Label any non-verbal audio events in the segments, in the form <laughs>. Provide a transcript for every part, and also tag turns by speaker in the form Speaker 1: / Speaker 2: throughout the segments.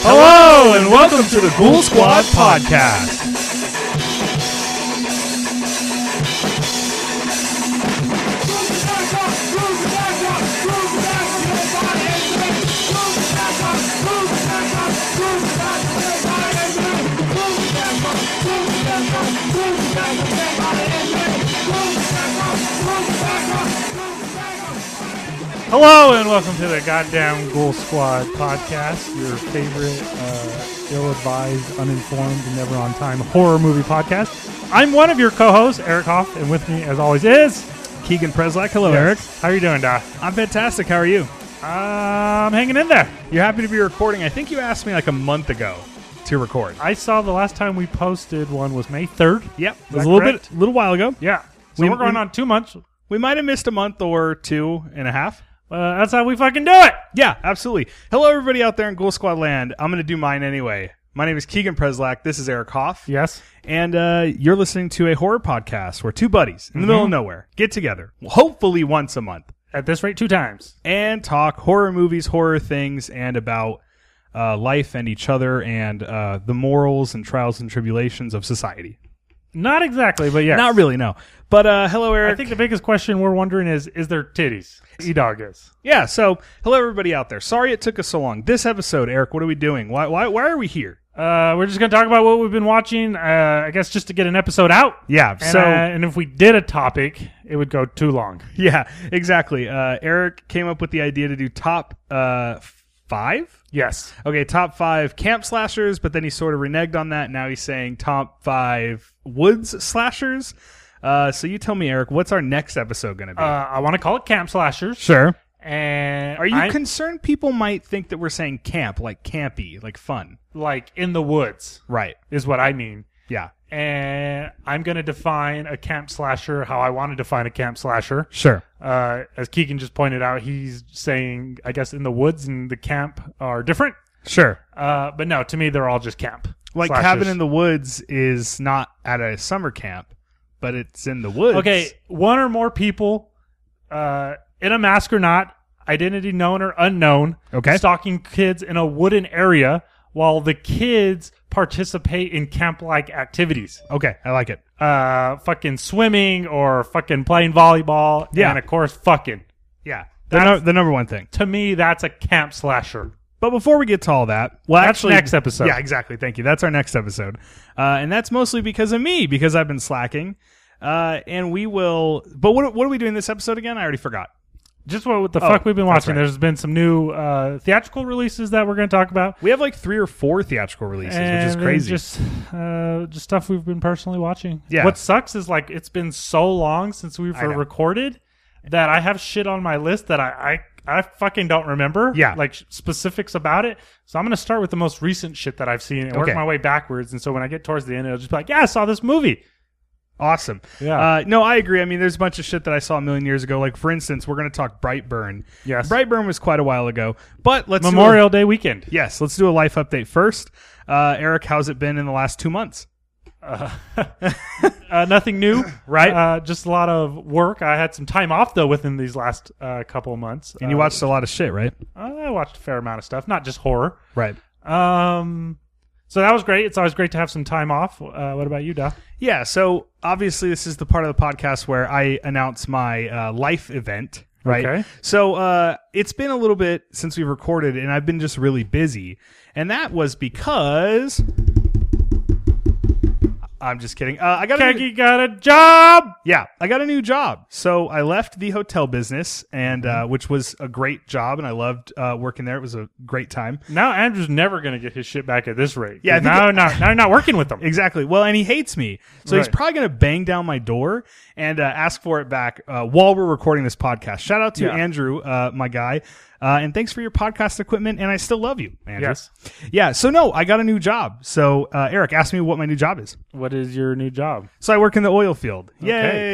Speaker 1: Hello, and welcome to the Ghoul Squad podcast. Hello, and welcome to the Goddamn Ghoul Squad podcast, your favorite uh, ill advised, uninformed, and never on time horror movie podcast. I'm one of your co hosts, Eric Hoff, and with me, as always, is
Speaker 2: Keegan Preslak. Hello,
Speaker 1: Eric. How are you doing, Doc?
Speaker 2: Eric. I'm fantastic. How are you?
Speaker 1: I'm hanging in there.
Speaker 2: You're happy to be recording. I think you asked me like a month ago to record.
Speaker 1: I saw the last time we posted one was May 3rd.
Speaker 2: Yep, it
Speaker 1: Is
Speaker 2: was
Speaker 1: that
Speaker 2: a little
Speaker 1: correct?
Speaker 2: bit, little while ago.
Speaker 1: Yeah. So
Speaker 2: We-
Speaker 1: we, are going
Speaker 2: we-
Speaker 1: on two months. Uh,
Speaker 2: We might have missed a month or two and a half.
Speaker 1: that's how we fucking do it.
Speaker 2: Yeah, absolutely. Hello, everybody out there in Ghoul Squad land. I'm going to do mine anyway. My name is Keegan Preslak. This is Eric Hoff.
Speaker 1: Yes.
Speaker 2: And uh, you're listening to a horror podcast where two buddies in the
Speaker 1: Mm-hmm.
Speaker 2: middle of nowhere get together, hopefully once a month,
Speaker 1: At this rate, two times.
Speaker 2: and talk horror movies, horror things, and about uh, life and each other and uh, the morals and trials and tribulations of society.
Speaker 1: Not exactly, but yes.
Speaker 2: Not really, no. But uh, hello, Eric.
Speaker 1: I think the biggest question we're wondering is: Is there titties? E dog is.
Speaker 2: yeah. So hello, everybody out there. Sorry it took us so long. This episode, Eric. What are we doing? Why? Why? Why are we here?
Speaker 1: Uh, we're just gonna talk about what we've been watching. Uh, I guess just to get an episode out.
Speaker 2: Yeah.
Speaker 1: And,
Speaker 2: so
Speaker 1: uh, and if we did a topic, it would go too long.
Speaker 2: <laughs> yeah, exactly. Uh, Eric came up with the idea to do top uh, five.
Speaker 1: Yes.
Speaker 2: Okay, top five camp slashers, but then he sort of reneged on that. Now he's saying top five woods slashers. Uh, so you tell me, Eric, what's our next episode going to be?
Speaker 1: Uh, I want to call it camp slashers.
Speaker 2: sure.
Speaker 1: And
Speaker 2: Are you
Speaker 1: I'm,
Speaker 2: concerned people might think that we're saying camp, like campy, like fun?
Speaker 1: like in the woods?
Speaker 2: Right.
Speaker 1: Is what I mean.
Speaker 2: Yeah.
Speaker 1: And I'm gonna define a camp slasher how I want to define a camp slasher.
Speaker 2: Sure.
Speaker 1: Uh, as Keegan just pointed out, he's saying I guess in the woods and the camp are different.
Speaker 2: Sure.
Speaker 1: Uh, but no, to me, they're all just camp.
Speaker 2: Like cabin in the woods is not at a summer camp, but it's in the woods.
Speaker 1: Okay, one or more people, uh, in a mask or not, identity known or unknown,
Speaker 2: Okay.
Speaker 1: stalking kids in a wooden area while the kids participate in camp like activities.
Speaker 2: Okay. I like it.
Speaker 1: Uh, fucking swimming or fucking playing volleyball.
Speaker 2: Yeah.
Speaker 1: And of course, fucking.
Speaker 2: Yeah. The, no, the number one thing.
Speaker 1: To me, that's a camp slasher.
Speaker 2: But before we get to all that, well,
Speaker 1: That's
Speaker 2: actually,
Speaker 1: next episode.
Speaker 2: Yeah, exactly. Thank you. That's our next episode, uh, and that's mostly because of me because I've been slacking. Uh, and we will. But what what are we doing this episode again? I already forgot.
Speaker 1: Just what the
Speaker 2: Oh,
Speaker 1: fuck we've been
Speaker 2: that's
Speaker 1: watching.
Speaker 2: right.
Speaker 1: There's been some new uh, theatrical releases that we're going to talk about.
Speaker 2: We have like three or four theatrical releases, which is
Speaker 1: And then
Speaker 2: crazy.
Speaker 1: Just, uh, just stuff we've been personally watching.
Speaker 2: Yeah.
Speaker 1: What sucks is like it's been so long since we've
Speaker 2: I know.
Speaker 1: recorded that I have shit on my list that I I, I fucking don't remember.
Speaker 2: Yeah.
Speaker 1: Like sh- specifics about it. So I'm gonna start with the most recent shit that I've seen and work
Speaker 2: Okay.
Speaker 1: my way backwards. And so when I get towards the end, it'll just be like, yeah, I saw this movie.
Speaker 2: Awesome.
Speaker 1: Yeah.
Speaker 2: Uh, no, I agree. I mean, there's a bunch of shit that I saw a million years ago. Like for instance, we're going to talk Brightburn.
Speaker 1: Yes.
Speaker 2: Brightburn was quite a while ago, but let's do a-
Speaker 1: Memorial Day weekend.
Speaker 2: yes, let's do a life update first. Uh, Eric, how's it been in the last two months?
Speaker 1: Uh, nothing new,
Speaker 2: <coughs> Right.
Speaker 1: Uh, just a lot of work. I had some time off though within these last uh, couple of months.
Speaker 2: And you
Speaker 1: Uh,
Speaker 2: watched a lot of shit, right?
Speaker 1: I watched a fair amount of stuff, not just horror.
Speaker 2: Right.
Speaker 1: Um, so that was great. It's always great to have some time off. Uh, what about you, Duff?
Speaker 2: Yeah, so obviously this is the part of the podcast where I announce my uh, life event, right?
Speaker 1: Okay.
Speaker 2: So uh, it's been a little bit since we've recorded, and I've been just really busy, and that was because I'm just kidding. Uh, I got a new,
Speaker 1: Keggy got a job.
Speaker 2: yeah, I got a new job. So I left the hotel business, and uh,
Speaker 1: Mm-hmm.
Speaker 2: which was a great job, and I loved uh, working there. It was a great time.
Speaker 1: Now Andrew's never going to get his shit back at this rate.
Speaker 2: Yeah, I think-
Speaker 1: Now, now, now you're not working with them.
Speaker 2: Exactly. Well, and he hates me, so he's
Speaker 1: Right.
Speaker 2: probably going to bang down my door and uh, ask for it back uh, while we're recording this podcast. Shout out to
Speaker 1: Yeah.
Speaker 2: Andrew, uh, my guy, uh, and thanks for your podcast equipment. And I still love you, Andrew.
Speaker 1: Yes.
Speaker 2: Yeah. So no, I got a new job. So uh, Eric, ask me what my new job is.
Speaker 1: What is your new job?
Speaker 2: So I work in the oil field.
Speaker 1: Okay.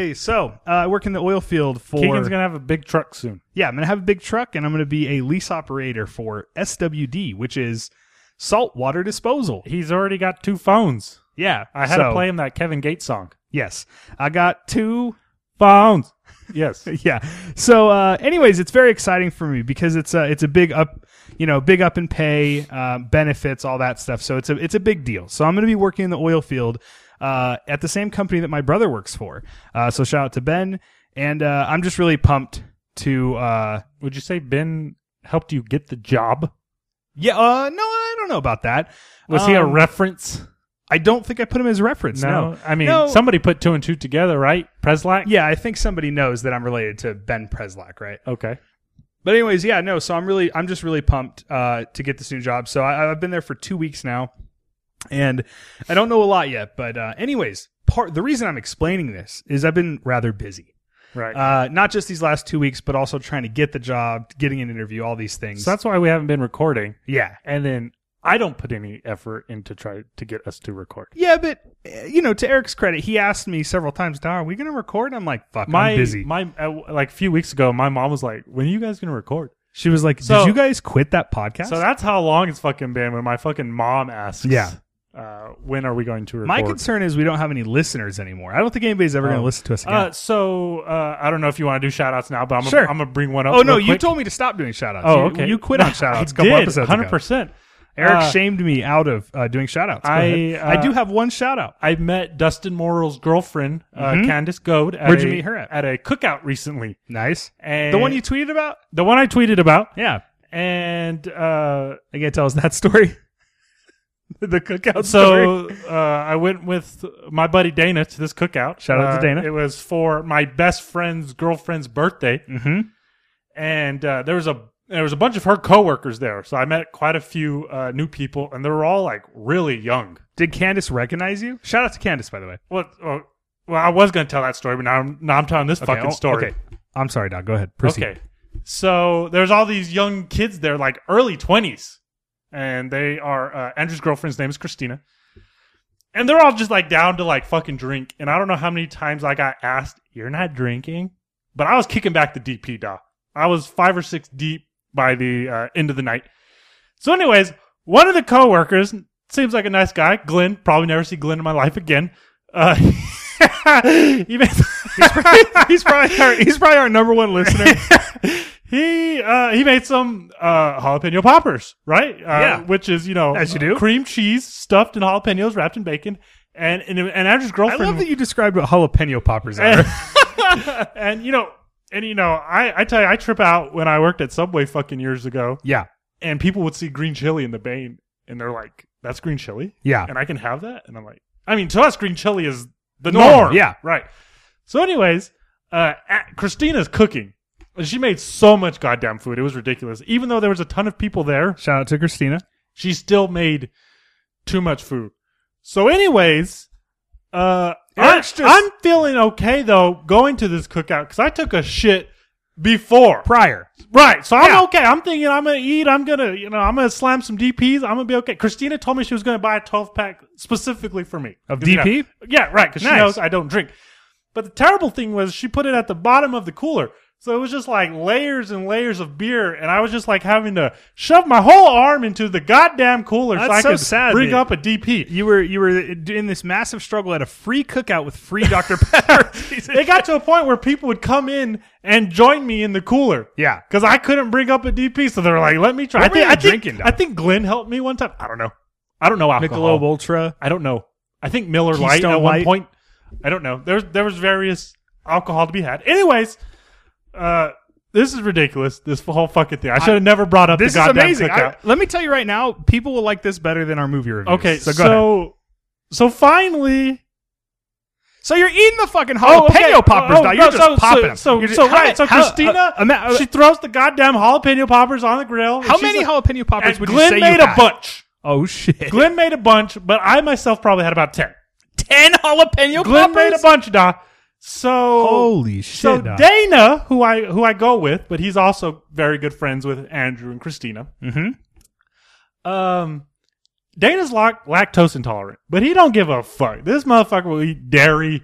Speaker 2: Yay! So uh, I work in the oil field for
Speaker 1: Keegan's going to have a big truck soon.
Speaker 2: yeah. I'm going to have a big truck, and I'm going to be a lease operator for SWD, which is saltwater disposal.
Speaker 1: He's already got two phones.
Speaker 2: Yeah,
Speaker 1: I had
Speaker 2: so-
Speaker 1: to play him that Kevin Gates song.
Speaker 2: Yes, I got two
Speaker 1: Phones.
Speaker 2: <laughs>
Speaker 1: Yes.
Speaker 2: yeah. So, uh, anyways, it's very exciting for me because it's a it's a big up, you know, big up in pay, uh, benefits, all that stuff. So it's a it's a big deal. So I'm going to be working in the oil field uh, at the same company that my brother works for. Uh, so shout out to Ben, and uh, I'm just really pumped to. Uh,
Speaker 1: Would you say Ben helped you get the job?
Speaker 2: yeah. Uh, no, I don't know about that.
Speaker 1: Was he a
Speaker 2: Um,
Speaker 1: reference?
Speaker 2: I don't think I put him as reference. No.
Speaker 1: I mean,
Speaker 2: No.
Speaker 1: somebody put two and two together, right? Preslack?
Speaker 2: Yeah, I think somebody knows that I'm related to Ben Preslak, right?
Speaker 1: Okay.
Speaker 2: But anyways, yeah, no. So I'm really, I'm just really pumped uh, to get this new job. So I, I've been there for two weeks now, and I don't know a lot yet. But uh, anyways, part the reason I'm explaining this is I've been rather busy.
Speaker 1: Right.
Speaker 2: Uh, not just these last two weeks, but also trying to get the job, getting an interview, all these things.
Speaker 1: so that's why we haven't been recording.
Speaker 2: yeah,
Speaker 1: And then I don't put any effort into try to get us to record.
Speaker 2: yeah. But uh, you know, to Eric's credit, he asked me several times, "Dar, are we going to record?" I'm like, "Fuck,
Speaker 1: My
Speaker 2: I'm busy."
Speaker 1: my uh, like a few weeks ago, my mom was like, "When are you guys gonna record?"
Speaker 2: she was like, "Did
Speaker 1: So-
Speaker 2: you guys quit that podcast?"
Speaker 1: So that's how long it's fucking been when my fucking mom asks,
Speaker 2: Yeah.
Speaker 1: uh, when are we going to record?"
Speaker 2: My concern is we don't have any listeners anymore. I don't think anybody's ever going
Speaker 1: Oh.
Speaker 2: to listen to us again.
Speaker 1: Uh, so uh, I don't know if you want to do shout outs now, but I'm gonna,
Speaker 2: Sure.
Speaker 1: I'm gonna bring one up.
Speaker 2: Oh no,
Speaker 1: real
Speaker 2: you
Speaker 1: quick.
Speaker 2: told me to stop doing shout outs.
Speaker 1: Oh, okay.
Speaker 2: You,
Speaker 1: <laughs>
Speaker 2: quit on shout outs a couple episodes
Speaker 1: Hundred
Speaker 2: ago.
Speaker 1: percent.
Speaker 2: Eric
Speaker 1: Uh,
Speaker 2: shamed me out of uh, doing shout outs.
Speaker 1: I, uh,
Speaker 2: I do have one shout out.
Speaker 1: I met Dustin Morrill's girlfriend, uh,
Speaker 2: Mhm.
Speaker 1: Candace Goad. At
Speaker 2: Where'd you
Speaker 1: a-
Speaker 2: meet her at?
Speaker 1: a cookout recently.
Speaker 2: Nice.
Speaker 1: And
Speaker 2: The one you tweeted about?
Speaker 1: the one I tweeted about,
Speaker 2: Yeah.
Speaker 1: and uh,
Speaker 2: Are you going to tell us that <laughs> story? the cookout story?
Speaker 1: so uh, I went with my buddy Dana to this cookout.
Speaker 2: Shout out to
Speaker 1: Uh,
Speaker 2: Dana.
Speaker 1: It was for my best friend's girlfriend's birthday,
Speaker 2: Mm-hmm.
Speaker 1: and uh, there was a there was a bunch of her coworkers there, so I met quite a few uh, new people, and they were all like really young.
Speaker 2: Did Candace recognize you? Shout out to Candace, by the way.
Speaker 1: Well, well, uh, well I was going to tell that story, but now I'm, now I'm telling this
Speaker 2: Okay,
Speaker 1: fucking
Speaker 2: oh,
Speaker 1: story.
Speaker 2: Okay. I'm sorry, Doc. Go ahead. Proceed.
Speaker 1: Okay. So there's all these young kids there, like early 20s. And they are, uh, Andrew's girlfriend's name is Christina. And they're all just like down to like fucking drink. And I don't know how many times I got asked, you're not drinking? But I was kicking back the DP, dog. I was five or six deep by the uh, end of the night. So, anyways, one of the coworkers seems like a nice guy, Glenn. Probably never see Glenn in my life again. Uh, <laughs> he made-
Speaker 2: <laughs>
Speaker 1: <laughs>
Speaker 2: he's, probably our, he's probably our number one listener.
Speaker 1: he uh, he made some uh, jalapeno poppers, right? Uh,
Speaker 2: Yeah.
Speaker 1: which is you know
Speaker 2: As you do.
Speaker 1: cream cheese stuffed in jalapenos, wrapped in bacon, and and, and Andrew's
Speaker 2: I
Speaker 1: girlfriend.
Speaker 2: love that you described what jalapeno poppers are.
Speaker 1: <laughs> and, and, you know, and you know, I I tell you, I trip out when I worked at Subway fucking years ago,
Speaker 2: yeah.
Speaker 1: and people would see green chili in the bane, and they're like, "That's green chili."
Speaker 2: Yeah.
Speaker 1: and I can have that. And I'm like, I mean, to us, green chili is the norm.
Speaker 2: Norm, yeah.
Speaker 1: right. So, anyways, uh, at- Christina's cooking. And She made so much goddamn food; it was ridiculous. Even though there was a ton of people there,
Speaker 2: Shout out to Christina.
Speaker 1: she still made too much food. So, anyways, uh, I,
Speaker 2: Eric's just-
Speaker 1: I'm feeling okay though going to this cookout because I took a shit before.
Speaker 2: Prior.
Speaker 1: Right. So I'm
Speaker 2: Yeah.
Speaker 1: okay. I'm thinking I'm gonna eat. I'm gonna you know I'm gonna slam some DPS. I'm gonna be okay. Christina told me she was gonna buy a 12 pack specifically for me
Speaker 2: Of
Speaker 1: 'Cause, you know-
Speaker 2: DP?
Speaker 1: yeah, right. Because she
Speaker 2: Nice.
Speaker 1: knows I don't drink. But the terrible thing was she put it at the bottom of the cooler. So it was just like layers and layers of beer, and I was just like having to shove my whole arm into the goddamn cooler so
Speaker 2: That's
Speaker 1: I
Speaker 2: so
Speaker 1: could
Speaker 2: sad,
Speaker 1: bring
Speaker 2: dude.
Speaker 1: up a DP.
Speaker 2: <laughs> You were you were in this massive struggle at a free cookout with free
Speaker 1: <laughs>
Speaker 2: Dr Pepper. Piece of
Speaker 1: it got to a point where people would come in and join me in the cooler.
Speaker 2: Yeah.
Speaker 1: Because I couldn't bring up a DP, so they were like, "Let me try."
Speaker 2: What
Speaker 1: I
Speaker 2: were
Speaker 1: think,
Speaker 2: you
Speaker 1: I, think,
Speaker 2: drinking, though?
Speaker 1: I think Glenn helped me one time. I don't know. I don't know alcohol.
Speaker 2: Michelob Ultra.
Speaker 1: I don't know. I think Miller Lite
Speaker 2: Keystone
Speaker 1: at one
Speaker 2: Light.
Speaker 1: point. I don't know. There was there was various alcohol to be had. Anyways, uh, this is ridiculous. This whole fucking thing. I should have never brought up
Speaker 2: This
Speaker 1: the
Speaker 2: is
Speaker 1: goddamn
Speaker 2: amazing.
Speaker 1: cookout.
Speaker 2: I- let me tell you right now, people will like this better than our movie reviews.
Speaker 1: okay,
Speaker 2: so
Speaker 1: so
Speaker 2: go ahead.
Speaker 1: so, finally.
Speaker 2: So you're eating the fucking jalapeno poppers,
Speaker 1: Oh,
Speaker 2: dog.
Speaker 1: no,
Speaker 2: You're just
Speaker 1: so,
Speaker 2: popping
Speaker 1: so,
Speaker 2: them.
Speaker 1: So,
Speaker 2: You're just-
Speaker 1: so
Speaker 2: how
Speaker 1: right.
Speaker 2: many-
Speaker 1: so
Speaker 2: how-
Speaker 1: Christina,
Speaker 2: uh, ama- uh,
Speaker 1: she throws the goddamn jalapeno poppers on the grill. and
Speaker 2: how
Speaker 1: she's
Speaker 2: many
Speaker 1: like-
Speaker 2: jalapeno poppers
Speaker 1: and
Speaker 2: would
Speaker 1: Glenn
Speaker 2: you say
Speaker 1: made
Speaker 2: you
Speaker 1: a
Speaker 2: had?
Speaker 1: bunch.
Speaker 2: Oh shit!
Speaker 1: Glenn made a bunch, but I myself probably had about ten.
Speaker 2: Ten jalapeno
Speaker 1: Glenn made a bunch, da. So
Speaker 2: Holy shit!
Speaker 1: so
Speaker 2: dog.
Speaker 1: Dana, who I who I go with, but he's also very good friends with Andrew and Christina.
Speaker 2: Mhm.
Speaker 1: Um, Dana's lac- lactose intolerant, but he don't give a fuck. This motherfucker will eat dairy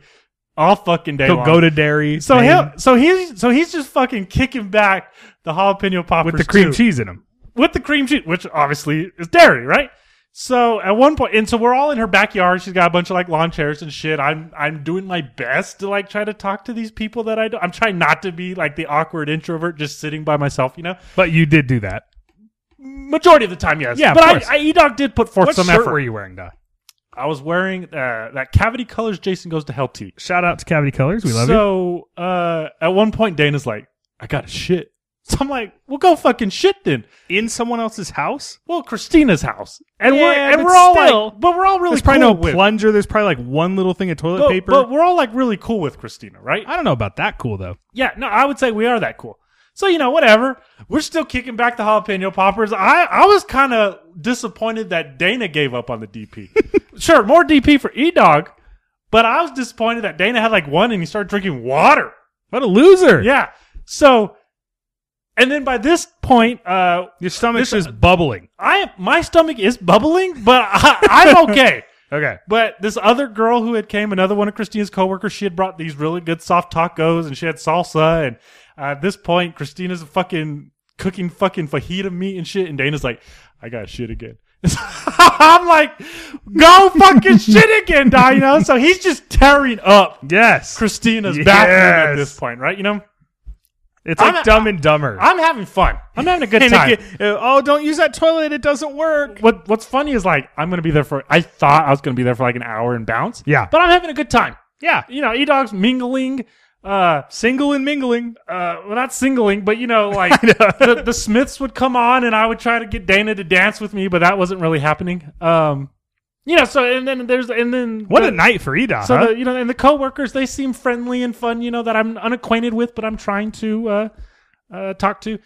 Speaker 1: all fucking day
Speaker 2: He'll
Speaker 1: long.
Speaker 2: go to dairy.
Speaker 1: so
Speaker 2: Maine,
Speaker 1: he'll so he's so he's just fucking kicking back the jalapeno poppers
Speaker 2: with the cream
Speaker 1: too.
Speaker 2: cheese in him.
Speaker 1: with the cream cheese, which obviously is dairy, right? So at one point, and so we're all in her backyard. She's got a bunch of like lawn chairs and shit. I'm I'm doing my best to like try to talk to these people that I do. I'm trying not to be like the awkward introvert just sitting by myself. You know,
Speaker 2: But you did do that.
Speaker 1: majority of the time, yes.
Speaker 2: Yeah, of
Speaker 1: but
Speaker 2: course.
Speaker 1: I, I Edog did put forth
Speaker 2: What
Speaker 1: some
Speaker 2: shirt
Speaker 1: effort.
Speaker 2: were you wearing, Doc?
Speaker 1: I was wearing uh, that cavity colors. Jason goes to hell tee.
Speaker 2: Shout out to Cavity Colors. We love you.
Speaker 1: so, uh, at one point, Dana's like, I got to shit. So I'm like, well, go fucking shit then.
Speaker 2: In someone else's house?
Speaker 1: Well, Christina's house. And we're,
Speaker 2: Yeah,
Speaker 1: and
Speaker 2: but
Speaker 1: we're all
Speaker 2: still,
Speaker 1: like, but we're all really
Speaker 2: There's probably
Speaker 1: cool
Speaker 2: no
Speaker 1: with,
Speaker 2: plunger. There's probably like one little thing of toilet
Speaker 1: but,
Speaker 2: paper.
Speaker 1: but we're all like really cool with Christina, right?
Speaker 2: I don't know about that cool though.
Speaker 1: Yeah, no, I would say we are that cool. So, you know, whatever. We're still kicking back the jalapeno poppers. I, I was kind of disappointed that Dana gave up on the
Speaker 2: <laughs>
Speaker 1: DP. sure, more DP for E Dog, but I was disappointed that Dana had like one and he started drinking water.
Speaker 2: What a loser.
Speaker 1: Yeah. So, and then by this point, uh,
Speaker 2: Your stomach's
Speaker 1: This-
Speaker 2: just bubbling.
Speaker 1: I my stomach is bubbling, but I,
Speaker 2: <laughs>
Speaker 1: I'm okay.
Speaker 2: Okay.
Speaker 1: But this other girl who had came, another one of Christina's coworkers, she had brought these really good soft tacos and she had salsa. And uh, at this point, Christina's fucking cooking fucking fajita meat and shit. And Dana's like, I got shit again. <laughs> I'm like, go
Speaker 2: <laughs>
Speaker 1: fucking shit again, Di, you know? So he's just tearing up
Speaker 2: Yes.
Speaker 1: Christina's bathroom at
Speaker 2: Yes.
Speaker 1: this point, right? You know,
Speaker 2: it's like
Speaker 1: I'm-
Speaker 2: Dumb and Dumber.
Speaker 1: I'm having fun. I'm having a good
Speaker 2: <laughs> And
Speaker 1: time.
Speaker 2: again, uh, oh, don't use that toilet. It doesn't work.
Speaker 1: what what's funny is like I'm gonna be there for I thought I was gonna be there for like an hour and bounce.
Speaker 2: Yeah.
Speaker 1: But I'm having a good time.
Speaker 2: Yeah.
Speaker 1: You know, E Dog's mingling, uh
Speaker 2: Single and mingling.
Speaker 1: uh well not singling, but you
Speaker 2: <laughs>
Speaker 1: know, like the, the Smiths would come on and I would try to get Dana to dance with me, but that wasn't really happening. Um you know, so and then there's and then
Speaker 2: What
Speaker 1: the-
Speaker 2: a night for Edom,
Speaker 1: so
Speaker 2: huh?
Speaker 1: the, you know, and the coworkers they seem friendly and fun. You know that I'm unacquainted with, but I'm trying to uh, uh, talk to.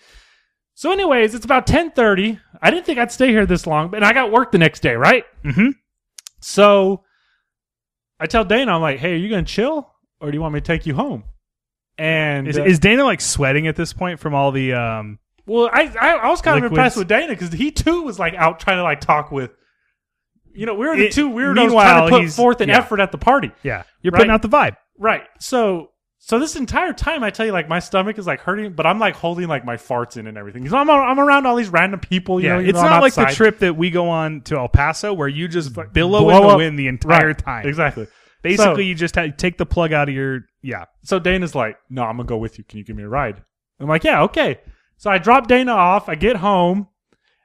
Speaker 1: So, anyways, it's about ten thirty. I didn't think I'd stay here this long, but and I got work the next day, right?
Speaker 2: mm-hmm.
Speaker 1: So, I tell Dana, I'm like, "Hey, are you gonna chill, or do you want me to take you home?" And
Speaker 2: Is,
Speaker 1: uh,
Speaker 2: is Dana like sweating at this point from all the um?
Speaker 1: well, I I, I was kind of
Speaker 2: Liquids.
Speaker 1: impressed with Dana because he too was like out trying to like talk with. You know, we were the
Speaker 2: It-
Speaker 1: two weirdos trying
Speaker 2: meanwhile,
Speaker 1: to put
Speaker 2: he's-
Speaker 1: forth an
Speaker 2: yeah.
Speaker 1: effort at the party.
Speaker 2: Yeah, you're
Speaker 1: Right.
Speaker 2: putting out the vibe.
Speaker 1: Right. So so this entire time I tell you like my stomach is like hurting, but I'm like holding like my farts in and everything. Because I'm I'm around all these random people. You
Speaker 2: Yeah,
Speaker 1: know, you
Speaker 2: it's
Speaker 1: know, I'm
Speaker 2: not like the
Speaker 1: outside.
Speaker 2: trip that we go on to El Paso where you just billow
Speaker 1: blow
Speaker 2: in the
Speaker 1: up-
Speaker 2: wind the
Speaker 1: Right.
Speaker 2: entire time.
Speaker 1: Exactly.
Speaker 2: Basically,
Speaker 1: So-
Speaker 2: you just ha- take the plug out of your yeah.
Speaker 1: So Dana's like, "No, I'm gonna go with you. Can you give me a ride?" I'm like, "Yeah, okay." So I drop Dana off. I get home,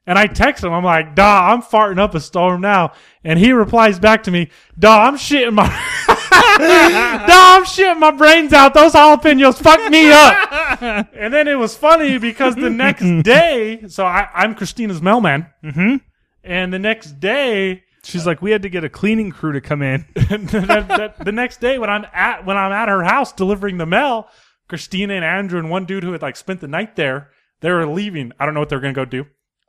Speaker 1: and I text him. I'm like, "Dah, I'm farting up a storm now," and he replies back to me, "Dah, I'm shitting my." <laughs> Dah, I'm shitting my brains out. Those jalapenos fucked me up. and then it was funny because the next day, so I, I'm Christina's mailman,
Speaker 2: Mm-hmm.
Speaker 1: and the next day,
Speaker 2: She's like, we had to get a cleaning crew to come in.
Speaker 1: the, the- the next day when I'm at when I'm at her house delivering the mail, Christina and Andrew and one dude who had like spent the night there, they were leaving. I don't know what they're gonna go do.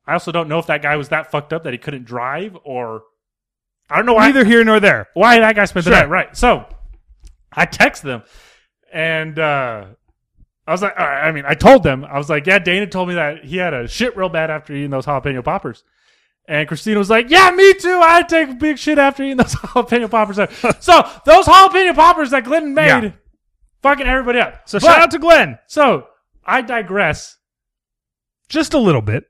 Speaker 1: I also don't know if that guy was that fucked up that he couldn't drive or I don't know <laughs> why
Speaker 2: Neither here nor there.
Speaker 1: why that guy spent the
Speaker 2: Sure.
Speaker 1: night. Right. So I text them and uh I was like, all right, I mean, I told them, I was like, yeah, Dana told me that he had a shit real bad after eating those jalapeno poppers. And Christina was like, yeah, me too. I take a big shit after eating those <laughs> jalapeno
Speaker 2: <laughs>
Speaker 1: poppers. so those jalapeno poppers that Glenn made
Speaker 2: Yeah.
Speaker 1: fucking everybody up.
Speaker 2: So
Speaker 1: But-
Speaker 2: shout out to Glenn
Speaker 1: so I digress.
Speaker 2: just a little bit.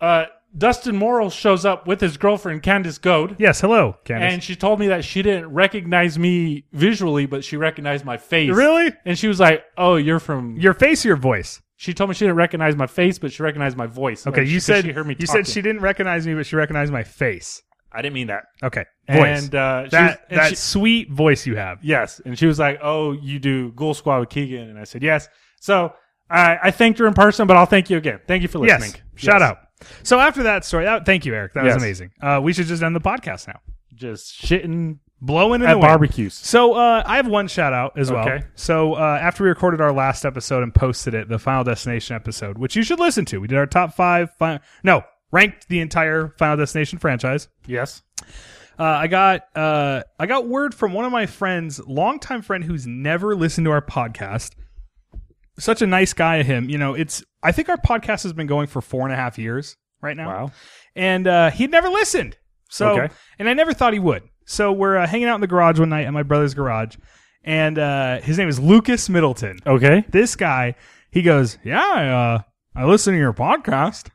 Speaker 1: Uh, Dustin Morrill shows up with his girlfriend, Candace Goad.
Speaker 2: Yes, hello, Candace.
Speaker 1: And she told me that she didn't recognize me visually, but she recognized my face.
Speaker 2: really,
Speaker 1: And she was like, "Oh, you're from."
Speaker 2: your face or your voice?
Speaker 1: she told me she didn't recognize my face, but she recognized my voice.
Speaker 2: Okay,
Speaker 1: Like,
Speaker 2: you
Speaker 1: 'cause
Speaker 2: said
Speaker 1: she heard me.
Speaker 2: You
Speaker 1: talking.
Speaker 2: said she didn't recognize me, but she recognized my face.
Speaker 1: I didn't mean that.
Speaker 2: Okay, voice.
Speaker 1: And uh, she was-
Speaker 2: that
Speaker 1: and
Speaker 2: that
Speaker 1: she-
Speaker 2: sweet voice you have.
Speaker 1: yes, and she was like, "Oh, you do Ghoul Squad with Keegan," and I said, "Yes." So I, I thanked her in person, but I'll thank you again. Thank you for
Speaker 2: Yes.
Speaker 1: listening.
Speaker 2: Shout
Speaker 1: Yes.
Speaker 2: out. So after that story, that, thank you, Eric. That
Speaker 1: Yes.
Speaker 2: was amazing. Uh, we should just end the podcast now.
Speaker 1: Just shitting
Speaker 2: Blowing in
Speaker 1: at
Speaker 2: the wind.
Speaker 1: barbecues.
Speaker 2: So uh, I have one shout out as well.
Speaker 1: Okay.
Speaker 2: So uh, after we recorded our last episode and posted it, the Final Destination episode, which you should listen to. We did our top five. Final, no, ranked the entire Final Destination franchise.
Speaker 1: Yes.
Speaker 2: Uh, I got uh, I got word from one of my friends, longtime friend who's never listened to our podcast. Such a nice guy, him. You know, it's I think our podcast has been going for four and a half years right now
Speaker 1: Wow.
Speaker 2: and uh, he'd never listened. So,
Speaker 1: Okay.
Speaker 2: and I never thought he would. So we're uh, hanging out in the garage one night at my brother's garage, and uh, his name is Lucas Middleton.
Speaker 1: Okay.
Speaker 2: This guy, <laughs> he goes, "Yeah, I, uh, I listen to your podcast,"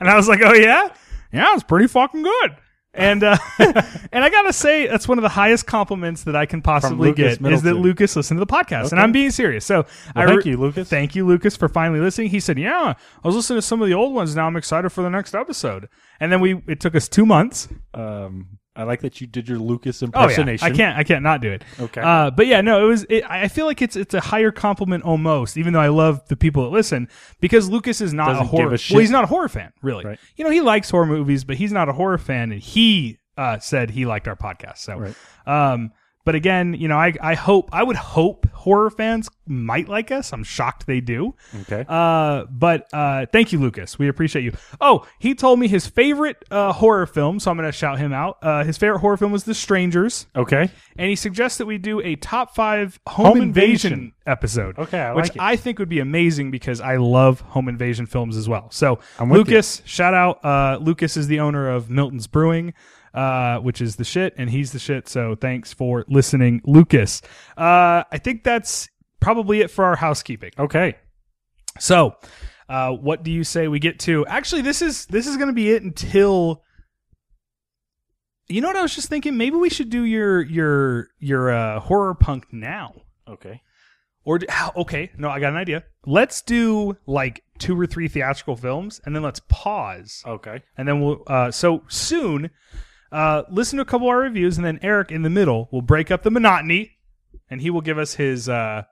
Speaker 2: and I was like, "Oh yeah." yeah, it's pretty fucking good. And uh, <laughs> and I gotta say that's one of the highest compliments that I can possibly
Speaker 1: Lucas
Speaker 2: get is that
Speaker 1: Middleton.
Speaker 2: Lucas listened to the podcast, and
Speaker 1: Okay.
Speaker 2: I'm being serious. So I
Speaker 1: thank you, Lucas.
Speaker 2: Thank you, Lucas, for finally listening. He said, "Yeah, I was listening to some of the old ones. Now I'm excited for the next episode." And then we it took us two months.
Speaker 1: Um, I like that you did your Lucas
Speaker 2: Oh yeah,
Speaker 1: impersonation.
Speaker 2: I can't I can't not do it.
Speaker 1: Okay.
Speaker 2: Uh, but yeah, no, it was. It, I I feel like it's it's a higher compliment almost, even though I love the people that listen because Lucas is not
Speaker 1: Doesn't
Speaker 2: a horror.
Speaker 1: give a shit.
Speaker 2: Well, he's not a horror fan, really.
Speaker 1: Right.
Speaker 2: You know, he likes horror movies, but he's not a horror fan, and he uh, said he liked our podcast. So,
Speaker 1: Right.
Speaker 2: um, but again, you know, I I hope I would hope horror fans might like us. I'm shocked they do.
Speaker 1: Okay.
Speaker 2: Uh, but uh, thank you, Lucas. We appreciate you. Oh, he told me his favorite uh, horror film, so I'm going to shout him out. Uh, his favorite horror film was The Strangers,
Speaker 1: okay.
Speaker 2: and he suggests that we do a top five home,
Speaker 1: Home
Speaker 2: invasion,
Speaker 1: invasion.
Speaker 2: episode.
Speaker 1: Okay, I
Speaker 2: which
Speaker 1: like it.
Speaker 2: I think would be amazing because I love home invasion films as well. So,
Speaker 1: with
Speaker 2: Lucas, shout out. Uh, Lucas is the owner of Milton's Brewing. Uh, which is the shit, and he's the shit. So thanks for listening, Lucas. Uh, I think that's probably it for our housekeeping.
Speaker 1: Okay.
Speaker 2: So, uh, what do you say we get to? Actually, this is this is going to be it until. You know what I was just thinking? Maybe we should do your your your uh, horror punk now,
Speaker 1: Okay.
Speaker 2: or do, how- okay, no, I got an idea. Let's do like two or three theatrical films, and then let's pause,
Speaker 1: Okay.
Speaker 2: and then we'll. Uh, so soon, uh, listen to a couple of our reviews, and then Eric in the middle will break up the monotony, and he will give us his. Uh,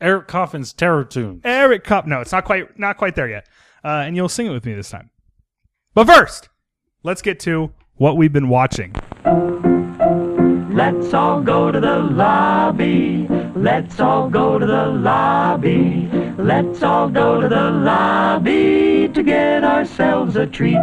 Speaker 1: Eric Coffin's Terror Tune.
Speaker 2: Eric Cup. No, it's not quite not quite there yet. Uh, and you'll sing it with me this time. But first, let's get to what we've been watching.
Speaker 3: Let's all go to the lobby. Let's all go to the lobby. Let's all go to the lobby to get ourselves a treat.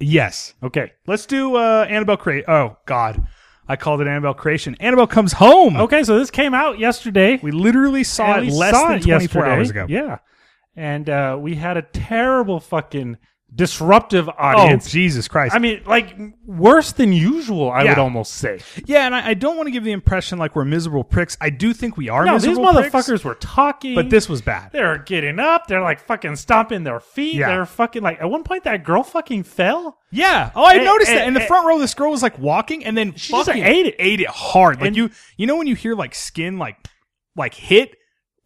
Speaker 2: Yes.
Speaker 1: Okay.
Speaker 2: Let's do uh, Annabelle Creation. Oh, God. I called it Annabelle Creation. Annabelle Comes Home.
Speaker 1: Okay, so this came out yesterday.
Speaker 2: We literally saw
Speaker 1: And
Speaker 2: it
Speaker 1: we
Speaker 2: less
Speaker 1: saw
Speaker 2: than
Speaker 1: it
Speaker 2: 24
Speaker 1: yesterday.
Speaker 2: hours ago.
Speaker 1: Yeah. And uh, we had a terrible fucking disruptive
Speaker 2: Oh,
Speaker 1: audience.
Speaker 2: Jesus Christ.
Speaker 1: I mean, like worse than usual, I
Speaker 2: Yeah.
Speaker 1: would almost say.
Speaker 2: yeah, and I, I don't want to give the impression like we're miserable pricks. I do think we are
Speaker 1: No, these
Speaker 2: miserable pricks,
Speaker 1: motherfuckers were talking.
Speaker 2: but this was bad.
Speaker 1: they're getting up. They're like fucking stomping their feet.
Speaker 2: Yeah.
Speaker 1: They're fucking like at one point that girl fucking fell.
Speaker 2: Yeah. Oh, I
Speaker 1: And-
Speaker 2: noticed
Speaker 1: and-
Speaker 2: that. In the
Speaker 1: and-
Speaker 2: front row, this girl was like walking, and then
Speaker 1: Eh, She just,
Speaker 2: fucking
Speaker 1: like, ate it.
Speaker 2: ate it hard. Like
Speaker 1: And-
Speaker 2: you, you know, when you hear like skin like, like hit,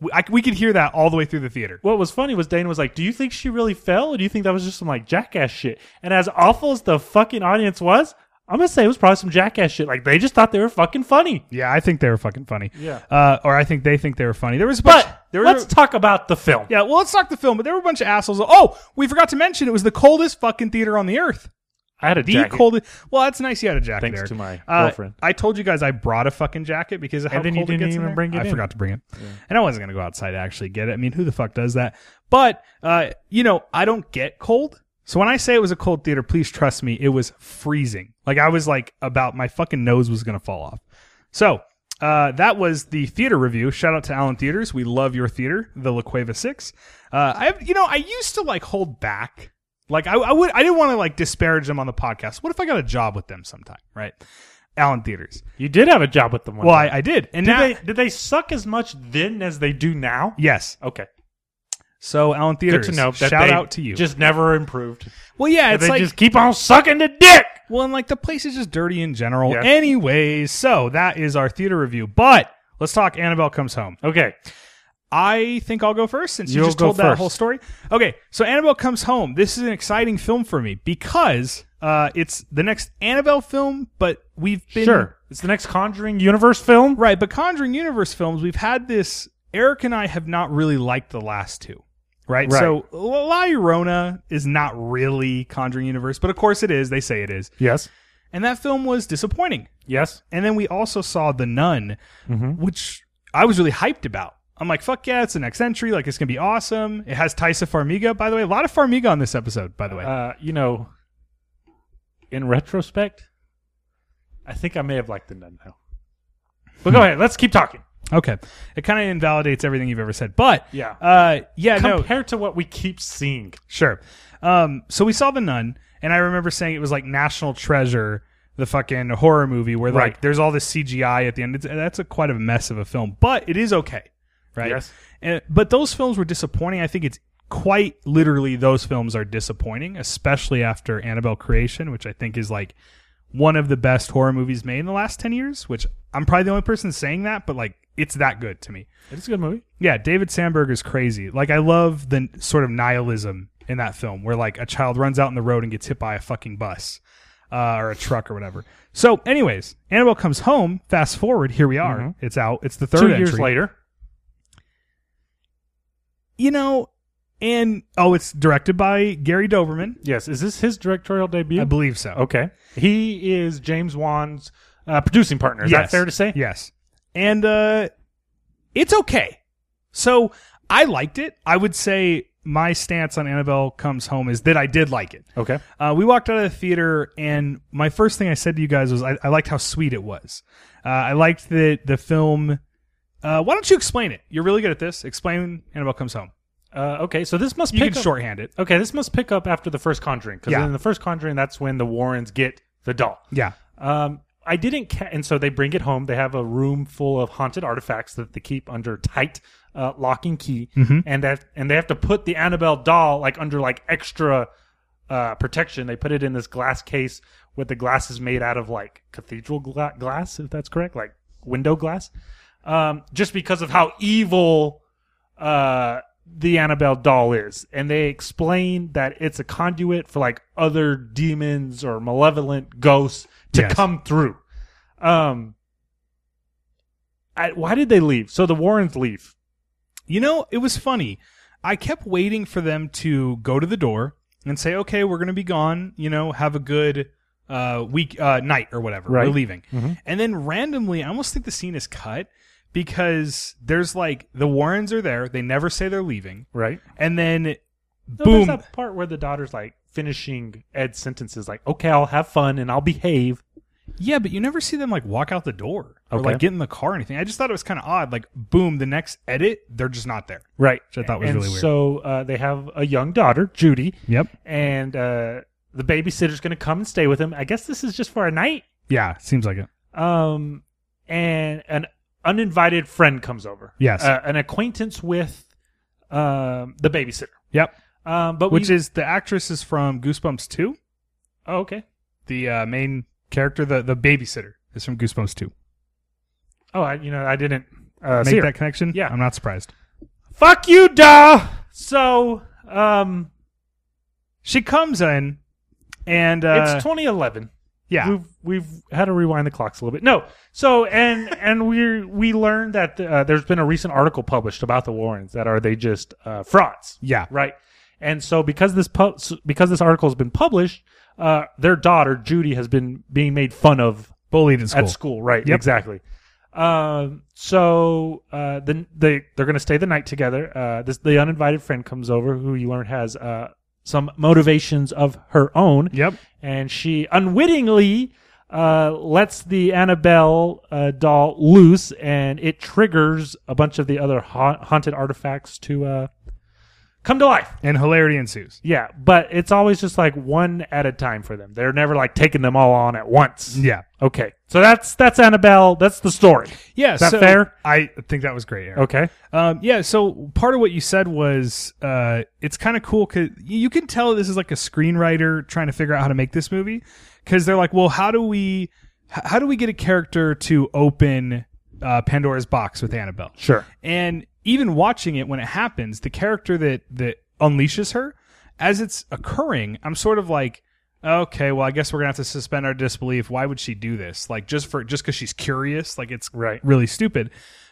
Speaker 2: we, I, we could hear that all the way through the theater.
Speaker 1: What was funny was Dana was like, "Do you think she really fell, or do you think that was just some like jackass shit?" And as awful as the fucking audience was, I'm gonna say it was probably some jackass shit. Like they just thought they were fucking funny.
Speaker 2: Yeah, I think they were fucking funny.
Speaker 1: Yeah.
Speaker 2: Uh, or I think they think they were funny. There was a bunch.
Speaker 1: But
Speaker 2: there was
Speaker 1: let's talk about the film.
Speaker 2: yeah. Well, let's talk the film. But there were a bunch of assholes. Oh, we forgot to mention it was the coldest fucking theater on the earth.
Speaker 1: I had a
Speaker 2: The
Speaker 1: jacket.
Speaker 2: coldest. Well, that's nice. You had a jacket.
Speaker 1: Thanks
Speaker 2: Eric.
Speaker 1: to my
Speaker 2: Uh,
Speaker 1: girlfriend.
Speaker 2: I told you guys I brought a fucking jacket because of how
Speaker 1: And then you
Speaker 2: cold it
Speaker 1: didn't
Speaker 2: gets in
Speaker 1: even
Speaker 2: there.
Speaker 1: bring it
Speaker 2: I
Speaker 1: in.
Speaker 2: forgot to bring it, and I wasn't gonna go outside to actually get it. I mean, who the fuck does that? But uh, you know, I don't get cold. So when I say it was a cold theater, please trust me, it was freezing. Like I was like about my fucking nose was gonna fall off. So uh, that was the theater review. Shout out to Allen Theaters. We love your theater, the La Cueva Six. Uh, I have, you know, I used to like hold back. Like I, I would, I didn't want to like disparage them on the podcast. What if I got a job with them sometime, right? Allen Theaters.
Speaker 1: You did have a job with them. One
Speaker 2: Well,
Speaker 1: time.
Speaker 2: I, I did, and
Speaker 1: did
Speaker 2: now
Speaker 1: they did they suck as much then as they do now?
Speaker 2: yes.
Speaker 1: Okay,
Speaker 2: So Allen
Speaker 1: good
Speaker 2: Theaters,
Speaker 1: to know. that
Speaker 2: shout
Speaker 1: they
Speaker 2: out to you.
Speaker 1: Just never improved.
Speaker 2: well, yeah,
Speaker 1: And
Speaker 2: it's
Speaker 1: they
Speaker 2: like
Speaker 1: just keep on sucking the dick.
Speaker 2: well, and like the place is just dirty in general.
Speaker 1: Yeah.
Speaker 2: Anyways, so that is our theater review. But let's talk. Annabelle comes home.
Speaker 1: Okay,
Speaker 2: I think I'll go first since you
Speaker 1: You'll
Speaker 2: just
Speaker 1: go
Speaker 2: told that
Speaker 1: first.
Speaker 2: whole story. Okay, so Annabelle comes home. This is an exciting film for me because uh, it's the next Annabelle film, but we've been
Speaker 1: sure. It's the next Conjuring universe film.
Speaker 2: right. But Conjuring Universe films, we've had this. Eric and I have not really liked the last two. Right?
Speaker 1: Right.
Speaker 2: So La Llorona is not really Conjuring Universe, but of course it is. They say it is.
Speaker 1: Yes.
Speaker 2: And that film was disappointing.
Speaker 1: Yes.
Speaker 2: And then we also saw The Nun,
Speaker 1: Mm-hmm.
Speaker 2: which I was really hyped about. I'm like, fuck yeah, it's the next entry. Like, it's going to be awesome. It has Tysa Farmiga, by the way. A lot of Farmiga on this episode, by the way.
Speaker 1: Uh, you know, in retrospect, I think I may have liked the nun now. But
Speaker 2: Hmm.
Speaker 1: go ahead, let's keep talking.
Speaker 2: Okay, it kind of invalidates everything you've ever said, but
Speaker 1: Yeah.
Speaker 2: uh, yeah, no,
Speaker 1: Compared to what we keep seeing,
Speaker 2: Sure. Um, so we saw the nun, and I remember saying it was like National Treasure, the fucking horror movie where
Speaker 1: Right.
Speaker 2: like there's all this CGI at the end. It's, that's a quite a mess of a film, but it is okay, right?
Speaker 1: Yes.
Speaker 2: And, but those films were disappointing. I think it's quite literally those films are disappointing, especially after Annabelle Creation, which I think is like one of the best horror movies made in the last ten years. Which I'm probably the only person saying that, but like it's that good to me.
Speaker 1: it's a good movie.
Speaker 2: Yeah, David Sandberg is crazy. Like I love the n- sort of nihilism in that film where like a child runs out in the road and gets hit by a fucking bus uh, or a truck or whatever. So anyways, Annabelle comes home, fast forward, here we are.
Speaker 1: Mhm.
Speaker 2: It's out. It's the third
Speaker 1: Two years
Speaker 2: entry.
Speaker 1: later,
Speaker 2: You know, and oh, it's directed by Gary Doberman.
Speaker 1: yes, is this his directorial debut?
Speaker 2: I believe so.
Speaker 1: okay, he is James Wan's uh, producing partner. Is that
Speaker 2: Yes.
Speaker 1: fair to say?
Speaker 2: Yes. And uh it's okay. So I liked it. I would say my stance on Annabelle comes home is that I did like it.
Speaker 1: Okay.
Speaker 2: Uh, we walked out of the theater, and my first thing I said to you guys was, I, I liked how sweet it was. Uh, I liked that the film. Uh, why don't you explain it? You're really good at this. Explain Annabelle Comes Home.
Speaker 1: Uh, okay, so this must
Speaker 2: You
Speaker 1: pick
Speaker 2: can
Speaker 1: up-
Speaker 2: shorthand it.
Speaker 1: Okay, this must pick up after the first Conjuring because
Speaker 2: Yeah.
Speaker 1: in the first Conjuring, that's when the Warrens get the doll.
Speaker 2: Yeah.
Speaker 1: Um, I didn't, ca- and so they bring it home. They have a room full of haunted artifacts that they keep under tight uh, lock and key, and that and they have to put the Annabelle doll like under like extra uh, protection. They put it in this glass case with the glass is made out of like cathedral gla- glass, if that's correct, like window glass, um, just because of how evil uh, the Annabelle doll is, and they explain that it's a conduit for like other demons or malevolent ghosts to
Speaker 2: Yes.
Speaker 1: come through. Um, I, why did they leave? So the Warrens leave.
Speaker 2: You know, it was funny. I kept waiting for them to go to the door and say, "Okay, we're going to be gone. You know, have a good uh, week, uh, night, or whatever.
Speaker 1: Right. Mm-hmm.
Speaker 2: We're leaving." And then randomly, I almost think the scene is cut because there's like the Warrens are there. They never say they're leaving,
Speaker 1: Right.
Speaker 2: and then.
Speaker 1: No, There's
Speaker 2: Boom!
Speaker 1: that part where the daughter's like finishing Ed's sentences, like, "Okay, I'll have fun and I'll behave."
Speaker 2: Yeah, but you never see them like walk out the door or
Speaker 1: Okay.
Speaker 2: like get in the car or anything. I just thought it was kind of odd. Like, boom, the next edit, they're just not there,
Speaker 1: Right.
Speaker 2: which I thought was
Speaker 1: and
Speaker 2: really weird.
Speaker 1: So uh, they have a young daughter, Judy.
Speaker 2: yep.
Speaker 1: and uh, the babysitter's going to come and stay with him. I guess this is just for a night.
Speaker 2: Yeah, seems like it.
Speaker 1: Um, and an uninvited friend comes over.
Speaker 2: Yes.
Speaker 1: uh, an acquaintance with um, the babysitter.
Speaker 2: Yep.
Speaker 1: Um, but
Speaker 2: Which
Speaker 1: we,
Speaker 2: is the actress is from Goosebumps 2.
Speaker 1: oh, okay.
Speaker 2: The uh, main character, the, the babysitter, is from Goosebumps 2.
Speaker 1: Oh, I, you know, I didn't uh, see
Speaker 2: Make
Speaker 1: her.
Speaker 2: that connection?
Speaker 1: Yeah.
Speaker 2: I'm not surprised.
Speaker 1: Fuck you, duh. So, um,
Speaker 2: She comes in and. Uh,
Speaker 1: it's 2011.
Speaker 2: yeah.
Speaker 1: We've we've had to rewind the clocks a little bit. No, so and <laughs> and we we learned that uh, there's been a recent article published about the Warrens that are they just uh, frauds.
Speaker 2: yeah.
Speaker 1: Right. And so because this pu- s- because this article has been published, uh, their daughter Judy has been being made fun of
Speaker 2: Bullied at school.
Speaker 1: at school. Right.
Speaker 2: Yep.
Speaker 1: Exactly. Um, so uh, then they they're going to stay the night together. Uh, this the uninvited friend comes over who you learn has uh, some motivations of her own.
Speaker 2: Yep.
Speaker 1: And she unwittingly uh, lets the Annabelle uh, doll loose, and it triggers a bunch of the other ha- haunted artifacts to uh, come to life.
Speaker 2: And hilarity ensues.
Speaker 1: Yeah, but it's always just like one at a time for them. They're never like taking them all on at once.
Speaker 2: Yeah. Oh,
Speaker 1: Okay. So that's that's Annabelle. That's the story.
Speaker 2: Yeah.
Speaker 1: that
Speaker 2: so-
Speaker 1: fair?
Speaker 2: I think that was great, Aaron.
Speaker 1: Okay.
Speaker 2: Um, yeah, so part of what you said was uh, it's kind of cool because you can tell this is like a screenwriter trying to figure out how to make this movie because they're like, well, how do we h- how do we get a character to open uh, Pandora's box with Annabelle?
Speaker 1: Sure.
Speaker 2: And even watching it when it happens, the character that that unleashes her as it's occurring, I'm sort of like, okay, well, I guess we're gonna have to suspend our disbelief. Why would she do this? Like just for just because she's curious? Like it's
Speaker 1: Right.
Speaker 2: really stupid.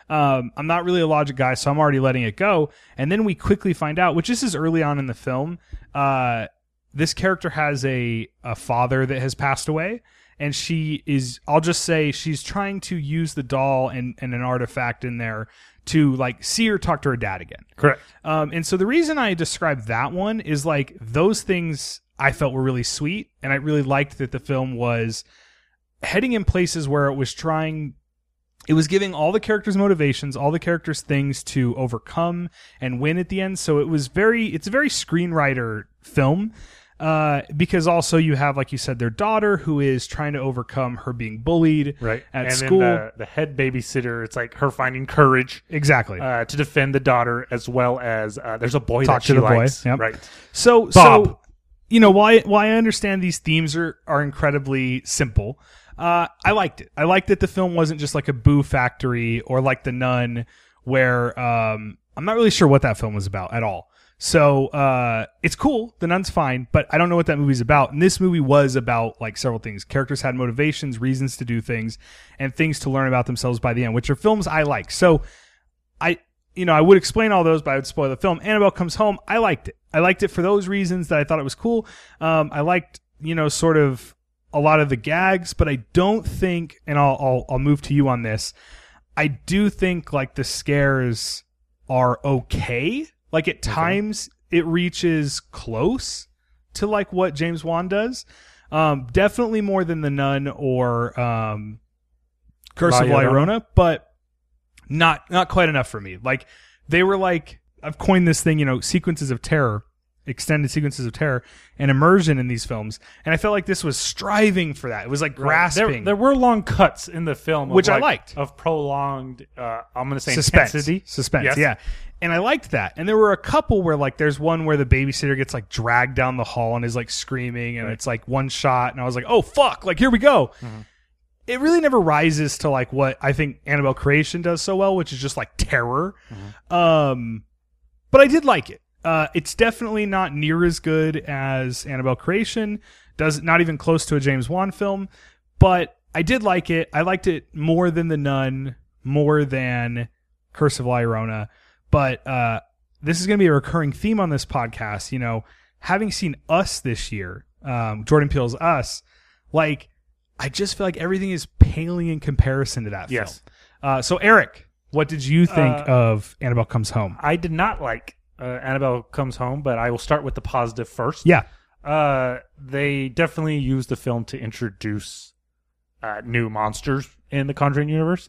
Speaker 2: Um, I'm not really a logic guy, so I'm already letting it go. And then we quickly find out, which this is early on in the film. Uh, this character has a a father that has passed away, and she is. I'll just say she's trying to use the doll and and an artifact in there to like see her talk to her dad again.
Speaker 1: Correct.
Speaker 2: Um, and so the reason I describe that one is like those things I felt were really sweet, and I really liked that the film was heading in places where it was trying it was giving all the characters motivations all the characters things to overcome and win at the end so it was very it's a very screenwriter film uh, because also you have like you said their daughter who is trying to overcome her being bullied
Speaker 1: right
Speaker 2: at
Speaker 1: and
Speaker 2: school
Speaker 1: then the, the head babysitter it's like her finding courage
Speaker 2: exactly
Speaker 1: uh, to defend the daughter as well as uh, there's a boy
Speaker 2: Talk
Speaker 1: that
Speaker 2: to
Speaker 1: she
Speaker 2: the boy,
Speaker 1: likes
Speaker 2: yep.
Speaker 1: right
Speaker 2: So,
Speaker 1: Bob.
Speaker 2: so you know, why why I understand these themes are are incredibly simple. Uh, I liked it. I liked that the film wasn't just like a Boo Factory or like The Nun, where um, I'm not really sure what that film was about at all. So uh, it's cool. The Nun's fine, but I don't know what that movie's about. And this movie was about like several things. Characters had motivations, reasons to do things, and things to learn about themselves by the end, which are films I like. So I you know, I would explain all those, but I would spoil the film. Annabelle comes home. I liked it. I liked it for those reasons that I thought it was cool. Um, I liked, you know, sort of a lot of the gags, but I don't think, and I'll, I'll, I'll move to you on this. I do think like the scares are okay. Like at times it reaches close to like what James Wan does. Um, definitely more than the nun or, um, Curse
Speaker 1: La
Speaker 2: of La
Speaker 1: Llorona.
Speaker 2: Llorona, but not not quite enough for me. Like they were like I've coined this thing, you know, sequences of terror, extended sequences of terror, and immersion in these films, and I felt like this was striving for that. It was like
Speaker 1: There,
Speaker 2: grasping.
Speaker 1: there were long cuts in the film, of
Speaker 2: Which I
Speaker 1: like-
Speaker 2: liked.
Speaker 1: of prolonged. Uh, I'm going to say
Speaker 2: suspense.
Speaker 1: intensity,
Speaker 2: Suspense,
Speaker 1: Yes.
Speaker 2: yeah. And I liked that. And there were a couple where like there's one where the babysitter gets like dragged down the hall and is like screaming and it's like one shot and I was like, "Oh fuck, like here we go."
Speaker 1: Mm-hmm.
Speaker 2: It really never rises to like what I think Annabelle Creation does so well, which is just like terror.
Speaker 1: Mm-hmm.
Speaker 2: Um but I did like it. Uh, it's definitely not near as good as Annabelle Creation. Does not even close to a James Wan film, but I did like it. I liked it more than The Nun, more than Curse of La Llorona. But uh, this is going to be a recurring theme on this podcast. You know, having seen Us this year, um, Jordan Peele's Us, like I just feel like everything is paling in comparison to that
Speaker 1: Yes.
Speaker 2: film. Uh, so Eric, what did you think
Speaker 1: Uh,
Speaker 2: of Annabelle Comes Home?
Speaker 1: I did not like uh, Annabelle Comes Home, but I will start with the positive first.
Speaker 2: Yeah.
Speaker 1: Uh, they definitely used the film to introduce uh, new monsters in the Conjuring universe.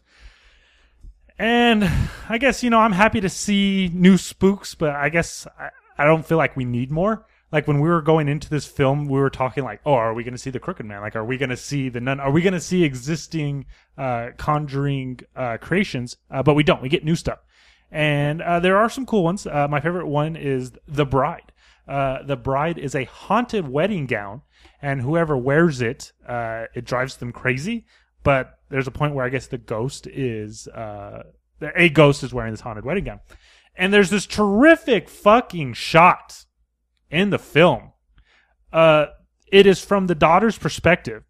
Speaker 1: And I guess, you know, I'm happy to see new spooks, but I guess I, I don't feel like we need more. Like when we were going into this film, we were talking like, oh, are we going to see the Crooked Man? Like, are we going to see the Nun? Are we going to see existing uh, Conjuring uh, creations? Uh, but we don't. We get new stuff. And uh, there are some cool ones. Uh, my favorite one is The Bride. Uh, the Bride is a haunted wedding gown, and whoever wears it, uh, it drives them crazy. But there's a point where I guess the ghost is uh, a ghost is wearing this haunted wedding gown, and there's this terrific fucking shot in the film. Uh, it is from the daughter's perspective,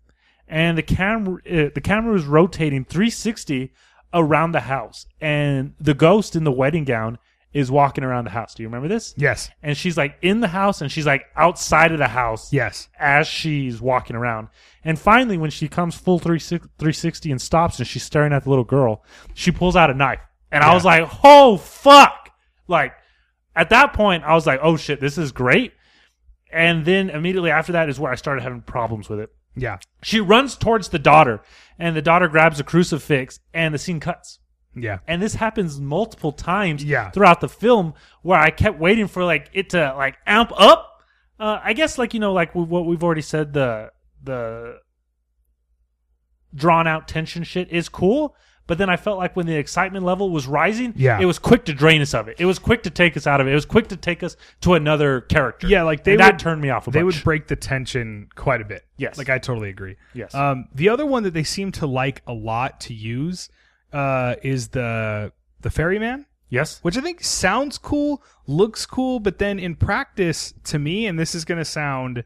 Speaker 1: and the camera uh, the camera is rotating 360 around the house, and the ghost in the wedding gown is walking around the house. Do you remember this?
Speaker 2: Yes.
Speaker 1: and she's like in the house and she's like outside of the house
Speaker 2: Yes.
Speaker 1: as she's walking around. And finally, when she comes full 360 360 and stops and she's staring at the little girl, she pulls out a knife. And I was like, oh, fuck. Like, at that point, I was like, oh, shit, this is great. And then immediately after that is where I started having problems with it.
Speaker 2: Yeah.
Speaker 1: She runs towards the daughter, and the daughter grabs a crucifix, and the scene cuts
Speaker 2: Yeah.
Speaker 1: and this happens multiple times
Speaker 2: Yeah.
Speaker 1: throughout the film where i kept waiting for like it to like amp up uh, i guess like you know like we, what we've already said the the drawn out tension shit is cool but then i felt like when the excitement level was rising
Speaker 2: Yeah.
Speaker 1: it was quick to drain us of it it was quick to take us out of it it was quick to take us to another character
Speaker 2: Yeah, like, they
Speaker 1: And that
Speaker 2: would-
Speaker 1: turned me off a
Speaker 2: They
Speaker 1: bunch.
Speaker 2: would break the tension quite a bit.
Speaker 1: Yes.
Speaker 2: Like I totally agree.
Speaker 1: Yes.
Speaker 2: Um, the other one that they seem to like a lot to use uh, is the the ferryman,
Speaker 1: yes
Speaker 2: which I think sounds cool, looks cool, but then in practice, to me, and this is going to sound,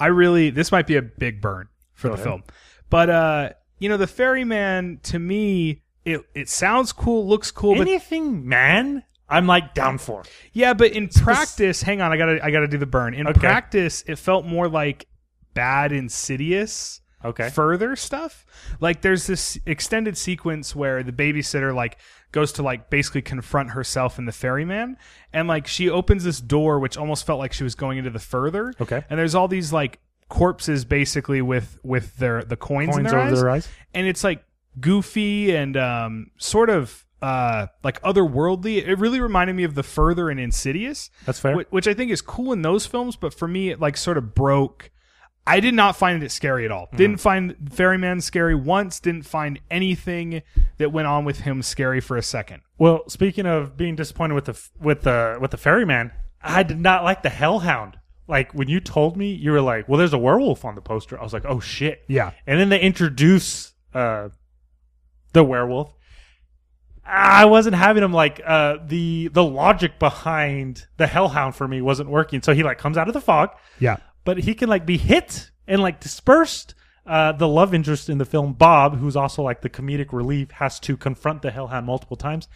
Speaker 2: I really this might be a big burn for
Speaker 1: Go
Speaker 2: the
Speaker 1: ahead.
Speaker 2: film, but uh, you know, the ferryman to me, it it sounds cool, looks cool, but
Speaker 1: anything man i'm like down for
Speaker 2: Yeah, but in practice, hang on, I gotta, I gotta do the burn. In
Speaker 1: Okay.
Speaker 2: practice, it felt more like bad, insidious,
Speaker 1: okay
Speaker 2: further stuff. Like there's this extended sequence where the babysitter like goes to like basically confront herself and the ferryman, and like she opens this door which almost felt like she was going into the further.
Speaker 1: Okay.
Speaker 2: and there's all these like corpses basically with with their the coins, in
Speaker 1: Coins
Speaker 2: their
Speaker 1: over
Speaker 2: eyes
Speaker 1: their eyes.
Speaker 2: and it's like goofy and um, sort of uh, like otherworldly. It really reminded me of the Further and Insidious.
Speaker 1: That's fair.
Speaker 2: whi- Which, I think is cool in those films, but for me, it like sort of broke. I did not find it scary at
Speaker 1: Mm-hmm.
Speaker 2: all. Didn't find Ferryman scary once. Didn't find anything that went on with him scary for a second.
Speaker 1: Well, speaking of being disappointed with the f- with the with the ferryman, I did not like the hellhound. Like when you told me, you were like, "Well, there's a werewolf on the poster." I was like, "Oh shit!"
Speaker 2: Yeah.
Speaker 1: And then they introduce uh, the werewolf. I wasn't having him like uh, the the logic behind the hellhound for me wasn't working. So he like comes out of the fog,
Speaker 2: Yeah.
Speaker 1: but he can like be hit and like dispersed. Uh, the love interest in the film, Bob, who's also like the comedic relief, has to confront the Hellhound multiple times.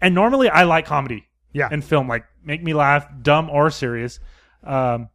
Speaker 1: And normally, I like comedy,
Speaker 2: Yeah.
Speaker 1: in film, like make me laugh, dumb or serious. Um,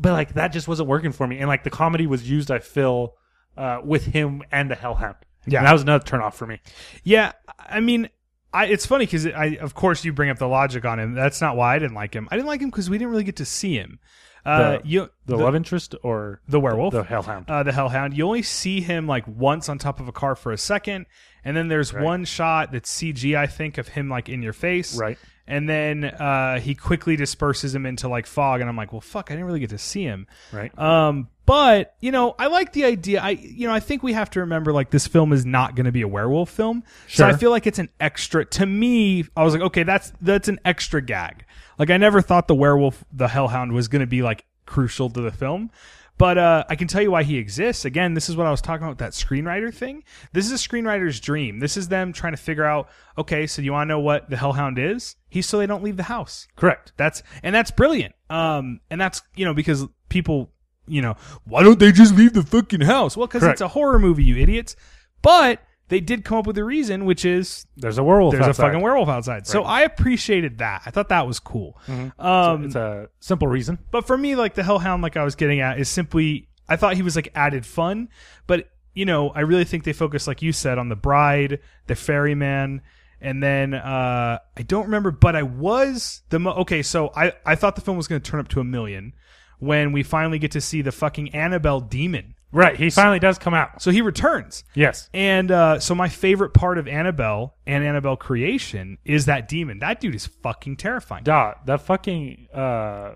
Speaker 1: but like that just wasn't working for me, and like the comedy was used, I feel, uh, with him and the Hellhound.
Speaker 2: Yeah.
Speaker 1: and that was another turnoff for me.
Speaker 2: Yeah, I mean, I, it's funny because I, of course, you bring up the logic on him. That's not why I didn't like him. I didn't like him because we didn't really get to see him. Uh,
Speaker 1: The-
Speaker 2: you,
Speaker 1: The, love interest or
Speaker 2: the werewolf,
Speaker 1: the Hellhound.
Speaker 2: uh, the hellhound. You only see him like once on top of a car for a second, and then there's one shot that's CG, I think, of him like in your face,
Speaker 1: Right.
Speaker 2: And then uh, he quickly disperses him into like fog, and I'm like, well, fuck, I didn't really get to see him,
Speaker 1: Right.
Speaker 2: Um, but you know, I like the idea. I you know, I think we have to remember like this film is not going to be a werewolf film, so
Speaker 1: Sure.
Speaker 2: I feel like it's an extra. To me, I was like, okay, that's that's an extra gag. Like I never thought the werewolf, the hellhound, was going to be like crucial to the film. But uh, I can tell you why he exists. Again, this is what I was talking about with that screenwriter thing. This is a screenwriter's dream. This is them trying to figure out, okay, so you want to know what the Hellhound is? He's so they don't leave the house.
Speaker 1: Correct.
Speaker 2: That's and that's brilliant. Um, and that's you know because people, you know, why don't they just leave the fucking house? Well, because
Speaker 1: Correct.
Speaker 2: it's a horror movie, you idiots. But they did come up with a reason, which is
Speaker 1: There's a werewolf.
Speaker 2: there's
Speaker 1: outside.
Speaker 2: a fucking werewolf outside. So I appreciated that. I thought that was cool. Um,
Speaker 1: Mm-hmm. It's a simple reason.
Speaker 2: but for me, like the Hellhound, like I was getting at, is simply I thought he was like added fun, but you know, I really think they focus, like you said, on the bride, the ferryman, and then uh, I don't remember, but I was the mo- okay. So I I thought the film was going to turn up to a million when we finally get to see the fucking Annabelle demon.
Speaker 1: Right. He finally does come out.
Speaker 2: So he returns.
Speaker 1: Yes.
Speaker 2: And uh, so my favorite part of Annabelle and Annabelle creation is that demon. That dude is fucking terrifying.
Speaker 1: Dot, the fucking uh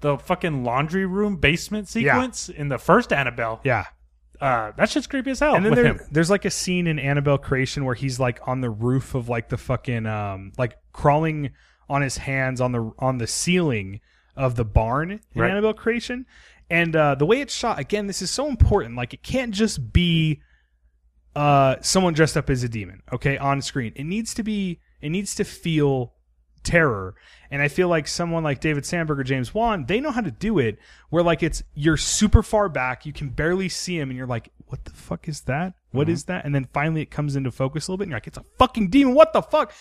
Speaker 1: the fucking laundry room basement sequence in the first Annabelle.
Speaker 2: Yeah.
Speaker 1: Uh that shit's creepy as hell
Speaker 2: And then
Speaker 1: with
Speaker 2: there,
Speaker 1: him.
Speaker 2: there's like a scene in Annabelle Creation where he's like on the roof of like the fucking um like crawling on his hands on the on the ceiling of the barn in
Speaker 1: Right.
Speaker 2: Annabelle Creation, and uh, the way it's shot again, this is so important. Like it can't just be uh someone dressed up as a demon, okay, on screen. It needs to be it needs to feel terror. And I feel like someone like David Sandberg or James Wan, they know how to do it where like it's you're super far back, you can barely see him and you're like, what the fuck is that? What is that? And then finally it comes into focus a little bit and you're like, it's a fucking demon. What the fuck?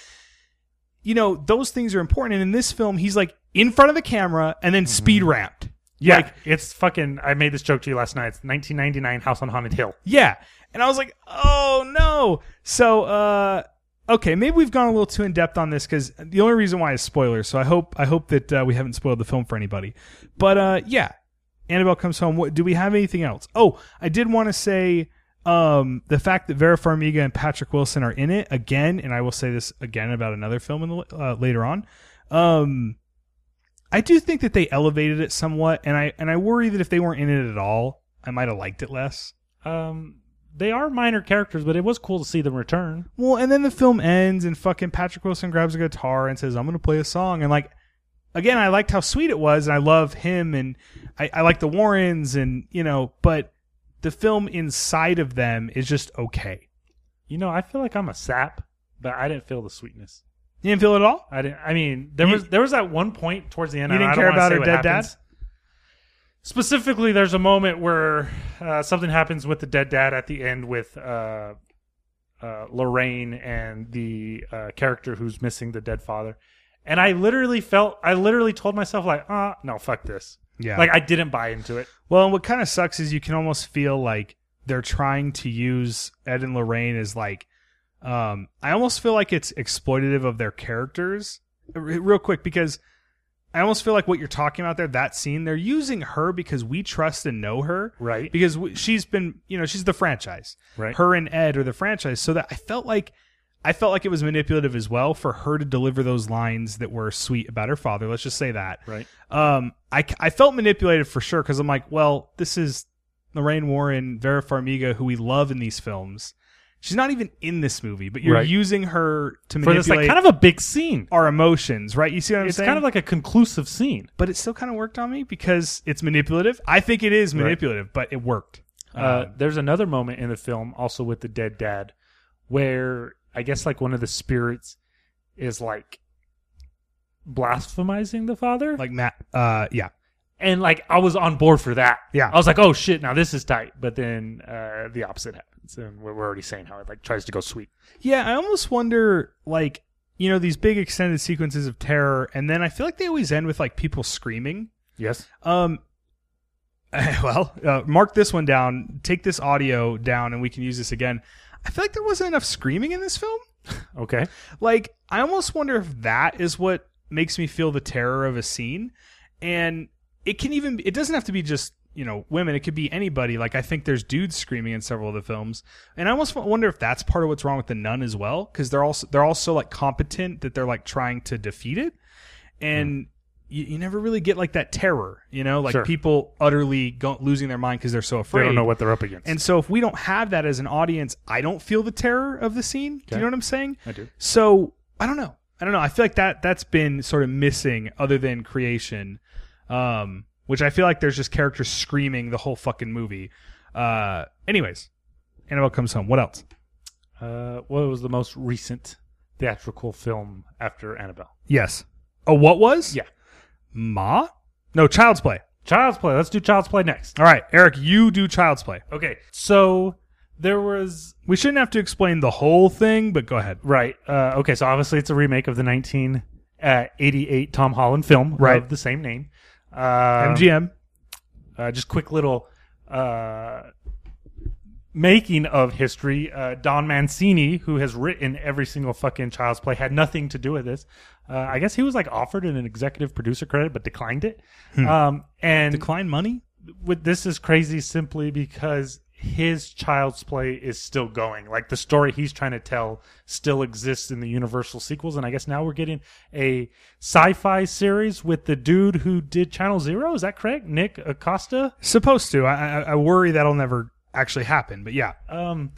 Speaker 2: You know, those things are important. And in this film, he's like in front of the camera and then speed ramped.
Speaker 1: Yeah.
Speaker 2: Like,
Speaker 1: it's fucking I made this joke to you last night. It's nineteen ninety nine House on Haunted Hill.
Speaker 2: Yeah. And I was like, oh no. So uh okay, maybe we've gone a little too in depth on this because the only reason why is spoilers. So I hope I hope that uh, we haven't spoiled the film for anybody. But uh yeah. Annabelle comes home. What do we have anything else? Oh, I did want to say um the fact that Vera Farmiga and Patrick Wilson are in it again, and I will say this again about another film in the, uh, later on. Um I do think that they elevated it somewhat, and I and I worry that if they weren't in it at all, I might have liked it less.
Speaker 1: Um they are minor characters, but it was cool to see them return.
Speaker 2: Well, and then the film ends, and fucking Patrick Wilson grabs a guitar and says, "I'm gonna play a song." And like, again, I liked how sweet it was, and I love him, and I, I like the Warrens, and you know, but the film inside of them is just okay.
Speaker 1: You know, I feel like I'm a sap, but I didn't feel the sweetness.
Speaker 2: You didn't feel it at all.
Speaker 1: I didn't. I mean, there
Speaker 2: You-
Speaker 1: was there was that one point towards the end.
Speaker 2: You
Speaker 1: and
Speaker 2: didn't
Speaker 1: I don't
Speaker 2: care
Speaker 1: wanna
Speaker 2: about
Speaker 1: say
Speaker 2: her
Speaker 1: what
Speaker 2: dead dad?
Speaker 1: happens. Specifically, there's a moment where uh, something happens with the dead dad at the end with uh, uh, Lorraine and the uh, character who's missing the dead father, and I literally felt I literally told myself like, ah, no, fuck this.
Speaker 2: Yeah.
Speaker 1: Like I didn't buy into it.
Speaker 2: Well, and what kind of sucks is you can almost feel like they're trying to use Ed and Lorraine as like Um, I almost feel like it's exploitative of their characters, R- real quick, because I almost feel like what you're talking about there, that scene, they're using her because we trust and know her,
Speaker 1: Right.
Speaker 2: Because we, she's been, you know, she's the franchise,
Speaker 1: Right.
Speaker 2: Her and Ed are the franchise, so that I felt like. I felt like it was manipulative as well for her to deliver those lines that were sweet about her father. Let's just say that
Speaker 1: Right.
Speaker 2: um, I, I felt manipulated for sure because I'm like, well, this is Lorraine Warren, Vera Farmiga, who we love in these films. She's not even in this movie, but you're
Speaker 1: Right.
Speaker 2: using her
Speaker 1: For
Speaker 2: to manipulate
Speaker 1: this, like, kind of a big scene.
Speaker 2: our emotions, right? You see what I'm
Speaker 1: It's
Speaker 2: saying?
Speaker 1: kind of like a conclusive scene.
Speaker 2: but it still kind of worked on me because it's manipulative. I think it is manipulative, but it worked. Um,
Speaker 1: Uh,
Speaker 2: Uh-huh.
Speaker 1: there's another moment in the film, also with the dead dad, where I guess like one of the spirits is like blasphemizing the father,
Speaker 2: Like Matt, uh, yeah,
Speaker 1: and like I was on board for that.
Speaker 2: Yeah.
Speaker 1: I was like, oh shit, now this is tight. But then uh, the opposite happens, and we're, we're already saying how it like tries to go sweet.
Speaker 2: yeah. I almost wonder, like, you know, these big extended sequences of terror, and then I feel like they always end with like people screaming.
Speaker 1: Yes,
Speaker 2: Um, <laughs> well, uh, mark this one down. Take this audio down, and we can use this again. I feel like there wasn't enough screaming in this film.
Speaker 1: okay,
Speaker 2: Like, I almost wonder if that is what makes me feel the terror of a scene. And it can even, it doesn't have to be just, you know, women. It could be anybody. Like, I think there's dudes screaming in several of the films. And I almost wonder if that's part of what's wrong with the nun as well. Cause they're also, they're also like competent that they're like trying to defeat it. And, You, you never really get like that terror, you know, like
Speaker 1: Hmm. Sure.
Speaker 2: people utterly go, losing their mind because they're so
Speaker 1: they
Speaker 2: afraid.
Speaker 1: don't know what they're up against.
Speaker 2: And so if we don't have that as an audience, I don't feel the terror of the scene. Do you
Speaker 1: Okay.
Speaker 2: know what I'm saying?
Speaker 1: I do.
Speaker 2: So I don't know. I don't know. I feel like that that's been sort of missing other than creation. Um, which I feel like there's just characters screaming the whole fucking movie. Uh anyways, Annabelle comes home. What else?
Speaker 1: Uh, what was the most recent theatrical film after Annabelle?
Speaker 2: Yes. Oh, what was?
Speaker 1: Yeah.
Speaker 2: Ma? No, Child's Play.
Speaker 1: Child's Play. Let's do Child's Play next.
Speaker 2: All right, Eric, you do Child's Play.
Speaker 1: Okay, so there was
Speaker 2: We shouldn't have to explain the whole thing, but go ahead.
Speaker 1: Right. Uh, okay. So obviously, it's a remake of the 1988 Tom Holland film
Speaker 2: Right.
Speaker 1: of the same name. Uh,
Speaker 2: MGM.
Speaker 1: uh, just quick little uh, making of history. Uh, Don Mancini, who has written every single fucking Child's Play, had nothing to do with this. Uh, I guess he was like offered an executive producer credit, but declined it. Um, and
Speaker 2: Decline money?
Speaker 1: with this is crazy simply because his child's play is still going like the story he's trying to tell still exists in the universal sequels and i guess now we're getting a sci-fi series with the dude who did channel zero is that correct nick acosta
Speaker 2: Supposed to. I, I, I worry that'll never actually happen, but yeah.
Speaker 1: um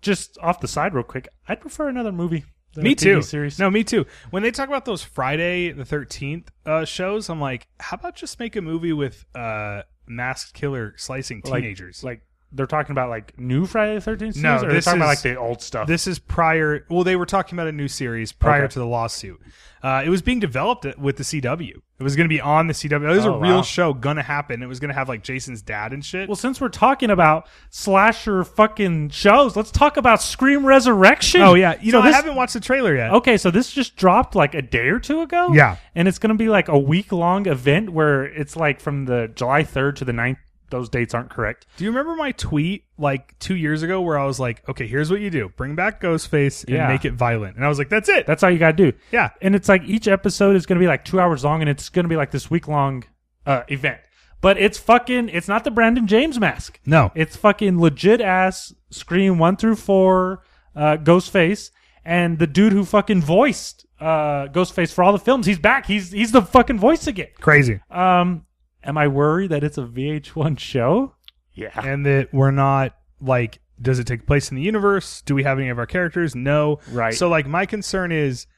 Speaker 1: just off the side real quick i'd prefer another movie than a
Speaker 2: me
Speaker 1: TV
Speaker 2: too.
Speaker 1: series
Speaker 2: No, me too. When they talk about those Friday the Thirteenth uh, shows, I'm like, how about just make a movie with uh, masked killer slicing
Speaker 1: Like-
Speaker 2: teenagers?
Speaker 1: like they're talking about like new friday the 13th series
Speaker 2: No,
Speaker 1: or they're
Speaker 2: this
Speaker 1: talking about
Speaker 2: is-
Speaker 1: like the old stuff
Speaker 2: this is prior. Well, they were talking about a new series prior
Speaker 1: Okay.
Speaker 2: to the lawsuit. Uh, it was being developed at- with the CW. It was going to be on the CW. It was
Speaker 1: Oh,
Speaker 2: a real
Speaker 1: wow.
Speaker 2: show going to happen. It was going to have like Jason's dad and shit.
Speaker 1: Well, since we're talking about slasher fucking shows, let's talk about Scream Resurrection.
Speaker 2: oh yeah, you
Speaker 1: So
Speaker 2: know
Speaker 1: this-
Speaker 2: I haven't watched the trailer yet.
Speaker 1: Okay, so this just dropped like a day or two ago.
Speaker 2: Yeah.
Speaker 1: and it's going to be like a week long event where it's like from the July third to the 9th. Those dates aren't correct.
Speaker 2: Do you remember my tweet like two years ago where I was like, okay, here's what you do: bring back Ghostface and
Speaker 1: Yeah.
Speaker 2: make it violent. And I was like, that's it.
Speaker 1: That's all you got to do.
Speaker 2: yeah.
Speaker 1: and it's like each episode is going to be like two hours long, and it's going to be like this week long uh, event. But it's fucking. It's not the Brandon James mask.
Speaker 2: No.
Speaker 1: It's fucking legit ass Scream one through four, uh, Ghostface, and the dude who fucking voiced uh, Ghostface for all the films. He's back. He's he's the fucking voice again.
Speaker 2: Crazy.
Speaker 1: Um, am I worried that it's a VH1 show? Yeah.
Speaker 2: and that we're not like does it take place in the universe do we have any of our characters no
Speaker 1: Right.
Speaker 2: so like my concern is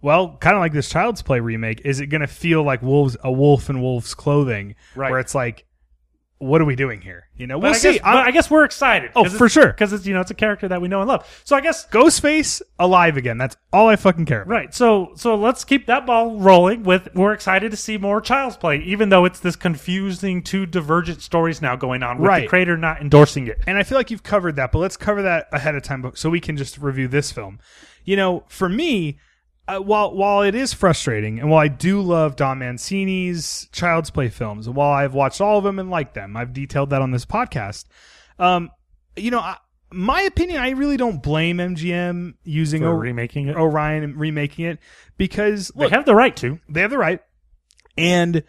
Speaker 2: well kind of like this child's play remake is it going to feel like wolves a wolf in wolves clothing
Speaker 1: Right.
Speaker 2: where it's like what are we doing here you know
Speaker 1: But
Speaker 2: we'll
Speaker 1: I
Speaker 2: see
Speaker 1: Guess, but
Speaker 2: I'm-
Speaker 1: I guess we're excited.
Speaker 2: Oh, for sure.
Speaker 1: Because it's you know it's a character that we know and love. So I guess
Speaker 2: ghostface alive again that's all i fucking care about
Speaker 1: Right. So so let's keep that ball rolling with we're excited to see more child's play, even though it's this confusing two divergent stories now going on with
Speaker 2: Right.
Speaker 1: the creator not endorsing it.
Speaker 2: and I feel like you've covered that, but let's cover that ahead of time so we can just review this film. You know, for me, uh, while while it is frustrating, and while I do love Don Mancini's Child's Play films, and while I've watched all of them and liked them, I've detailed that on this podcast. Um, you know, I, my opinion, I really don't blame MGM using
Speaker 1: For
Speaker 2: O-
Speaker 1: remaking it.
Speaker 2: Orion and remaking it because
Speaker 1: They
Speaker 2: look,
Speaker 1: have the right to.
Speaker 2: they have the right and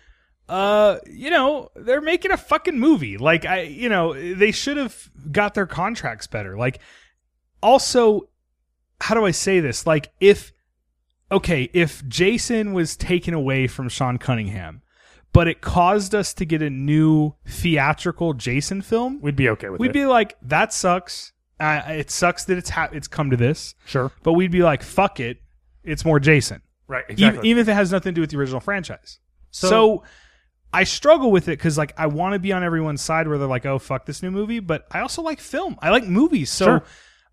Speaker 2: uh you know they're making a fucking movie like i you know they should have got their contracts better like also how do i say this like if okay if jason was taken away from sean cunningham but it caused us to get a new theatrical jason film
Speaker 1: We'd be okay with
Speaker 2: we'd
Speaker 1: it.
Speaker 2: be like that sucks uh, it sucks that it's ha- it's come to this
Speaker 1: sure.
Speaker 2: but we'd be like fuck it it's more jason
Speaker 1: Right.
Speaker 2: Ev-
Speaker 1: Exactly.
Speaker 2: even, if it has nothing to do with the original franchise.
Speaker 1: So-
Speaker 2: So, I struggle with it because like I want to be on everyone's side where they're like, oh fuck this new movie, but I also like film. I like movies, so
Speaker 1: Sure.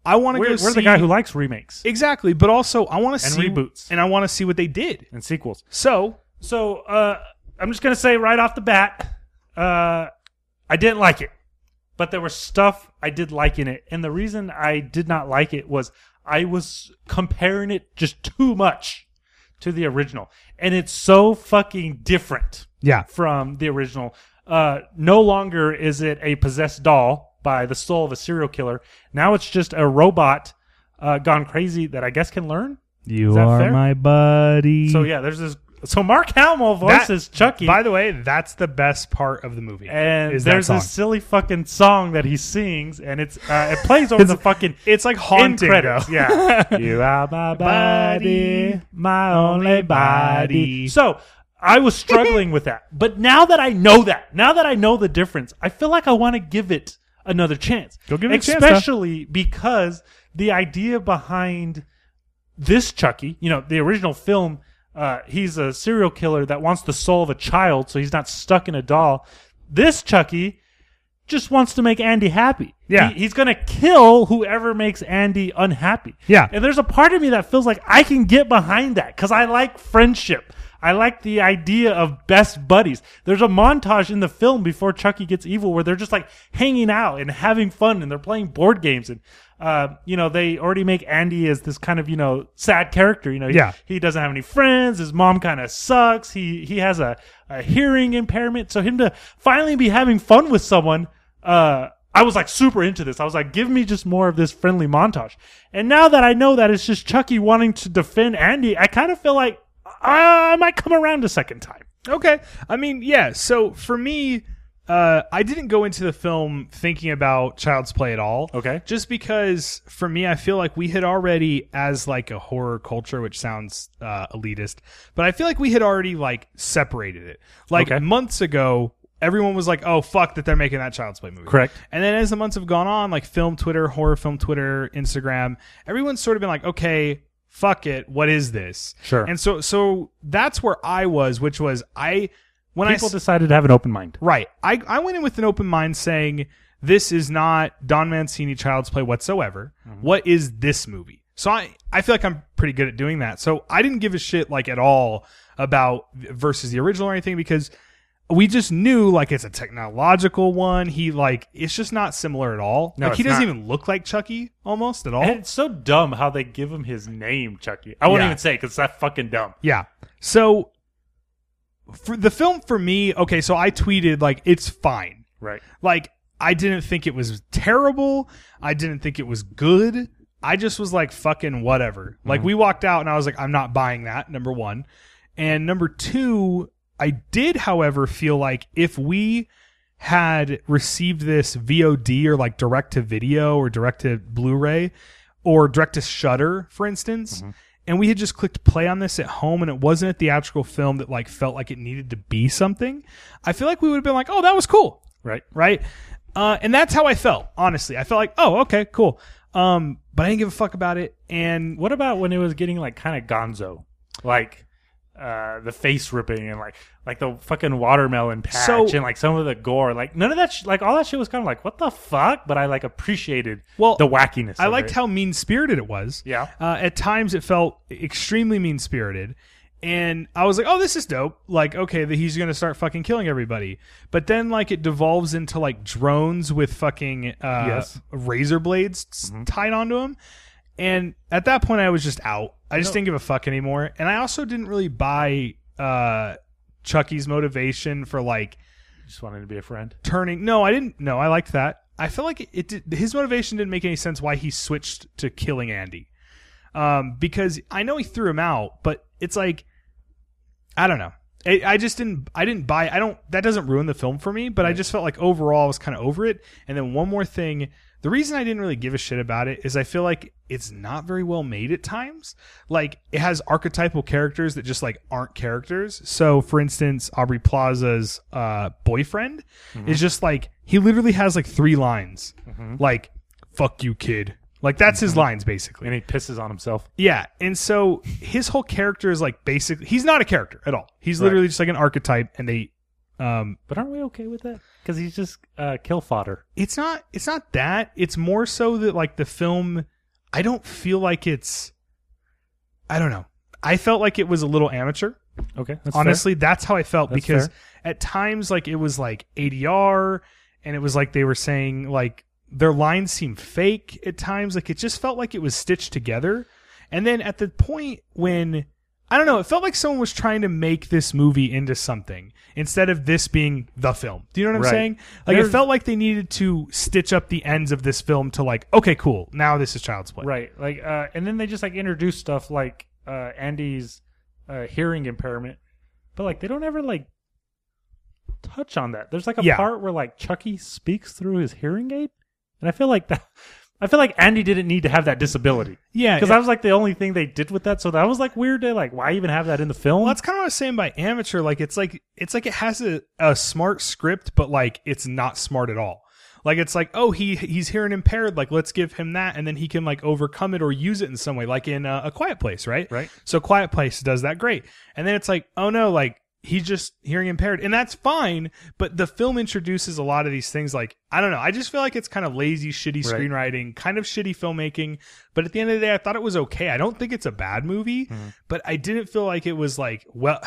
Speaker 2: I want to go.
Speaker 1: we're, we're the
Speaker 2: see-
Speaker 1: guy who likes remakes
Speaker 2: exactly, but also I want to
Speaker 1: And
Speaker 2: see
Speaker 1: reboots.
Speaker 2: and I want to see what they did.
Speaker 1: and sequels.
Speaker 2: So
Speaker 1: So uh, I'm just gonna say right off the bat, uh, I didn't like it, but there was stuff I did like in it, and the reason I did not like it was I was comparing it just too much to the original, and it's so fucking different
Speaker 2: yeah,
Speaker 1: from the original. Uh, no longer is it a possessed doll by the soul of a serial killer. Now it's just a robot uh, gone crazy that I guess can learn.
Speaker 2: you
Speaker 1: that fair?
Speaker 2: my buddy.
Speaker 1: So yeah, there's this. So Mark Hamill voices Chucky.
Speaker 2: By the way, that's the best part of the movie.
Speaker 1: and
Speaker 2: is that
Speaker 1: there's this
Speaker 2: song.
Speaker 1: silly fucking song that he sings, and it's uh, it plays over
Speaker 2: It's-
Speaker 1: the fucking
Speaker 2: it's like
Speaker 1: end
Speaker 2: haunting.
Speaker 1: credits.
Speaker 2: though.
Speaker 1: Yeah, <laughs> you are my body,
Speaker 2: Body,
Speaker 1: my only body.
Speaker 2: body.
Speaker 1: So I was struggling with that, but now that I know that, now that I know the difference, I feel like I want to give it another chance.
Speaker 2: Go give it a chance, Tom.
Speaker 1: especially because the idea behind this Chucky, you know, the original film, uh, he's a serial killer that wants the soul of a child, so he's not stuck in a doll. This Chucky just wants to make Andy happy.
Speaker 2: Yeah.
Speaker 1: He- he's gonna kill whoever makes Andy unhappy.
Speaker 2: Yeah.
Speaker 1: and there's a part of me that feels like I can get behind that because I like friendship. I like the idea of best buddies. There's a montage in the film before Chucky gets evil where they're just like hanging out and having fun and they're playing board games and uh, you know they already make Andy as this kind of you know sad character. You know, he-
Speaker 2: Yeah.
Speaker 1: he doesn't have any friends. His mom kind of sucks. He he has a, a hearing impairment. So him to finally be having fun with someone, uh, I was like super into this. I was like, give me just more of this friendly montage. And now that I know that it's just Chucky wanting to defend Andy, I kind of feel like uh, I might come around a second time.
Speaker 2: Okay. I mean, yeah. So for me, uh, I didn't go into the film thinking about Child's Play at all.
Speaker 1: Okay.
Speaker 2: Just because for me, I feel like we had already, as like a horror culture, which sounds uh, elitist, but I feel like we had already like separated it. Like
Speaker 1: Okay.
Speaker 2: months ago, everyone was like, "Oh fuck," that they're making that Child's Play movie.
Speaker 1: Correct.
Speaker 2: And then as the months have gone on, like film Twitter, horror film Twitter, Instagram, everyone's sort of been like, okay, fuck it, what is this?
Speaker 1: Sure.
Speaker 2: And so so that's where I was, which was I when I
Speaker 1: People
Speaker 2: s-
Speaker 1: decided to have an open mind.
Speaker 2: right I I went in with an open mind saying this is not Don Mancini Child's Play whatsoever.
Speaker 1: Mm-hmm.
Speaker 2: What is this movie? So I I feel like I'm pretty good at doing that. So I didn't give a shit like at all about versus the original or anything because we just knew like it's a technological one. He like it's just not similar at all.
Speaker 1: No,
Speaker 2: like he
Speaker 1: it's
Speaker 2: doesn't
Speaker 1: not.
Speaker 2: even look like Chucky almost at all.
Speaker 1: And it's so dumb how they give him his name, Chucky. I won't
Speaker 2: Yeah.
Speaker 1: even say because that's fucking dumb.
Speaker 2: Yeah. So for the film for me, okay, so I tweeted like it's fine.
Speaker 1: Right.
Speaker 2: Like I didn't think it was terrible. I didn't think it was good. I just was like fucking whatever. Like we walked out and I was like I'm not buying that number 1. And number 2, I did however feel like if we had received this VOD or like direct to video or direct to Blu-ray or direct to Shutter, for instance, and we had just clicked play on this at home, and it wasn't a theatrical film that like felt like it needed to be something. I feel like we would have been like, oh, that was cool,
Speaker 1: Right.
Speaker 2: right? Uh, and that's how I felt. Honestly, I felt like, oh, okay, cool. Um, but I didn't give a fuck about it, and
Speaker 1: What about when it was getting like kind of gonzo, like uh, the face ripping and like like the fucking watermelon patch
Speaker 2: So-
Speaker 1: and like some of the gore, like none of that, sh- like all that shit was kind of like what the fuck. But I like appreciated
Speaker 2: Well,
Speaker 1: the wackiness.
Speaker 2: I
Speaker 1: of
Speaker 2: liked
Speaker 1: it.
Speaker 2: how mean spirited it was.
Speaker 1: Yeah.
Speaker 2: Uh, at times, it felt extremely mean spirited, and I was like, "Oh, this is dope!" Like, okay, that he's gonna start fucking killing everybody. But then, like, it devolves into like drones with fucking uh,
Speaker 1: Yes. Mm-hmm.
Speaker 2: razor blades s- tied onto him. And at that point, I was just out. I just didn't give a fuck anymore. And I also didn't really buy uh, Chucky's motivation for like
Speaker 1: just wanted to be a friend.
Speaker 2: turning. No, I didn't. No, I liked that. I feel like it, did, his motivation didn't make any sense why he switched to killing Andy. Um, because I know he threw him out, but it's like I don't know. I, I just didn't. I didn't buy. I don't. That doesn't ruin the film for me. But I just felt like overall I was kind of over it. And then one more thing. The reason I didn't really give a shit about it is I feel like it's not very well made at times. Like it has archetypal characters that just like aren't characters. So for instance, Aubrey Plaza's uh, boyfriend is just like he literally has like three lines, like "fuck you, kid." Like that's his lines basically.
Speaker 1: and he pisses on himself.
Speaker 2: Yeah, and so his whole character is like basically he's not a character at all. He's literally just like an archetype, and they, um,
Speaker 1: But aren't we okay with that? Because he's just uh, kill fodder.
Speaker 2: it's not it's not that. It's more so that like the film, I don't feel like it's, I don't know. I felt like it was a little amateur.
Speaker 1: Okay, that's fair.
Speaker 2: Honestly, that's how I felt
Speaker 1: That's
Speaker 2: because
Speaker 1: fair.
Speaker 2: at times like it was like ADR, and it was like they were saying like their lines seemed fake at times. Like it just felt like it was stitched together. And then at the point when I don't know, it felt like someone was trying to make this movie into something instead of this being the film. Do you know what I'm
Speaker 1: Right.
Speaker 2: saying? Like
Speaker 1: There's-
Speaker 2: it felt like they needed to stitch up the ends of this film to like, okay, cool, now this is Child's Play.
Speaker 1: right like uh and then they just like introduce stuff like uh andy's uh hearing impairment but like they don't ever like touch on that there's like a
Speaker 2: Yeah.
Speaker 1: part where like chucky speaks through his hearing aid and i feel like that <laughs> i feel like andy didn't need to have that disability
Speaker 2: Yeah,
Speaker 1: because
Speaker 2: yeah.
Speaker 1: that was like the only thing they did with that so that was like weird to like why even have that in the film
Speaker 2: Well, that's kind of what I was saying by amateur. Like it's like it's like it has a, a smart script, but like it's not smart at all. Like it's like oh he he's hearing impaired. Like let's give him that, and then he can like overcome it or use it in some way. Like in uh, a Quiet Place, right?
Speaker 1: Right.
Speaker 2: So Quiet Place does that great, and then it's like oh no, like he's just hearing impaired, and that's fine. But the film introduces a lot of these things. Like I don't know, I just feel like it's kind of lazy,
Speaker 1: Right.
Speaker 2: shitty screenwriting, kind of shitty filmmaking. But at the end of the day, I thought it was okay. I don't think it's a bad movie,
Speaker 1: Mm-hmm.
Speaker 2: but I didn't feel like it was like well.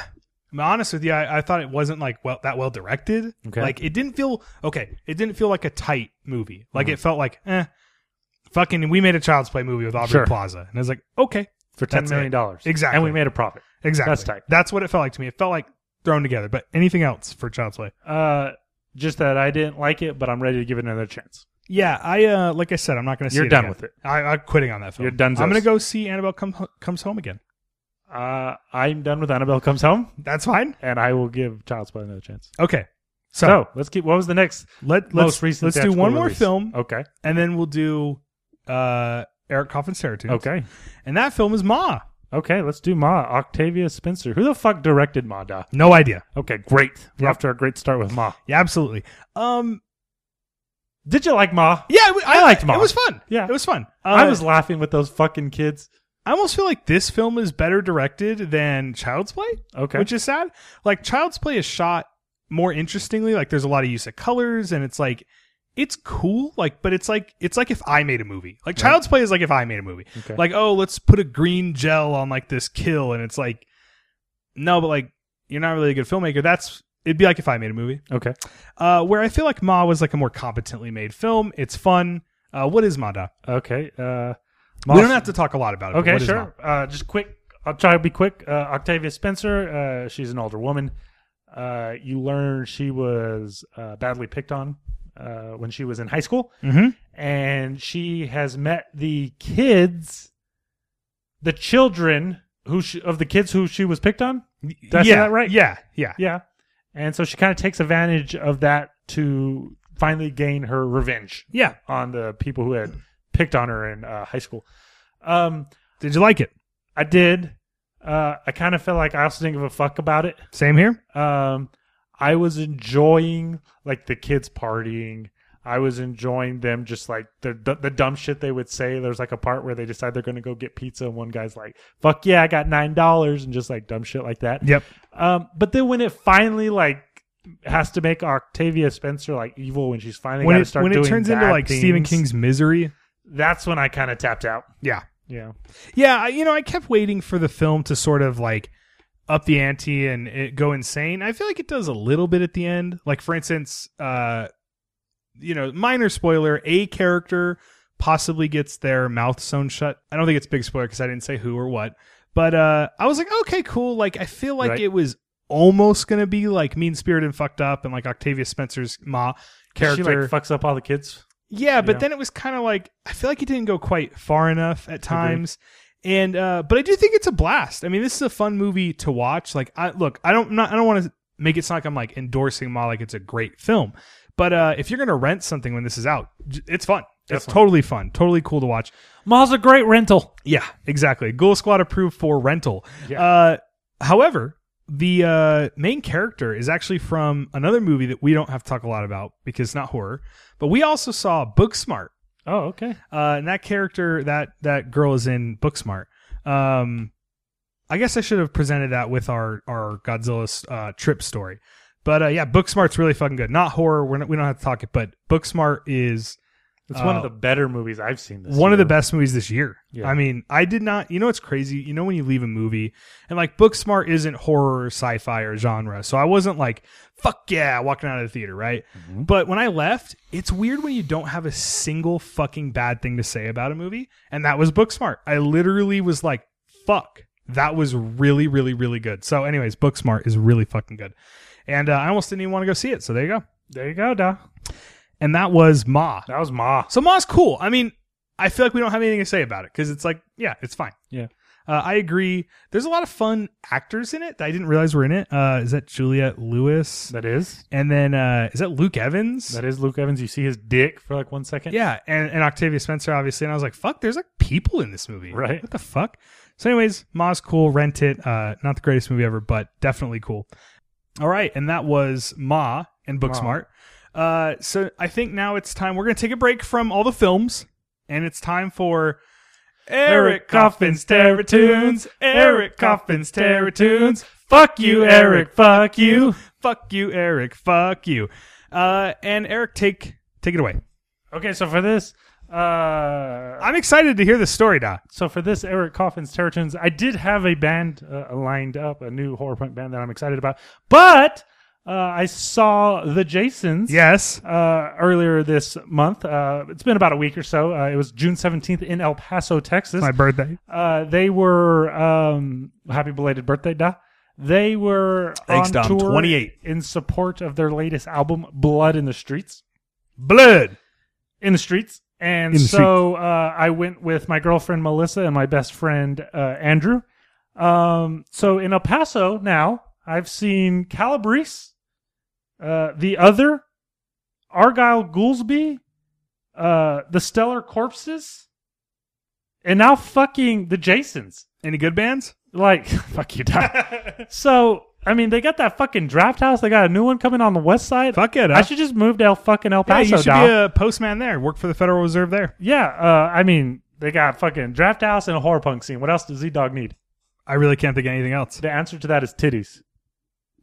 Speaker 2: I'm honest with you, I, I thought it wasn't like well that well directed.
Speaker 1: Okay.
Speaker 2: Like it didn't feel okay. It didn't feel like a tight movie. Like
Speaker 1: Mm-hmm.
Speaker 2: it felt like eh, fucking. We made a Child's Play movie with Aubrey
Speaker 1: Sure.
Speaker 2: Plaza, and I was like, okay,
Speaker 1: for ten million dollars
Speaker 2: Exactly.
Speaker 1: and we made a profit
Speaker 2: exactly.
Speaker 1: That's tight.
Speaker 2: That's what it felt like to me. It felt like thrown together. But anything else for Child's Play?
Speaker 1: uh just that i didn't like it but i'm ready to give it another chance
Speaker 2: Yeah, I uh like I said, I'm not going to.
Speaker 1: You're
Speaker 2: it
Speaker 1: done
Speaker 2: again.
Speaker 1: with it.
Speaker 2: I, I'm quitting on that film.
Speaker 1: You're done-zos.
Speaker 2: I'm going to go see Annabelle Come, Ho- comes home again.
Speaker 1: uh i'm done with annabelle comes home
Speaker 2: That's fine.
Speaker 1: and I will give Child's Play another chance.
Speaker 2: Okay. So,
Speaker 1: So, let's keep. What was the next
Speaker 2: let let's
Speaker 1: most recent?
Speaker 2: let's do
Speaker 1: theatrical
Speaker 2: one more
Speaker 1: release?
Speaker 2: film,
Speaker 1: Okay.
Speaker 2: and then we'll do uh Eric Coffin's Terror Tunes.
Speaker 1: Okay.
Speaker 2: And that film is Ma.
Speaker 1: Okay. Let's do Ma. Octavia Spencer. Who the fuck directed Ma? Da?
Speaker 2: No idea.
Speaker 1: Okay. Great. We're
Speaker 2: Yeah.
Speaker 1: off to a great start with Ma.
Speaker 2: Yeah, absolutely. Um,
Speaker 1: Did you like Ma?
Speaker 2: yeah, it wa- I,
Speaker 1: liked Ma.
Speaker 2: It was fun.
Speaker 1: Yeah.
Speaker 2: it was fun. Uh,
Speaker 1: I was laughing with those fucking kids.
Speaker 2: I almost feel like this film is better directed than Child's Play.
Speaker 1: Okay.
Speaker 2: which is sad. Like Child's Play is shot more interestingly. Like there's a lot of use of colors, and it's like it's cool. Like, but it's like it's like if I made a movie. Like Child's Play is like if I made a movie.
Speaker 1: Okay.
Speaker 2: Like oh, let's put a green gel on like this kill, and it's like no, but like you're not really a good filmmaker. That's it'd be like if I made a movie.
Speaker 1: okay.
Speaker 2: Uh, where I feel like Ma was like a more competently made film. It's fun. Uh, what is Mada?
Speaker 1: Okay. Uh,
Speaker 2: We don't have to talk a lot about it. but
Speaker 1: Okay.
Speaker 2: what is Ma?
Speaker 1: Sure. Uh, just quick. I'll try to be quick. Uh, Octavia Spencer. Uh, she's an older woman. Uh, you learn she was uh, badly picked on uh, when she was in high school.
Speaker 2: Mhm.
Speaker 1: and she has met the kids, the children who she, of the kids who she was picked on. Did I say
Speaker 2: yeah,
Speaker 1: that right?
Speaker 2: Yeah, yeah,
Speaker 1: Yeah, and so she kind of takes advantage of that to finally gain her revenge
Speaker 2: yeah.
Speaker 1: on the people who had picked on her in uh, high school. Um,
Speaker 2: Did you like it?
Speaker 1: I did. Uh, I kind of felt like I also didn't give a fuck about it
Speaker 2: Same here.
Speaker 1: um i was enjoying like the kids partying i was enjoying them just like the the, the dumb shit they would say there's like a part where they decide they're going to go get pizza and one guy's like fuck yeah i got nine dollars and just like dumb shit like that
Speaker 2: Yep.
Speaker 1: um but then when it finally like has to make octavia spencer like evil when she's finally
Speaker 2: when
Speaker 1: got to
Speaker 2: it,
Speaker 1: start
Speaker 2: when it
Speaker 1: doing
Speaker 2: turns into
Speaker 1: bad
Speaker 2: like Stephen
Speaker 1: things,
Speaker 2: King's Misery.
Speaker 1: that's when i kind of tapped out
Speaker 2: Yeah,
Speaker 1: yeah
Speaker 2: yeah. I, you know, I kept waiting for the film to sort of like up the ante and it go insane. I feel like it does a little bit at the end. Like for instance, uh, you know, minor spoiler: a character possibly gets their mouth sewn shut. I don't think it's big spoiler because I didn't say who or what. But uh, I was like, okay, cool. Like I feel like
Speaker 1: Right.
Speaker 2: it was almost gonna be like mean spirited and fucked up and like Octavia Spencer's ma character
Speaker 1: she like fucks up all the kids
Speaker 2: Yeah, but
Speaker 1: Yeah.
Speaker 2: then it was kind of like I feel like it didn't go quite far enough at times. And uh, but I do think it's a blast. I mean, this is a fun movie to watch. Like, I look, I don't not, I don't want to make it sound like I'm like endorsing Ma like it's a great film. But uh, if you're gonna rent something when this is out, j- it's fun. It's totally fun. Totally cool to watch.
Speaker 4: Ma's a great rental.
Speaker 2: Yeah, exactly. Ghoul Squad approved for rental.
Speaker 1: Yeah.
Speaker 2: Uh, however, the uh, main character is actually from another movie that we don't have to talk a lot about because it's not horror. But we also saw Booksmart,
Speaker 1: Oh, okay.
Speaker 2: uh, and that character that that girl is in Booksmart. Um, I guess I should have presented that with our our Godzilla uh, trip story, but uh, yeah, Booksmart's really fucking good. Not horror. We're not, we don't have to talk it, but Booksmart is
Speaker 1: It's one of
Speaker 2: Uh,
Speaker 1: the better movies I've seen. This
Speaker 2: one of the
Speaker 1: year.
Speaker 2: best movies this year.
Speaker 1: Yeah.
Speaker 2: I mean, I did not. You know what's crazy? You know when you leave a movie and like Booksmart isn't horror, or sci-fi, or genre, so I wasn't like fuck yeah walking out of the theater, right? But when I left, it's weird when you don't have a single fucking bad thing to say about a movie, and that was Booksmart. I literally was like fuck, that was really, really, really good. So, anyways, Booksmart is really fucking good, and uh, I almost didn't even want to go see it. So there you go.
Speaker 1: There you go, Da.
Speaker 2: And that was Ma.
Speaker 1: That was Ma.
Speaker 2: So Ma's cool. I mean, I feel like we don't have anything to say about it because it's like, yeah, it's fine.
Speaker 1: Yeah.
Speaker 2: Uh, I agree. There's a lot of fun actors in it that I didn't realize were in it. Uh, is that Juliette Lewis?
Speaker 1: That is.
Speaker 2: and then uh, is that Luke Evans?
Speaker 1: That is Luke Evans. You see his dick for like one second.
Speaker 2: <laughs> yeah, and, and Octavia Spencer, obviously. And I was like, fuck, there's like people in this movie.
Speaker 1: Right.
Speaker 2: What the fuck? So, anyways, Ma's cool. Rent it. Uh, not the greatest movie ever, but definitely cool. All right. And that was Ma and Booksmart. Uh, so I think now it's time. We're going to take a break from all the films, and it's time for. Eric Coffin's Terror Tunes. Eric Coffin's Terror Tunes. Fuck you, Eric. Fuck you. Fuck you, Eric. Fuck you. Uh, and Eric, take take it away.
Speaker 1: Okay, so for this, uh,
Speaker 2: I'm excited to hear the story, Da.
Speaker 1: so for this Eric Coffin's Terror Tunes, I did have a band uh, lined up, a new horror punk band that I'm excited about. But uh, I saw the Jasons.
Speaker 2: Yes.
Speaker 1: uh, earlier this month. Uh, it's been about a week or so. Uh, it was June 17th in El Paso, Texas.
Speaker 2: My birthday.
Speaker 1: uh, they were um, happy belated birthday, da. They were
Speaker 2: Thanks,
Speaker 1: on
Speaker 2: Dom.
Speaker 1: tour
Speaker 2: 28.
Speaker 1: in support of their latest album, Blood in the Streets.
Speaker 2: Blood.
Speaker 1: In the streets. And
Speaker 2: In the
Speaker 1: so Uh, I went with my girlfriend Melissa and my best friend uh, Andrew. Um, so in El Paso now, I've seen Calabrese, uh, the other, Argyle Goolsby, uh, the Stellar Corpses, and now fucking the Jasons.
Speaker 2: Any good bands?
Speaker 1: Like, <laughs> fuck you, Doc. so, I mean, they got that fucking draft house. They got a new one coming on the west side.
Speaker 2: Fuck it.
Speaker 1: I should just move to El fucking El
Speaker 2: yeah,
Speaker 1: Paso,
Speaker 2: you should
Speaker 1: Doc.
Speaker 2: be a postman there. Work for the Federal Reserve there.
Speaker 1: Yeah, uh, I mean, they got fucking draft house and a horror punk scene. What else does Z Dog need?
Speaker 2: I really can't think of anything else.
Speaker 1: The answer to that is titties.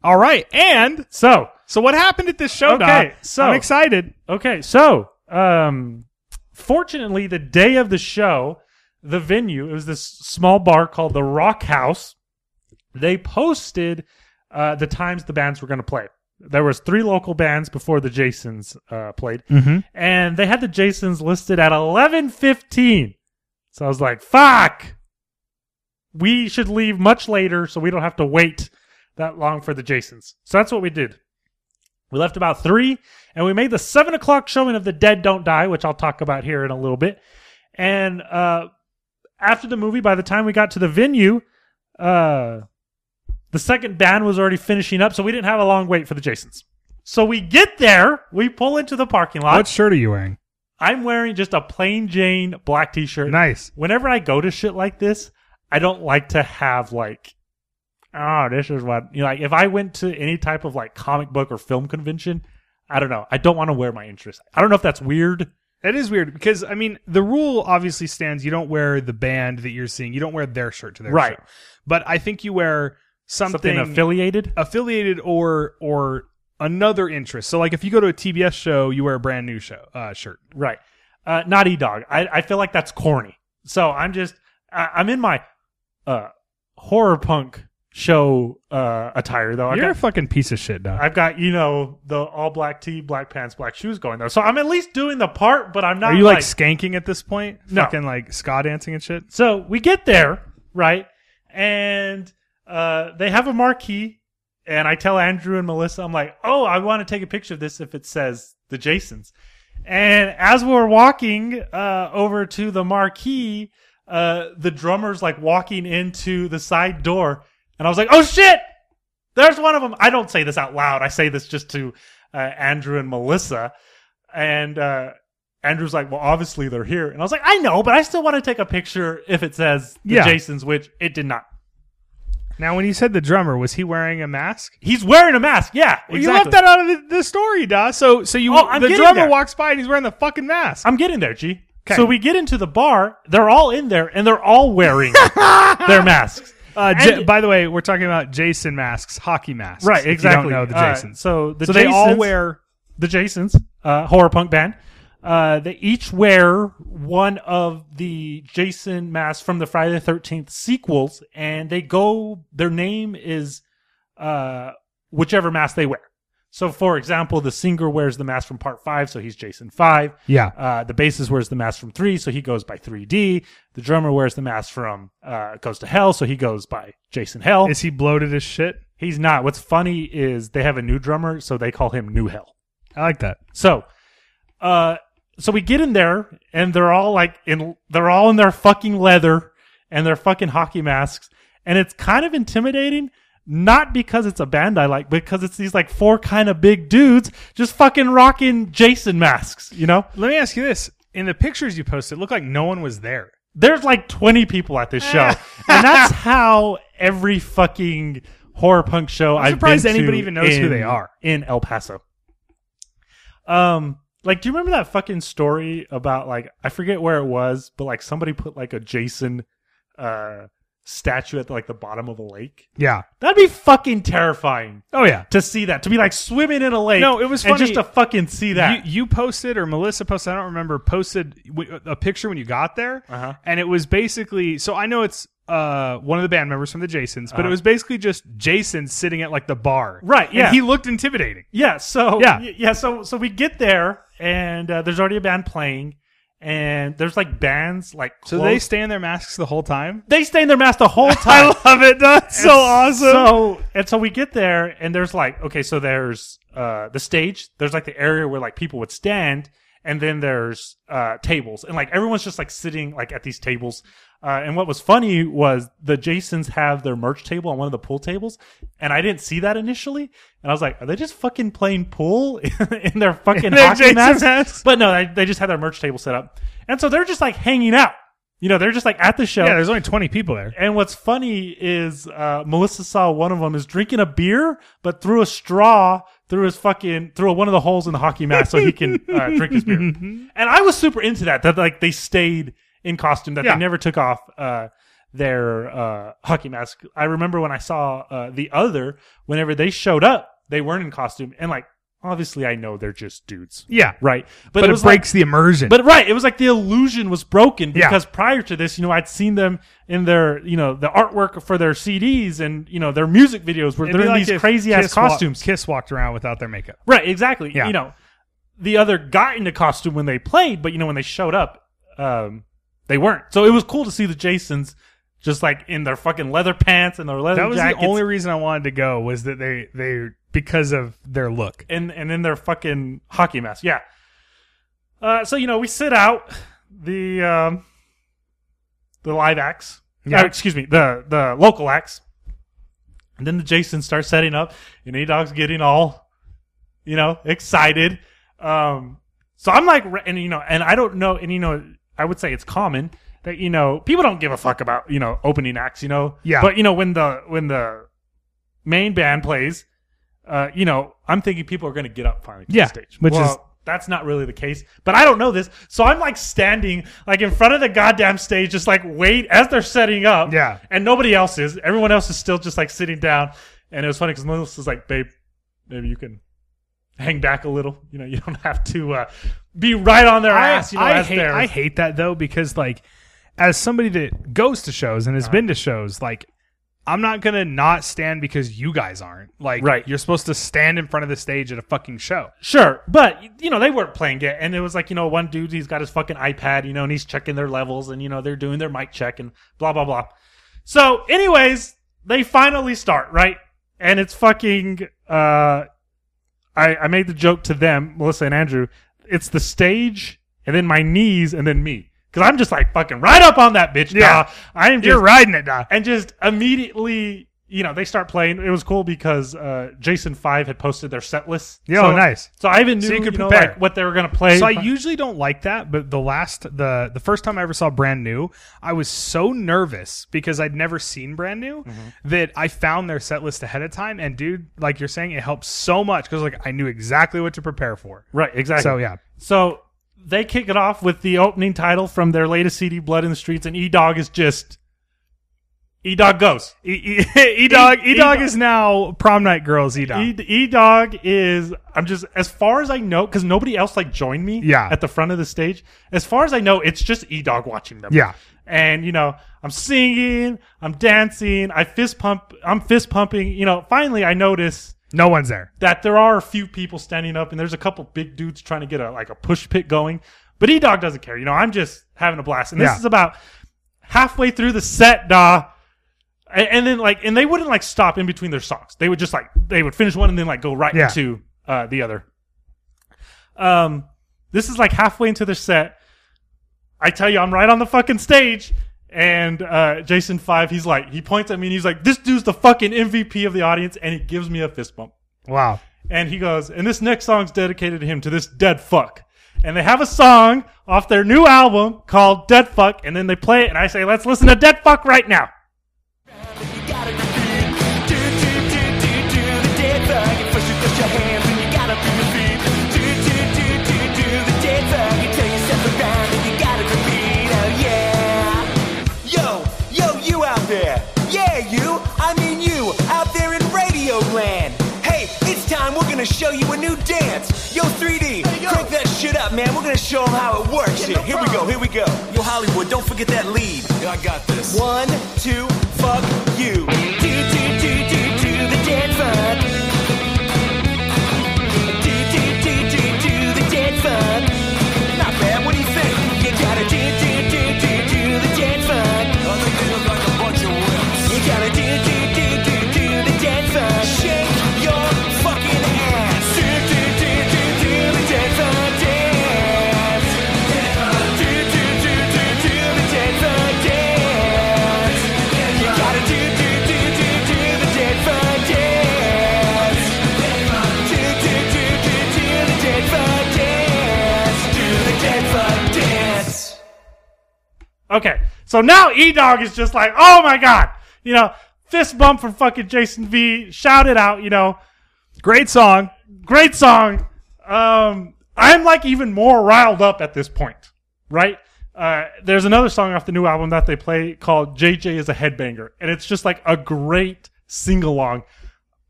Speaker 2: All right. And
Speaker 1: So,
Speaker 2: so what happened at this show, Da?
Speaker 1: Okay, so-
Speaker 2: I'm excited.
Speaker 1: okay, so um, fortunately, the day of the show, the venue it was this small bar called the Rock House. They posted uh, the times the bands were going to play. There was three local bands before the Jasons uh, played,
Speaker 2: Mhm.
Speaker 1: and they had the Jasons listed at eleven fifteen. So I was like, "Fuck, we should leave much later so we don't have to wait that long for the Jasons. So that's what we did. We left about three and we made the seven o'clock showing of The Dead Don't Die, which I'll talk about here in a little bit. And uh, after the movie, by the time we got to the venue, uh, the second band was already finishing up, so we didn't have a long wait for the Jasons. So we get there, we pull into the parking lot.
Speaker 2: What shirt are you wearing?
Speaker 1: I'm wearing just a plain Jane black t shirt
Speaker 2: Nice.
Speaker 1: whenever I go to shit like this, I don't like to have like, oh, this is what you know. Like if I went to any type of like comic book or film convention, I don't know. I don't want to wear my interest. I don't know if that's weird.
Speaker 2: That is weird because I mean the rule obviously stands. You don't wear the band that you're seeing. You don't wear their shirt to their
Speaker 1: Right.
Speaker 2: show. But I think you wear
Speaker 1: Something affiliated.
Speaker 2: affiliated or or another interest. So like if you go to a TBS show, you wear a brand new show uh, shirt.
Speaker 1: Right. Uh, not E Dog. I, I feel like that's corny. So I'm just, I, I'm in my uh, horror punk show uh, attire, though. I
Speaker 2: You're
Speaker 1: got-
Speaker 2: a fucking piece of shit, dog.
Speaker 1: I've got, you know, the all black tee, black pants, black shoes going, though. So I'm at least doing the part, but I'm not
Speaker 2: Are you like,
Speaker 1: like
Speaker 2: skanking at this point?
Speaker 1: No.
Speaker 2: Fucking like ska dancing and shit.
Speaker 1: So we get there, right? And uh, they have a marquee. And I tell Andrew and Melissa, I'm like, oh, I want to take a picture of this if it says the Jasons. And as we're walking uh, over to the marquee, uh, the drummer's like walking into the side door, and I was like, "Oh shit!" There's one of them. I don't say this out loud. I say this just to uh, Andrew and Melissa. And uh, Andrew's like, "Well, obviously they're here," and I was like, "I know, but I still want to take a picture if it says the
Speaker 2: Yeah.
Speaker 1: Jasons," which it did not.
Speaker 2: Now, when you said the drummer, was he wearing a mask?
Speaker 1: He's wearing a mask. Yeah, exactly.
Speaker 2: You left that out of the, the story, Da. So, so you
Speaker 1: Oh, I'm
Speaker 2: the
Speaker 1: getting
Speaker 2: drummer
Speaker 1: there.
Speaker 2: walks by and he's wearing the fucking mask.
Speaker 1: I'm getting there, G.
Speaker 2: 'Kay.
Speaker 1: So we get into the bar. They're all in there, and they're all
Speaker 2: <laughs>
Speaker 1: wearing their masks.
Speaker 2: Uh,
Speaker 1: And-
Speaker 2: J- by the way, we're talking about Jason masks, hockey masks.
Speaker 1: Right, exactly.
Speaker 2: If you don't know the
Speaker 1: Uh,
Speaker 2: Jasons.
Speaker 1: so the
Speaker 2: so they all
Speaker 1: Jasons-
Speaker 2: wear.
Speaker 1: the Jasons, uh, horror punk band. Uh, they each wear one of the Jason masks from the Friday the Thirteenth sequels, and they go. Their name is uh, whichever mask they wear. So, for example, the singer wears the mask from Part Five, so he's Jason Five.
Speaker 2: Yeah.
Speaker 1: Uh, the bassist wears the mask from three, so he goes by 3D. The drummer wears the mask from uh, Goes to Hell, so he goes by Jason Hell.
Speaker 2: Is he bloated as shit?
Speaker 1: He's not. What's funny is they have a new drummer, so they call him New Hell.
Speaker 2: I like that.
Speaker 1: So, uh, so we get in there, and they're all like in, they're all in their fucking leather and their fucking hockey masks, and it's kind of intimidating. Not because it's a band I like, because it's these like four kind of big dudes just fucking rocking Jason masks, you know?
Speaker 2: Let me ask you this: in the pictures you posted, it looked like no one was there.
Speaker 1: there's like 20 people at this
Speaker 2: <laughs>
Speaker 1: show. and that's how every fucking horror punk show I'm
Speaker 2: surprised
Speaker 1: been to
Speaker 2: anybody even knows who
Speaker 1: in-
Speaker 2: they are.
Speaker 1: in El Paso. Um like do you remember that fucking story about like I forget where it was, but like somebody put like a Jason uh statue at like the bottom of a lake?
Speaker 2: Yeah.
Speaker 1: That'd be fucking terrifying
Speaker 2: Oh yeah.
Speaker 1: to see that. To be like swimming in a lake.
Speaker 2: No, it was
Speaker 1: and
Speaker 2: funny.
Speaker 1: just to fucking see that.
Speaker 2: You, you posted or Melissa posted. I don't remember. Posted w- a picture when you got there,
Speaker 1: Uh-huh.
Speaker 2: and it was basically. So I know it's uh one of the band members from the Jasons, but
Speaker 1: Uh-huh.
Speaker 2: it was basically just Jason sitting at like the bar.
Speaker 1: Right,
Speaker 2: And
Speaker 1: yeah.
Speaker 2: he looked intimidating.
Speaker 1: Yeah. So
Speaker 2: Yeah.
Speaker 1: y- yeah. So so we get there, and uh, there's already a band playing, and there's like bands like
Speaker 2: So
Speaker 1: close-
Speaker 2: they stay in their masks the whole time.
Speaker 1: they stay in their mask the
Speaker 2: <laughs>
Speaker 1: whole
Speaker 2: I
Speaker 1: time.
Speaker 2: love it. That's so
Speaker 1: And
Speaker 2: awesome.
Speaker 1: So and so we get there, and there's like okay, so there's uh the stage, there's like the area where like people would stand, and then there's uh tables, and like everyone's just like sitting like at these tables. Uh, and what was funny was the Jasons have their merch table on one of the pool tables, and I didn't see that initially. And I was like, "Are they just fucking playing pool <laughs> in their fucking
Speaker 2: their
Speaker 1: hockey
Speaker 2: Jason
Speaker 1: masks?
Speaker 2: masks.
Speaker 1: But no, they, they just had their merch table set up, and so they're just like hanging out. You know, they're just like at the show.
Speaker 2: yeah, there's only 20 people there.
Speaker 1: And what's funny is uh, Melissa saw one of them is drinking a beer, but threw a straw through his fucking through one of the holes in the hockey mask so he can
Speaker 2: <laughs>
Speaker 1: uh, drink his beer. And I was super into that that like they stayed in costume that
Speaker 2: Yeah.
Speaker 1: they never took off uh, their uh, hockey mask. I remember when I saw uh, the other whenever they showed up, they weren't in costume and like obviously I know they're just dudes.
Speaker 2: Yeah.
Speaker 1: Right.
Speaker 2: But, it,
Speaker 1: was like-
Speaker 2: breaks the
Speaker 1: <laughs>
Speaker 2: immersion.
Speaker 1: but right, it was like the illusion was broken
Speaker 2: Yeah.
Speaker 1: because prior to this, you know, I'd seen them in their, you know, the artwork for their CDs and you know their music videos where
Speaker 2: It'd
Speaker 1: they're in
Speaker 2: be like
Speaker 1: these
Speaker 2: if
Speaker 1: crazy ass
Speaker 2: Kiss wa-
Speaker 1: costumes.
Speaker 2: Kiss walked around without their makeup.
Speaker 1: right, exactly.
Speaker 2: Yeah.
Speaker 1: You know, the other got into costume when they played, but you know when they showed up, um, they weren't. So it was cool to see the Jasons just like in their fucking leather pants and their leather
Speaker 2: That was
Speaker 1: jackets
Speaker 2: the only reason I wanted to go was that they they because of their look.
Speaker 1: and and in their fucking hockey mask. Yeah. Uh, so you know we sit out the um, the live acts.
Speaker 2: Yeah.
Speaker 1: Uh, excuse me, the the local acts. And then the Jason starts setting up, and A Dog's getting all, you know, excited. Um, so I'm like, re- and you know, and I don't know, and you know, I would say it's common that you know people don't give a fuck about you know opening acts, you know,
Speaker 2: Yeah.
Speaker 1: But you know when the when the main band plays, uh, you know, I'm thinking people are going to get up finally from
Speaker 2: Yeah,
Speaker 1: the stage.
Speaker 2: which
Speaker 1: Well,
Speaker 2: is-
Speaker 1: that's not really the case, but I don't know this, so I'm like standing like in front of the goddamn stage, just like wait as they're setting up.
Speaker 2: Yeah.
Speaker 1: and nobody else is. Everyone else is still just like sitting down, and it was funny because Melissa's like, "Babe, maybe you can hang back a little. You know, you don't have to uh, be right on their
Speaker 2: I,
Speaker 1: ass. You know,
Speaker 2: I
Speaker 1: as
Speaker 2: hate,
Speaker 1: they're-
Speaker 2: I hate that though because like as somebody that goes to shows and has been to shows, like I'm not gonna not stand because you guys aren't. Like
Speaker 1: Right.
Speaker 2: you're supposed to stand in front of the stage at a fucking show.
Speaker 1: Sure, but you know they weren't playing it, and it was like you know one dude he's got his fucking iPad, you know, and he's checking their levels, and you know they're doing their mic check and blah blah blah. So, anyways, they finally start right, and it's fucking. Uh, I I made the joke to them, Melissa and Andrew, it's the stage and then my knees and then me. Cause I'm just like fucking right up on that bitch.
Speaker 2: Yeah.
Speaker 1: Yeah. I am just,
Speaker 2: You're riding it, Doc.
Speaker 1: and just immediately, you know, they start playing. It was cool because uh, Jason Five had posted their set list.
Speaker 2: Yeah,
Speaker 1: so,
Speaker 2: oh, nice.
Speaker 1: So I even knew
Speaker 2: So you could
Speaker 1: know,
Speaker 2: prepare.
Speaker 1: like, what they were gonna play.
Speaker 2: So I usually don't like that, but the last the the first time I ever saw Brand New, I was so nervous because I'd never seen Brand New
Speaker 1: Mm-hmm.
Speaker 2: that I found their set list ahead of time. And dude, like you're saying, it helps so much because like I knew exactly what to prepare for.
Speaker 1: right, exactly.
Speaker 2: So yeah,
Speaker 1: So they kick it off with the opening title from their latest CD, Blood in the Streets, and E Dog is just E Dog goes.
Speaker 2: E <laughs> Dog
Speaker 1: E-
Speaker 2: E Dog
Speaker 1: E-Dog.
Speaker 2: is now prom night girls E Dog.
Speaker 1: E Dog is I'm just as far as I know because nobody else like joined me
Speaker 2: Yeah.
Speaker 1: at the front of the stage. As far as I know, it's just E Dog watching them.
Speaker 2: Yeah.
Speaker 1: and you know I'm singing, I'm dancing, I fist pump, I'm fist pumping. You know, finally I notice
Speaker 2: No one's there.
Speaker 1: that there are a few people standing up and there's a couple big dudes trying to get a like a push pit going. But E Dog doesn't care. You know, I'm just having a blast. And this
Speaker 2: Yeah.
Speaker 1: is about halfway through the set, da. And, and then like and they wouldn't like stop in between their songs. They would just like they would finish one and then like go right
Speaker 2: Yeah.
Speaker 1: into uh, the other. Um this is like halfway into their set. I tell you, I'm right on the fucking stage. And uh, Jason Five, he's like, he points at me and he's like, "This dude's the fucking MVP of the audience," and he gives me a fist bump.
Speaker 2: Wow.
Speaker 1: And he goes, and this next song's dedicated to him, to this dead fuck. And they have a song off their new album called Dead Fuck, and then they play it, and I say, let's listen to Dead Fuck right now.
Speaker 4: gotta be big. Do, do, do, do, do the dead bug. And first you dust your hands and you gotta be big. Do, do, do, do, do the dead bug. And turn yourself around and you gotta repeat. Oh yeah. Yo, yo, you out there. Yeah, you. I mean you, out there in radio land. Hey, it's time we're gonna show you a new dance. Yo, 3D, crank that shit up, man. We're gonna show them how it works. Shit, here we go, here we go. Yo, Hollywood, don't forget that lead. Yeah, I got this. One, two, fuck you. Do, do, do, do, do the dance fuck. Do, do, do, do, do the dance fuck. Not bad, what do you think? You gotta do, do, do, do, do the dance fuck. I think they look like a bunch of whips. You gotta do, do, do, do, do the dance fuck. Shake your fucking ass. Do, do, do, do, do the dance fuck. Dance. Do, do, do, do, do the dance fuck. Dance. You gotta do, do, do, do, do the dance fuck. Dance. Do, do, do, do, do the dance fuck. Dance. Do the dance fuck. Dance.
Speaker 1: Okay, so now E Dog is just like, oh my god, you know, fist bump from fucking Jason V, shout it out, you know,
Speaker 2: Great song.
Speaker 1: great song. Um, I'm like even more riled up at this point, right? Uh, there's another song off the new album that they play called JJ is a Headbanger, and it's just like a great sing along.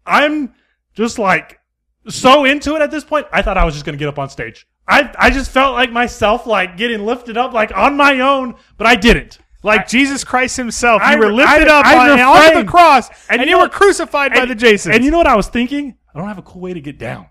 Speaker 1: I'm just like so into it at this point. I thought I was just gonna get up on stage. I I just felt like myself like getting lifted up like on my own, but I didn't.
Speaker 2: Like Jesus Christ Himself,
Speaker 1: I
Speaker 2: you were
Speaker 1: re-
Speaker 2: lifted
Speaker 1: I-
Speaker 2: up
Speaker 1: I
Speaker 2: on, off the
Speaker 1: refrained.
Speaker 2: cross, and,
Speaker 1: And
Speaker 2: you
Speaker 1: you-
Speaker 2: were crucified by
Speaker 1: And-
Speaker 2: the Jasons.
Speaker 1: And you know what I was thinking? I don't have a cool way to get down.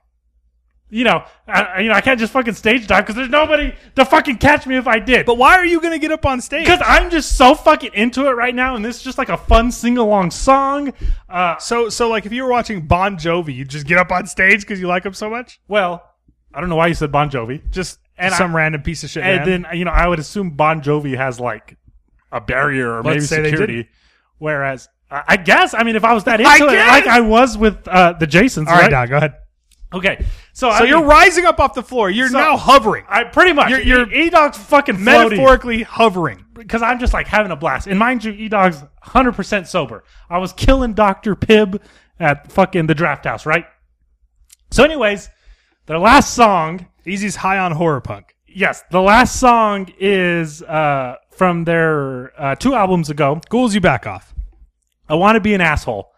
Speaker 1: You know, I, I- you know, I can't just fucking stage dive because there's nobody to fucking catch me if I did.
Speaker 2: But why are you going to get up on stage?
Speaker 1: because I'm just so fucking into it right now, and this is just like a fun sing along song. Uh,
Speaker 2: So, so like if you were watching Bon Jovi, you just get up on stage because you like him so much.
Speaker 1: well, I don't know why you said Bon Jovi,
Speaker 2: Just
Speaker 1: And
Speaker 2: some
Speaker 1: I-
Speaker 2: random piece of shit.
Speaker 1: and
Speaker 2: man.
Speaker 1: then you know I would assume Bon Jovi has like a barrier or
Speaker 2: Let's
Speaker 1: maybe
Speaker 2: say they
Speaker 1: security,
Speaker 2: didn't.
Speaker 1: whereas. I I guess. I mean, if I was that into
Speaker 2: I
Speaker 1: it,
Speaker 2: guess!
Speaker 1: like I was with uh, the Jasons,
Speaker 2: all right, Doc, go ahead.
Speaker 1: Okay, so
Speaker 2: So you're rising up off the floor. You're
Speaker 1: So-
Speaker 2: now hovering,
Speaker 1: I pretty much
Speaker 2: You're-
Speaker 1: you're,
Speaker 2: you're
Speaker 1: E Dog's fucking floating.
Speaker 2: metaphorically hovering.
Speaker 1: because I'm just like having a blast. And mind you, E Dog's 100% sober. I was killing Dr. Pibb at fucking the draft house, right? So, anyways, their last song,
Speaker 2: Easy's high on horror punk.
Speaker 1: yes, the last song is uh, from their uh, two albums ago.
Speaker 2: Ghouls, you back off.
Speaker 1: I want to be an asshole.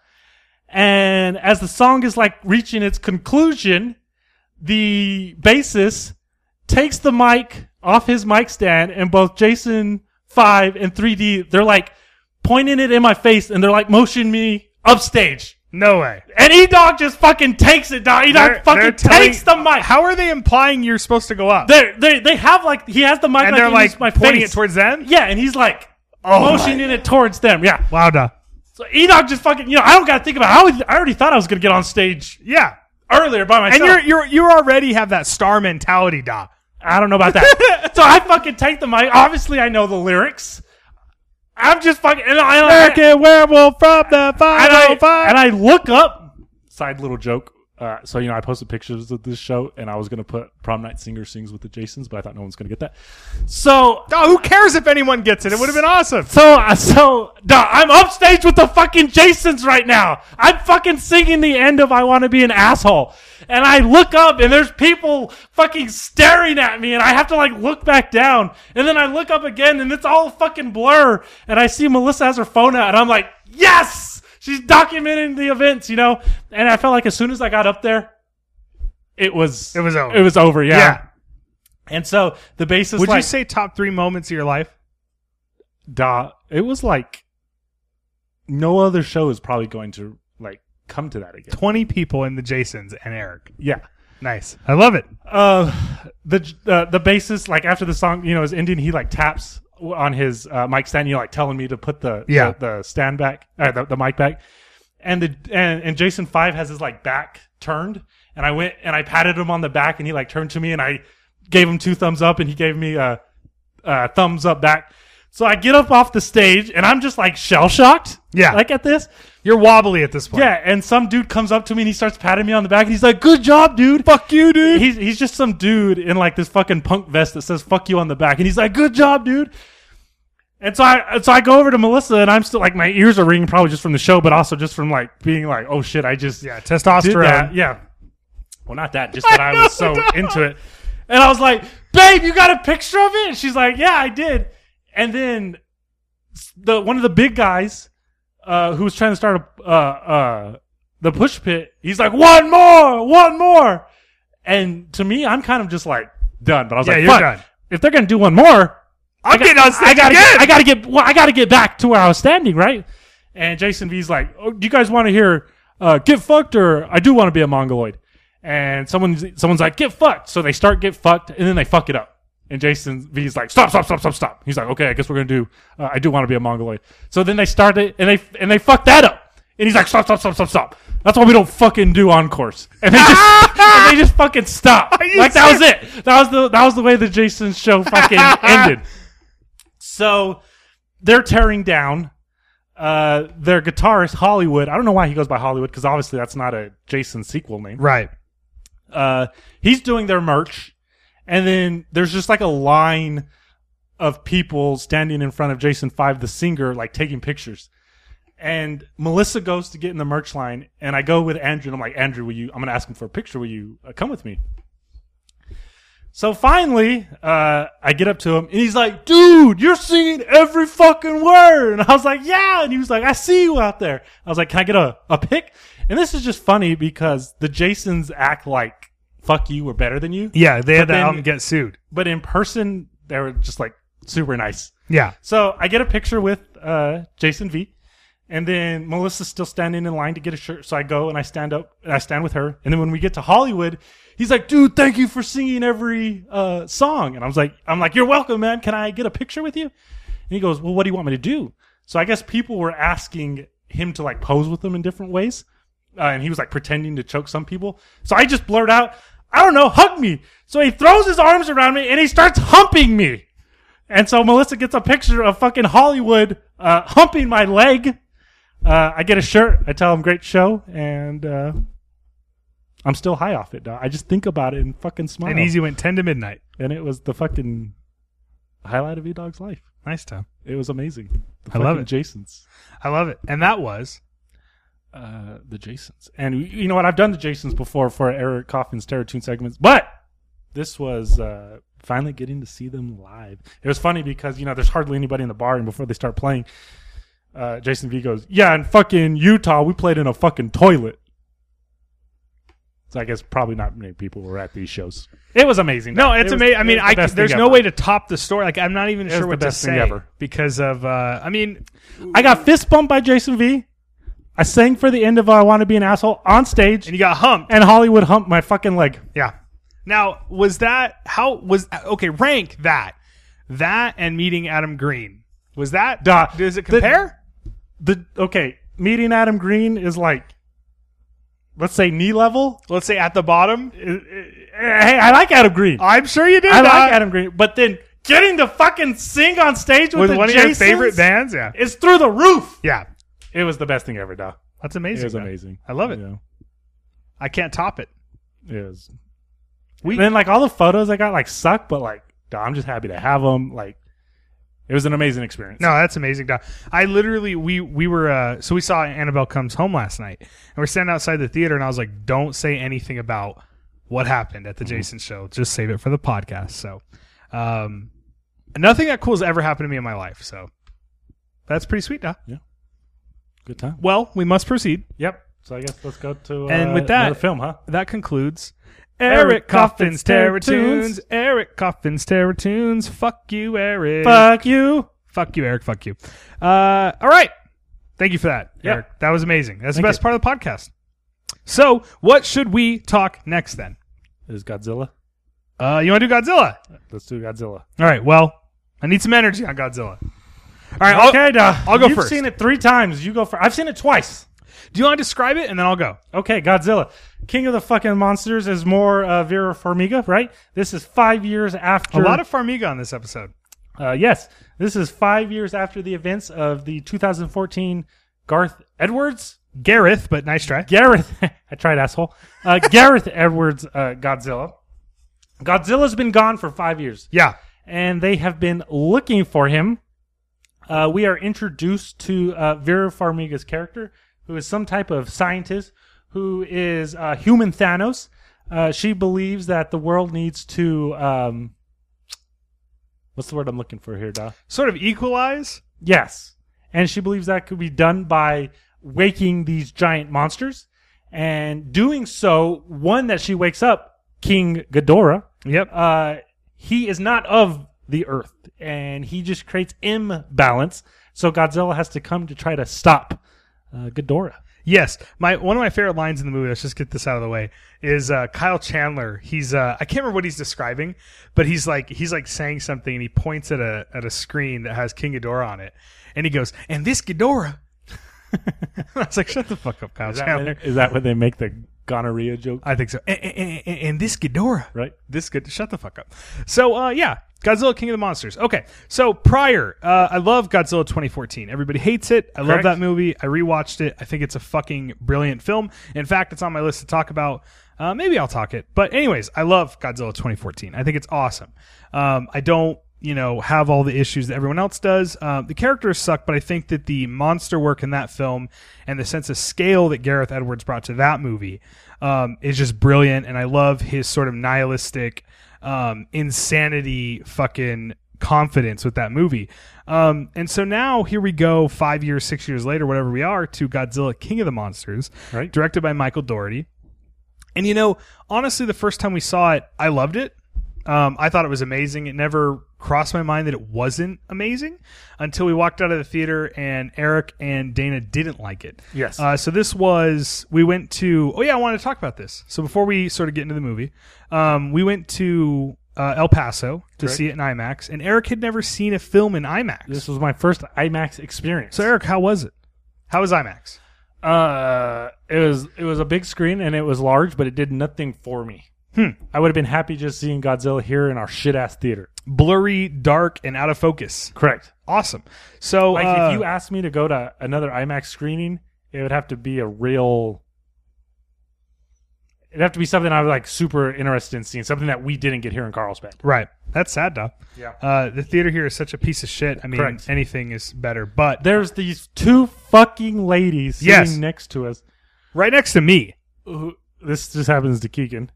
Speaker 1: And as the song is like reaching its conclusion, the bassist takes the mic off his mic stand, and both Jason Five and 3D, they're like pointing it in my face, and they're like motion me upstage.
Speaker 2: No way.
Speaker 1: And E Dog just fucking takes it down. E
Speaker 2: They're-
Speaker 1: Dog fucking
Speaker 2: they're telling-
Speaker 1: takes the mic.
Speaker 2: How are they implying you're supposed to go up?
Speaker 1: They they they have like he has the mic
Speaker 2: and
Speaker 1: like,
Speaker 2: they're
Speaker 1: in
Speaker 2: like
Speaker 1: his- my
Speaker 2: pointing
Speaker 1: face.
Speaker 2: it towards them.
Speaker 1: yeah, and he's like
Speaker 2: my
Speaker 1: motioning it towards them. Yeah.
Speaker 2: Wow, Doc.
Speaker 1: So Enoch just fucking, you know, I don't got to think about it. I, always, I already thought I was going to get on stage
Speaker 2: Yeah.
Speaker 1: earlier by myself.
Speaker 2: And you're you're you already have that star mentality, da.
Speaker 1: I don't know about
Speaker 2: <laughs>
Speaker 1: that. so I fucking take the mic. Obviously, I know the lyrics. I'm just fucking. And I,
Speaker 2: American werewolf from the
Speaker 1: and I,
Speaker 2: 505.
Speaker 1: and I look up. Side little joke. Uh, so you know, I posted pictures of this show, and I was gonna put prom night singer sings with the Jasons, but I thought no one's gonna get that. So,
Speaker 2: oh, who cares if anyone gets it? It would have been awesome.
Speaker 1: so, uh, so, duh, I'm upstage with the fucking Jasons right now. I'm fucking singing the end of "I Want to Be an Asshole," and I look up, and there's people fucking staring at me, and I have to like look back down, and then I look up again, and it's all fucking blur, and I see Melissa has her phone out, and I'm like, yes. She's documenting the events, you know. And I felt like as soon as I got up there, it was
Speaker 2: It was over.
Speaker 1: It was over, yeah.
Speaker 2: Yeah.
Speaker 1: And so the basis,
Speaker 2: Would
Speaker 1: like,
Speaker 2: you say top three moments of your life?
Speaker 1: duh, it was like no other show is probably going to like come to that again.
Speaker 2: 20 people in the Jasons and Eric.
Speaker 1: Yeah.
Speaker 2: Nice. I love it.
Speaker 1: Uh, the uh, the bassist, like after the song, you know, is ending, he like taps on his uh, mic stand, you know, like telling me to put the
Speaker 2: Yeah.
Speaker 1: the, the stand back, uh, the, the mic back, and the and, and Jason Five has his like back turned, and I went and I patted him on the back, and he like turned to me, and I gave him two thumbs up, and he gave me a, a thumbs up back. So I get up off the stage, and I'm just like shell shocked,
Speaker 2: Yeah.
Speaker 1: like at this,
Speaker 2: You're wobbly at this point.
Speaker 1: yeah, and some dude comes up to me and he starts patting me on the back and he's like, "Good job, dude. Fuck you, dude." He's he's just some dude in like this fucking punk vest that says "fuck you" on the back, and he's like, "Good job, dude." And so I so I go over to Melissa and I'm still like my ears are ringing probably just from the show, but also just from like being like, "Oh shit, I just
Speaker 2: Yeah.
Speaker 1: did that."
Speaker 2: Testosterone.
Speaker 1: Yeah. Well, not that, just that <laughs> I,
Speaker 2: <laughs>
Speaker 1: was so into it. And I was like, "Babe, you got a picture of it?" And she's like, "Yeah, I did." And then the one of the big guys uh, who was trying to start a, uh, uh, the push pit, he's like, one more, one more. And to me, I'm kind of just like done. But I was
Speaker 2: Yeah,
Speaker 1: like,
Speaker 2: you're
Speaker 1: "Fuck,
Speaker 2: done."
Speaker 1: If they're gonna do one more,
Speaker 2: I'm getting on stage
Speaker 1: I gotta,
Speaker 2: again.
Speaker 1: get, I gotta get, well, I gotta get back to where I was standing, right? And Jason V's like, oh, do you guys want to hear uh, "Get Fucked" or "I Do Want to Be a Mongoloid"? And someone's someone's like, "Get fucked." So they start get fucked, and then they fuck it up. And Jason V's like, "Stop, stop, stop, stop, stop." He's like, "Okay, I guess we're gonna do. Uh, I do want to be a mongoloid." So then they start it, and they and they fuck that up. And he's like, "Stop, stop, stop, stop, stop." That's why we don't fucking do encores. And they just and they just fucking stop.
Speaker 2: you
Speaker 1: Like that was it. That was the that was the way the Jason show fucking ended. So they're tearing down uh, their guitarist Hollywood. I don't know why he goes by Hollywood because obviously that's not a Jason sequel name.
Speaker 2: Right.
Speaker 1: Uh, he's doing their merch, and then there's just like a line of people standing in front of Jason Five, the singer, like taking pictures. And Melissa goes to get in the merch line, and I go with Andrew, and I'm like, Andrew, will you? I'm gonna ask him for a picture. Will you uh, come with me? So finally, uh, I get up to him, and he's like, "Dude, you're singing every fucking word." And I was like, "Yeah." And he was like, "I see you out there." I was like, "Can I get a a pic?" And this is just funny because the Jasons act like "fuck you" we're better than you,
Speaker 2: Yeah. They had
Speaker 1: But
Speaker 2: to
Speaker 1: then-
Speaker 2: album get sued.
Speaker 1: but in person they were just like super nice.
Speaker 2: Yeah.
Speaker 1: So I get a picture with uh, Jason V, and then Melissa's still standing in line to get a shirt. So I go and I stand up and I stand with her. And then when we get to Hollywood, he's like, "Dude, thank you for singing every uh, song." And I was like, "I'm like, you're welcome, man. Can I get a picture with you?" And he goes, "Well, what do you want me to do?" So I guess people were asking him to like pose with them in different ways, uh, and he was like pretending to choke some people. So I just blurt out, "I don't know, hug me." So he throws his arms around me and he starts humping me. And so Melissa gets a picture of fucking Hollywood uh, humping my leg. Uh, I get a shirt. I tell him great show, and uh, I'm still high off it. Dog. I just think about it and fucking smile.
Speaker 2: And Easy went 10 to midnight.
Speaker 1: And it was the fucking highlight of E Dog's life.
Speaker 2: Nice time.
Speaker 1: It was amazing. The
Speaker 2: I love
Speaker 1: fucking
Speaker 2: it.
Speaker 1: Jasons.
Speaker 2: I love it. And that was
Speaker 1: Uh, the Jasons. And you know what? I've done the Jasons before for Eric Coffin's Terror Tune segments, but this was uh, finally getting to see them live. It was funny because, you know, there's hardly anybody in the bar, and before they start playing, uh, Jason V goes, Yeah, in fucking Utah, we played in a fucking toilet. So I guess probably not many people were at these shows. It was amazing.
Speaker 2: No,
Speaker 1: though. It
Speaker 2: it's
Speaker 1: was-
Speaker 2: amazing. I
Speaker 1: it
Speaker 2: mean,
Speaker 1: was the
Speaker 2: I
Speaker 1: best
Speaker 2: c- there's
Speaker 1: thing
Speaker 2: no
Speaker 1: ever.
Speaker 2: way to top the story. Like, I'm not even
Speaker 1: was
Speaker 2: sure
Speaker 1: the
Speaker 2: what to
Speaker 1: best thing
Speaker 2: say
Speaker 1: ever.
Speaker 2: because of. Uh, I mean,
Speaker 1: I got fist bumped by Jason V. I sang for the end of I Want to Be an Asshole on stage.
Speaker 2: and you got humped.
Speaker 1: and Hollywood humped my fucking leg.
Speaker 2: Yeah. Now, was that how was okay? Rank that, that, and meeting Adam Green. Was that?
Speaker 1: Duh.
Speaker 2: does it
Speaker 1: The-
Speaker 2: compare?
Speaker 1: The okay, meeting Adam Green is like let's say knee level.
Speaker 2: Let's say at the bottom.
Speaker 1: Uh, uh, Hey, I like Adam Green. I,
Speaker 2: I'm sure you did.
Speaker 1: like
Speaker 2: uh,
Speaker 1: Adam Green, but then getting to fucking sing on stage with,
Speaker 2: with
Speaker 1: the
Speaker 2: one of your
Speaker 1: Jasons
Speaker 2: favorite bands. Yeah,
Speaker 1: is through the roof.
Speaker 2: yeah,
Speaker 1: It was the best thing ever, though.
Speaker 2: that's
Speaker 1: It
Speaker 2: amazing.
Speaker 1: was
Speaker 2: man.
Speaker 1: amazing.
Speaker 2: I love it.
Speaker 1: Yeah.
Speaker 2: I can't top it.
Speaker 1: It was.
Speaker 2: We-
Speaker 1: and then like all the photos I got like suck, but like duh, I'm just happy to have them. Like it was an amazing experience.
Speaker 2: No, that's amazing. Doc. I literally we we were uh, so we saw Annabelle comes home last night, and we're standing outside the theater, and I was like, "Don't say anything about what happened at the Jason show. Just save it for the podcast." So, um, nothing that cool has ever happened to me in my life. So, that's pretty sweet, Doc.
Speaker 1: good time.
Speaker 2: Well, we must proceed.
Speaker 1: Yep. So I guess let's go to uh,
Speaker 2: And with that-
Speaker 1: another film, huh?
Speaker 2: That concludes.
Speaker 1: Eric
Speaker 2: Eric Coffin's
Speaker 1: Coffin's Terror
Speaker 2: Terror Tunes.
Speaker 1: Tunes.
Speaker 2: Eric Coffin's Terror Tunes. Fuck you, Eric.
Speaker 1: Fuck you.
Speaker 2: Fuck you, Eric. Fuck you. Uh, all right. Thank you for that,
Speaker 1: Yeah.
Speaker 2: Eric. That was amazing. That's
Speaker 1: Thank
Speaker 2: the best
Speaker 1: you.
Speaker 2: part of the podcast. So, what should we talk next then?
Speaker 1: It is Godzilla.
Speaker 2: Uh, you want to do Godzilla?
Speaker 1: Let's do Godzilla.
Speaker 2: All right. Well, I need some energy on Godzilla. All right. I'll-
Speaker 1: okay, duh.
Speaker 2: I'll go
Speaker 1: You've
Speaker 2: first.
Speaker 1: seen it three times. You go first. I've seen it twice.
Speaker 2: do you want to describe it and then I'll go?
Speaker 1: Okay, Godzilla, King of the fucking monsters is more uh, Vera Farmiga, right? This is five years after.
Speaker 2: A lot of Farmiga on this episode.
Speaker 1: Uh, yes, this is five years after the events of the 2014 Garth Edwards
Speaker 2: Gareth, but nice try.
Speaker 1: Gareth, <laughs> I tried asshole. Uh, Gareth Edwards uh, Godzilla. Godzilla's been gone for five years,
Speaker 2: Yeah.
Speaker 1: and they have been looking for him. Uh, we are introduced to uh, Vera Farmiga's character, who is some type of scientist who is uh, human Thanos. Uh, she believes that the world needs to. Um, what's the word I'm looking for here, Doc?
Speaker 2: Sort of equalize.
Speaker 1: Yes. And she believes that could be done by waking these giant monsters. And doing so, one that she wakes up, King Ghidorah,
Speaker 2: Yep.
Speaker 1: uh, he is not of the earth and he just creates imbalance. So Godzilla has to come to try to stop uh, Ghidorah.
Speaker 2: Yes, my one of my favorite lines in the movie. Let's just get this out of the way. Is uh, Kyle Chandler? He's uh, I can't remember what he's describing, but he's like he's like saying something, and he points at a at a screen that has King Ghidorah on it, and he goes, "And this Ghidorah." <laughs> I was like, "Shut the fuck up, Kyle Chandler."
Speaker 1: is that when they make the gonorrhea joke?
Speaker 2: I think so. And, and, and- and this Ghidorah,
Speaker 1: Right.
Speaker 2: This good. Shut the fuck up. So, uh, yeah, Godzilla, King of the Monsters. Okay, so prior, uh, I love Godzilla 2014. Everybody hates it. I love
Speaker 1: Correct.
Speaker 2: that movie. I rewatched it. I think it's a fucking brilliant film. In fact, it's on my list to talk about. Uh, maybe I'll talk it. But anyways, I love Godzilla 2014. I think it's awesome. Um, I don't. You know, have all the issues that everyone else does. Um, the characters suck, but I think that the monster work in that film and the sense of scale that Gareth Edwards brought to that movie um, is just brilliant. And I love his sort of nihilistic, um, insanity fucking confidence with that movie. Um, and so now here we go, five years, six years later, whatever we are, to Godzilla King of the Monsters,
Speaker 1: Right.
Speaker 2: directed by Michael Doherty. And you know, honestly, the first time we saw it, I loved it. Um, I thought it was amazing. It never crossed my mind that it wasn't amazing until we walked out of the theater and Eric and Dana didn't like it.
Speaker 1: Yes.
Speaker 2: Uh, so this was we went to. Oh yeah, I wanted to talk about this. So before we sort of get into the movie, um, we went to uh, El Paso to see it in IMAX, and Eric had never seen a film in IMAX.
Speaker 1: This was my first IMAX experience.
Speaker 2: so Eric, how was it? How was IMAX?
Speaker 1: Uh, it was it was a big screen and it was large, but it did nothing for me. Hmm. I would have been happy just seeing Godzilla here in our shit ass theater.
Speaker 2: Blurry, dark, and out of focus.
Speaker 1: Correct.
Speaker 2: Awesome. So
Speaker 1: Like
Speaker 2: uh,
Speaker 1: if you asked me to go to another IMAX screening, it would have to be a real. It'd have to be something I was like super interested in seeing, something that we didn't get here in Carlsbad.
Speaker 2: Right. That's sad, though.
Speaker 1: Yeah.
Speaker 2: Uh, the theater here is such a piece of shit. I mean,
Speaker 1: Correct.
Speaker 2: anything is better. But
Speaker 1: There's these two fucking ladies sitting
Speaker 2: Yes.
Speaker 1: next to us.
Speaker 2: right next to me,
Speaker 1: who- this just happens to Keegan.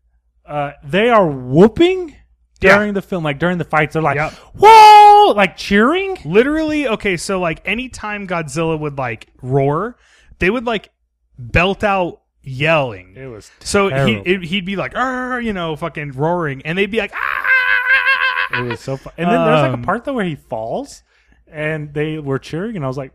Speaker 1: Uh, they are whooping during
Speaker 2: Yeah.
Speaker 1: the film, like during the fights. They're like,
Speaker 2: Yep.
Speaker 1: "Whoa!" Like cheering.
Speaker 2: literally, okay, so like anytime Godzilla would like roar, they would like belt out yelling.
Speaker 1: It was
Speaker 2: So he,
Speaker 1: terrible.
Speaker 2: it, he'd be like, "Arr," you know, fucking roaring. And they'd be like, ah!
Speaker 1: it was so fun. And then there's like
Speaker 2: Um,
Speaker 1: a part though where he falls, and they were cheering, and I was like,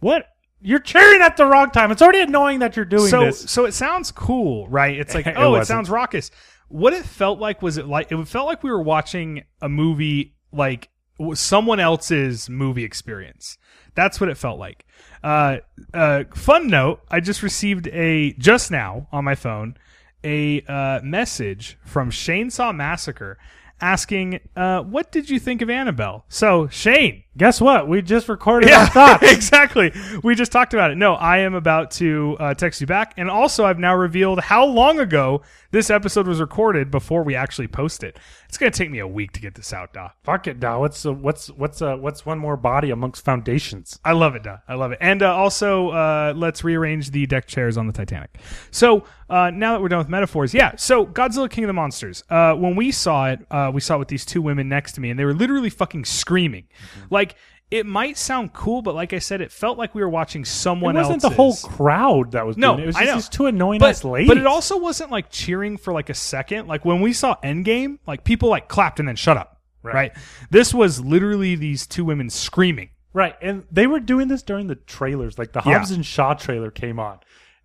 Speaker 1: "What? You're cheering at the wrong time. It's already annoying that you're doing
Speaker 2: so
Speaker 1: this."
Speaker 2: so it sounds cool, right?
Speaker 1: <laughs>
Speaker 2: It's like,
Speaker 1: It
Speaker 2: oh, it,
Speaker 1: wasn't.
Speaker 2: sounds raucous. What it felt like was it like it felt like we were watching a movie like w- someone else's movie experience. That's what it felt like. Uh, uh, fun note: I just received a just now on my phone a uh, message from Shane Saw Massacre asking, uh, "What did you think of Annabelle?" So Shane,
Speaker 1: Guess what? We just recorded
Speaker 2: <laughs>
Speaker 1: our thoughts.
Speaker 2: exactly. We just talked about it. No, I am about to uh, text you back, and also I've now revealed how long ago this episode was recorded before we actually post it. It's going to take me a week to get this out, Doc.
Speaker 1: Fuck it, now. What's uh, what's what's uh, what's one more body amongst foundations?
Speaker 2: I love it, Doc. I love it. And uh, also, uh, let's rearrange the deck chairs on the Titanic. So uh, now that we're done with metaphors, yeah. So Godzilla, King of the Monsters. Uh, when we saw it, uh, we saw it with these two women next to me, and they were literally fucking screaming,
Speaker 1: Mm-hmm.
Speaker 2: like. It might sound cool, but like I said, it felt like we were watching
Speaker 1: It
Speaker 2: someone else.
Speaker 1: wasn't the whole crowd that was
Speaker 2: No,
Speaker 1: doing it. It was
Speaker 2: I
Speaker 1: just
Speaker 2: know.
Speaker 1: these two annoying
Speaker 2: but,
Speaker 1: ass ladies.
Speaker 2: But it also wasn't like cheering for like a second. Like when we saw Endgame, like people like clapped and then shut up. Right. This was literally these two women screaming.
Speaker 1: Right, and they were doing this during the trailers, like the Hobbs and Shaw trailer came on,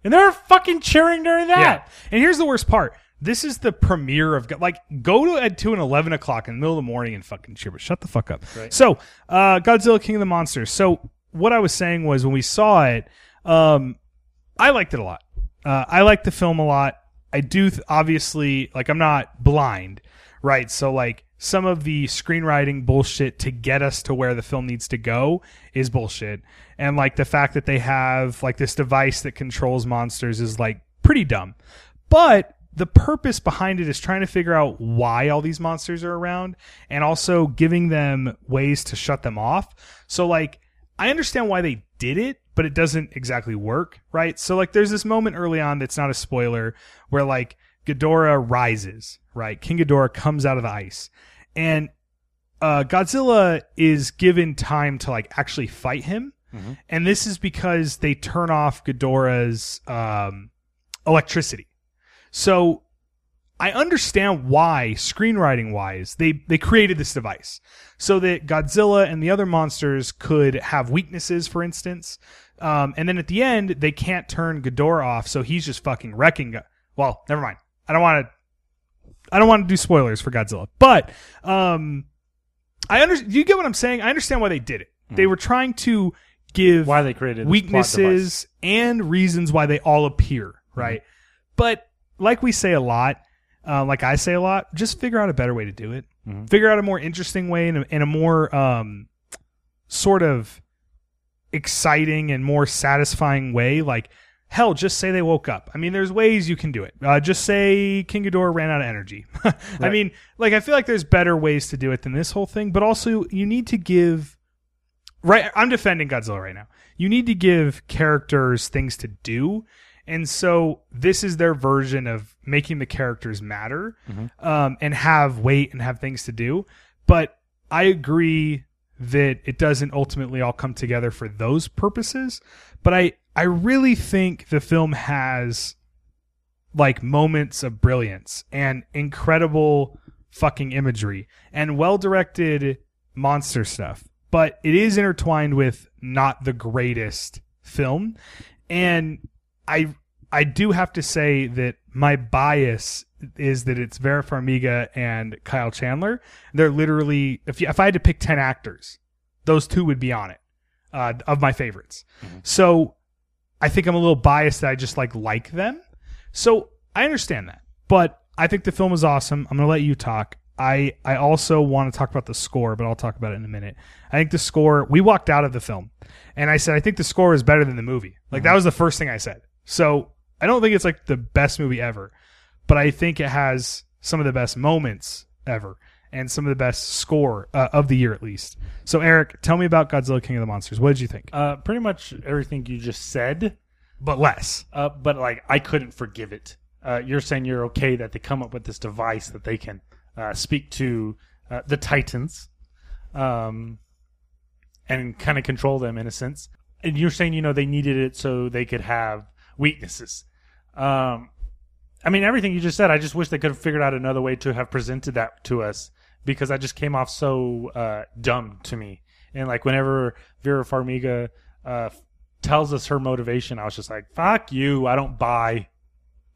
Speaker 1: and they were fucking cheering during that.
Speaker 2: And here's the worst part. This is the premiere of like go to at two and eleven o'clock in the middle of the morning and fucking cheer, but shut the fuck up. So uh, Godzilla King of the Monsters. So what I was saying was when we saw it, um, I liked it a lot. Uh, I liked the film a lot. I do th- obviously like I'm not blind, right? So like some of the screenwriting bullshit to get us to where the film needs to go is bullshit, and like the fact that they have like this device that controls monsters is like pretty dumb. But the purpose behind it is trying to figure out why all these monsters are around and also giving them ways to shut them off. So like I understand why they did it, but it doesn't exactly work, right? So like there's this moment early on that's not a spoiler where like Ghidorah rises, right? King Ghidorah comes out of the ice. And uh, Godzilla is given time to like actually fight him, and this is because they turn off Ghidorah's um, electricity. So I understand why, screenwriting wise, they they created this device so that Godzilla and the other monsters could have weaknesses, for instance. Um, and then at the end, they can't turn Ghidorah off, so he's just fucking wrecking. Go- well, never mind. I don't want to. I don't want to do spoilers for Godzilla, but um, I understand. You get what I'm saying? I understand why they did it. They were trying to give
Speaker 1: Hmm. Why they created this plot device.
Speaker 2: weaknesses and reasons why they all appear, right?
Speaker 1: Mm-hmm.
Speaker 2: But like we say a lot, uh, like I say a lot, just figure out a better way to do it.
Speaker 1: Mm-hmm.
Speaker 2: Figure out a more interesting way and a, and a more um, sort of exciting and more satisfying way. Like, hell, just say they woke up. I mean, there's ways you can do it. Uh, just say King Ghidorah ran out of energy. <laughs> I mean, like, I feel like there's better ways to do it than this whole thing, but also you need to give. Right, I'm defending Godzilla right now. You need to give characters things to do. And so this is their version of making the characters matter um, and have weight and have things to do. But I agree that it doesn't ultimately all come together for those purposes. But I I really think the film has like moments of brilliance and incredible fucking imagery and well directed monster stuff. But it is intertwined with not the greatest film. And I I do have to say that my bias is that it's Vera Farmiga and Kyle Chandler. They're literally if you, if I had to pick ten actors, those two would be on it uh, of my favorites. So I think I'm a little biased that I just like like them. So I understand that, but I think the film is awesome. I'm gonna let you talk. I I also want to talk about the score, but I'll talk about it in a minute. I think the score. We walked out of the film, and I said I think the score is better than the movie. Like that was the first thing I said. So I don't think it's like the best movie ever, but I think it has some of the best moments ever and some of the best score uh, of the year at least. So Eric, tell me about Godzilla King of the Monsters. What did you think?
Speaker 1: Uh, pretty much everything you just said,
Speaker 2: but less.
Speaker 1: uh, but like I couldn't forgive it. Uh, you're saying you're okay that they come up with this device that they can uh, speak to uh, the Titans, um, and kind of control them in a sense. And you're saying you know they needed it so they could have weaknesses. Um, I mean, everything you just said, I just wish they could have figured out another way to have presented that to us because I just came off so uh, dumb to me. And like whenever Vera Farmiga uh, tells us her motivation, I was just like, "Fuck you! I don't buy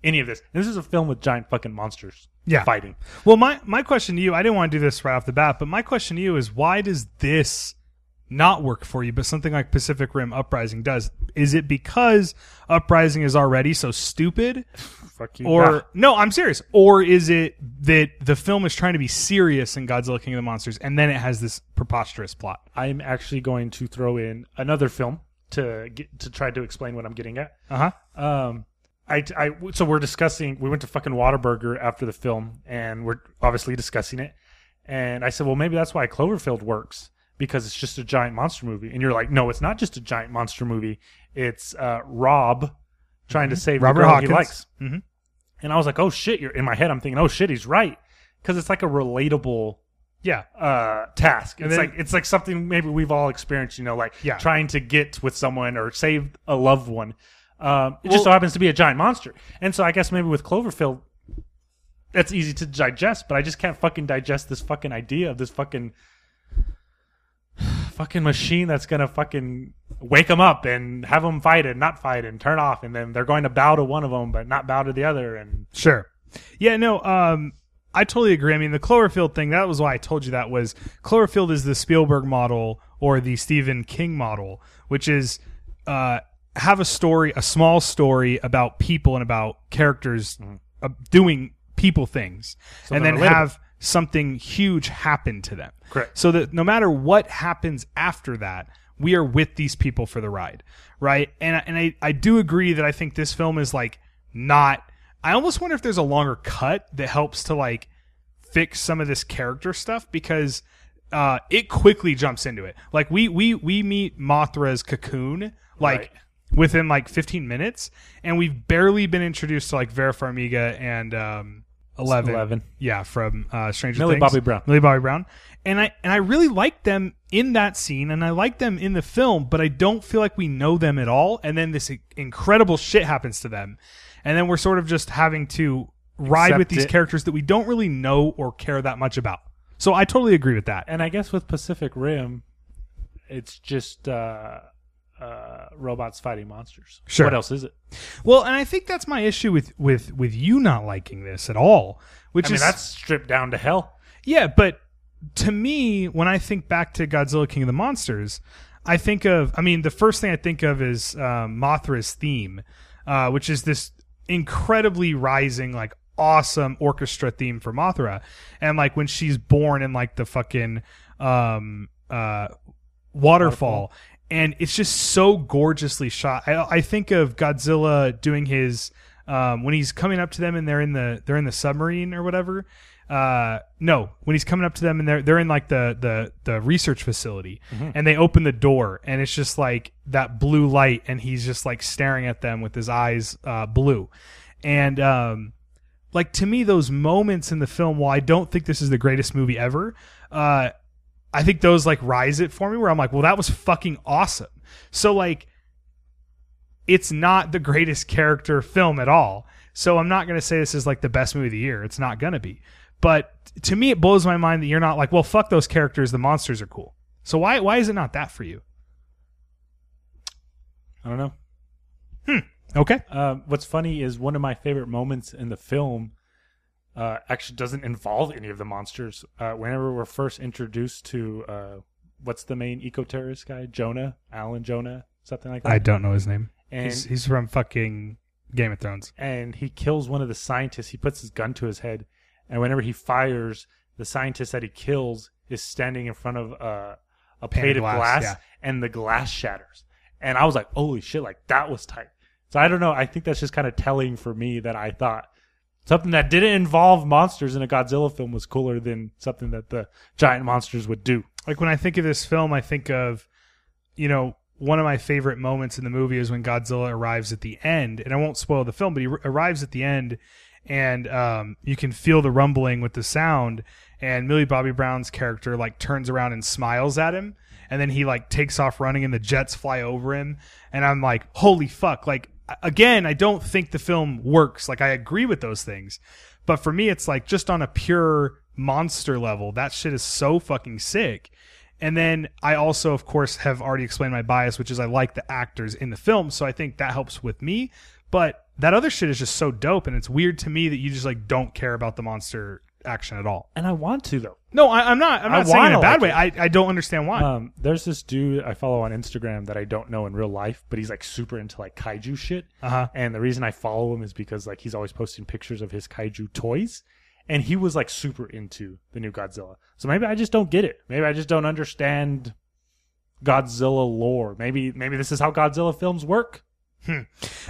Speaker 1: any of this. And this is a film with giant fucking monsters
Speaker 2: Yeah.
Speaker 1: fighting.
Speaker 2: Well, my my question to you, I didn't want to do this right off the bat, but my question to you is why does this not work for you, but something like Pacific Rim Uprising does? Is it because Uprising is already so stupid?
Speaker 1: Fuck you.
Speaker 2: Or
Speaker 1: Nah.
Speaker 2: no, I'm serious. Or is it that the film is trying to be serious in Godzilla King of the Monsters and then it has this preposterous plot?
Speaker 1: I'm actually going to throw in another film to get, to try to explain what I'm getting at.
Speaker 2: Uh-huh.
Speaker 1: Um, I, I so we're discussing. We went to fucking Waterburger after the film, and we're obviously discussing it. And I said, well, maybe that's why Cloverfield works because it's just a giant monster movie. And you're like, no, it's not just a giant monster movie. It's uh, Rob trying to save
Speaker 2: Mm-hmm. Robert
Speaker 1: the girl
Speaker 2: Hawkins.
Speaker 1: he likes.
Speaker 2: Mhm.
Speaker 1: And I was like, oh shit! You're in my head. I'm thinking, oh shit, he's right because it's like a relatable
Speaker 2: Yeah.
Speaker 1: uh task
Speaker 2: And
Speaker 1: it's
Speaker 2: then-
Speaker 1: like it's like something maybe we've all experienced you know like
Speaker 2: Yeah.
Speaker 1: trying to get with someone or save a loved one um it just so happens to be a giant monster and so i guess maybe with cloverfield that's easy to digest but i just can't fucking digest this fucking idea of this fucking <sighs> fucking machine that's gonna fucking wake them up and have them fight and not fight and turn off and then they're going to bow to one of them but not bow to the other and
Speaker 2: Sure. Yeah, no, um, I totally agree. I mean, the Cloverfield thing, that was why I told you that was Cloverfield is the Spielberg model or the Stephen King model, which is uh, have a story, a small story about people and about characters uh, doing people things,
Speaker 1: Something
Speaker 2: and then
Speaker 1: relatable.
Speaker 2: have something huge happen to them.
Speaker 1: Correct.
Speaker 2: So that no matter what happens after that, we are with these people for the ride, right? And I- and I I do agree that I think this film is like not. I almost wonder if there's a longer cut that helps to like fix some of this character stuff because uh, it quickly jumps into it. Like we we we meet Mothra's cocoon like
Speaker 1: Right.
Speaker 2: within like 15 minutes, and we've barely been introduced to like Vera Farmiga and um, Eleven.
Speaker 1: Eleven.
Speaker 2: yeah, from uh, Stranger
Speaker 1: Millie
Speaker 2: Things.
Speaker 1: Bobby Brown.
Speaker 2: Millie Bobby Brown, and I and I really like them in that scene, and I like them in the film, but I don't feel like we know them at all. And then this incredible shit happens to them, and then we're sort of just having to ride
Speaker 1: Accept
Speaker 2: with these
Speaker 1: it.
Speaker 2: characters that we don't really know or care that much about. So I totally agree with that.
Speaker 1: and I guess with Pacific Rim, it's just uh, uh, robots fighting monsters.
Speaker 2: Sure.
Speaker 1: What else is it?
Speaker 2: Well, and I think that's my issue with with with you not liking this at all, which
Speaker 1: I mean,
Speaker 2: is
Speaker 1: that's stripped down to hell.
Speaker 2: Yeah, but to me, when I think back to Godzilla King of the Monsters, I think of, I mean, the first thing I think of is um, Mothra's theme, uh, which is this incredibly rising, like, awesome orchestra theme for Mothra. And, like, when she's born in, like, the fucking um, uh, waterfall. And it's just so gorgeously shot. I, I think of Godzilla doing his um, when he's coming up to them and they're in the they're in the submarine or whatever. Uh, no, when he's coming up to them and they're they're in like the the the research facility and they open the door and it's just like that blue light and he's just like staring at them with his eyes uh, blue, and um, like to me those moments in the film. While I don't think this is the greatest movie ever, uh, I think those like rise it for me where I'm like, well, that was fucking awesome. So like, it's not the greatest character film at all. So I'm not gonna say this is like the best movie of the year. It's not gonna be. But to me, it blows my mind that you're not like, well, fuck those characters. The monsters are cool. So why why is it not that for you?
Speaker 1: I don't know.
Speaker 2: Okay.
Speaker 1: Um, what's funny is one of my favorite moments in the film uh, actually doesn't involve any of the monsters. Uh, whenever we're first introduced to uh, what's the main eco terrorist guy, Jonah, Alan Jonah, something like that.
Speaker 2: I don't know his name.
Speaker 1: And-
Speaker 2: he's, he's from fucking Game of Thrones.
Speaker 1: and he kills one of the scientists. He puts his gun to his head, and whenever he fires, the scientist that he kills is standing in front of uh, a plate of
Speaker 2: glass,
Speaker 1: glass,
Speaker 2: yeah.
Speaker 1: and the glass shatters. And I was like, "Holy shit! Like that was tight." So I don't know. I think that's just kind of telling for me that I thought something that didn't involve monsters in a Godzilla film was cooler than something that the giant monsters would do.
Speaker 2: like when I think of this film, I think of, you know, one of my favorite moments in the movie is when Godzilla arrives at the end, and I won't spoil the film, but he r- arrives at the end, and um, you can feel the rumbling with the sound, and Millie Bobby Brown's character like turns around and smiles at him, and then he like takes off running, and the jets fly over him, and I'm like, holy fuck! Like a- again, I don't think the film works. Like I agree with those things, but for me, it's like just on a pure monster level, that shit is so fucking sick. And then I also, of course, have already explained my bias, which is I like the actors in the film. So I think that helps with me. But that other shit is just so dope, and it's weird to me that you just like don't care about the monster action at all.
Speaker 1: And I want to though.
Speaker 2: No, I, I'm not. I'm
Speaker 1: I
Speaker 2: not saying it in a
Speaker 1: wanna
Speaker 2: bad
Speaker 1: like
Speaker 2: way. I, I don't understand why.
Speaker 1: Um, there's this dude I follow on Instagram that I don't know in real life, but he's like super into like kaiju shit.
Speaker 2: Uh-huh.
Speaker 1: And the reason I follow him is because like he's always posting pictures of his kaiju toys, and he was like super into the new Godzilla. So maybe I just don't get it. Maybe I just don't understand Godzilla lore. Maybe maybe this is how Godzilla films work.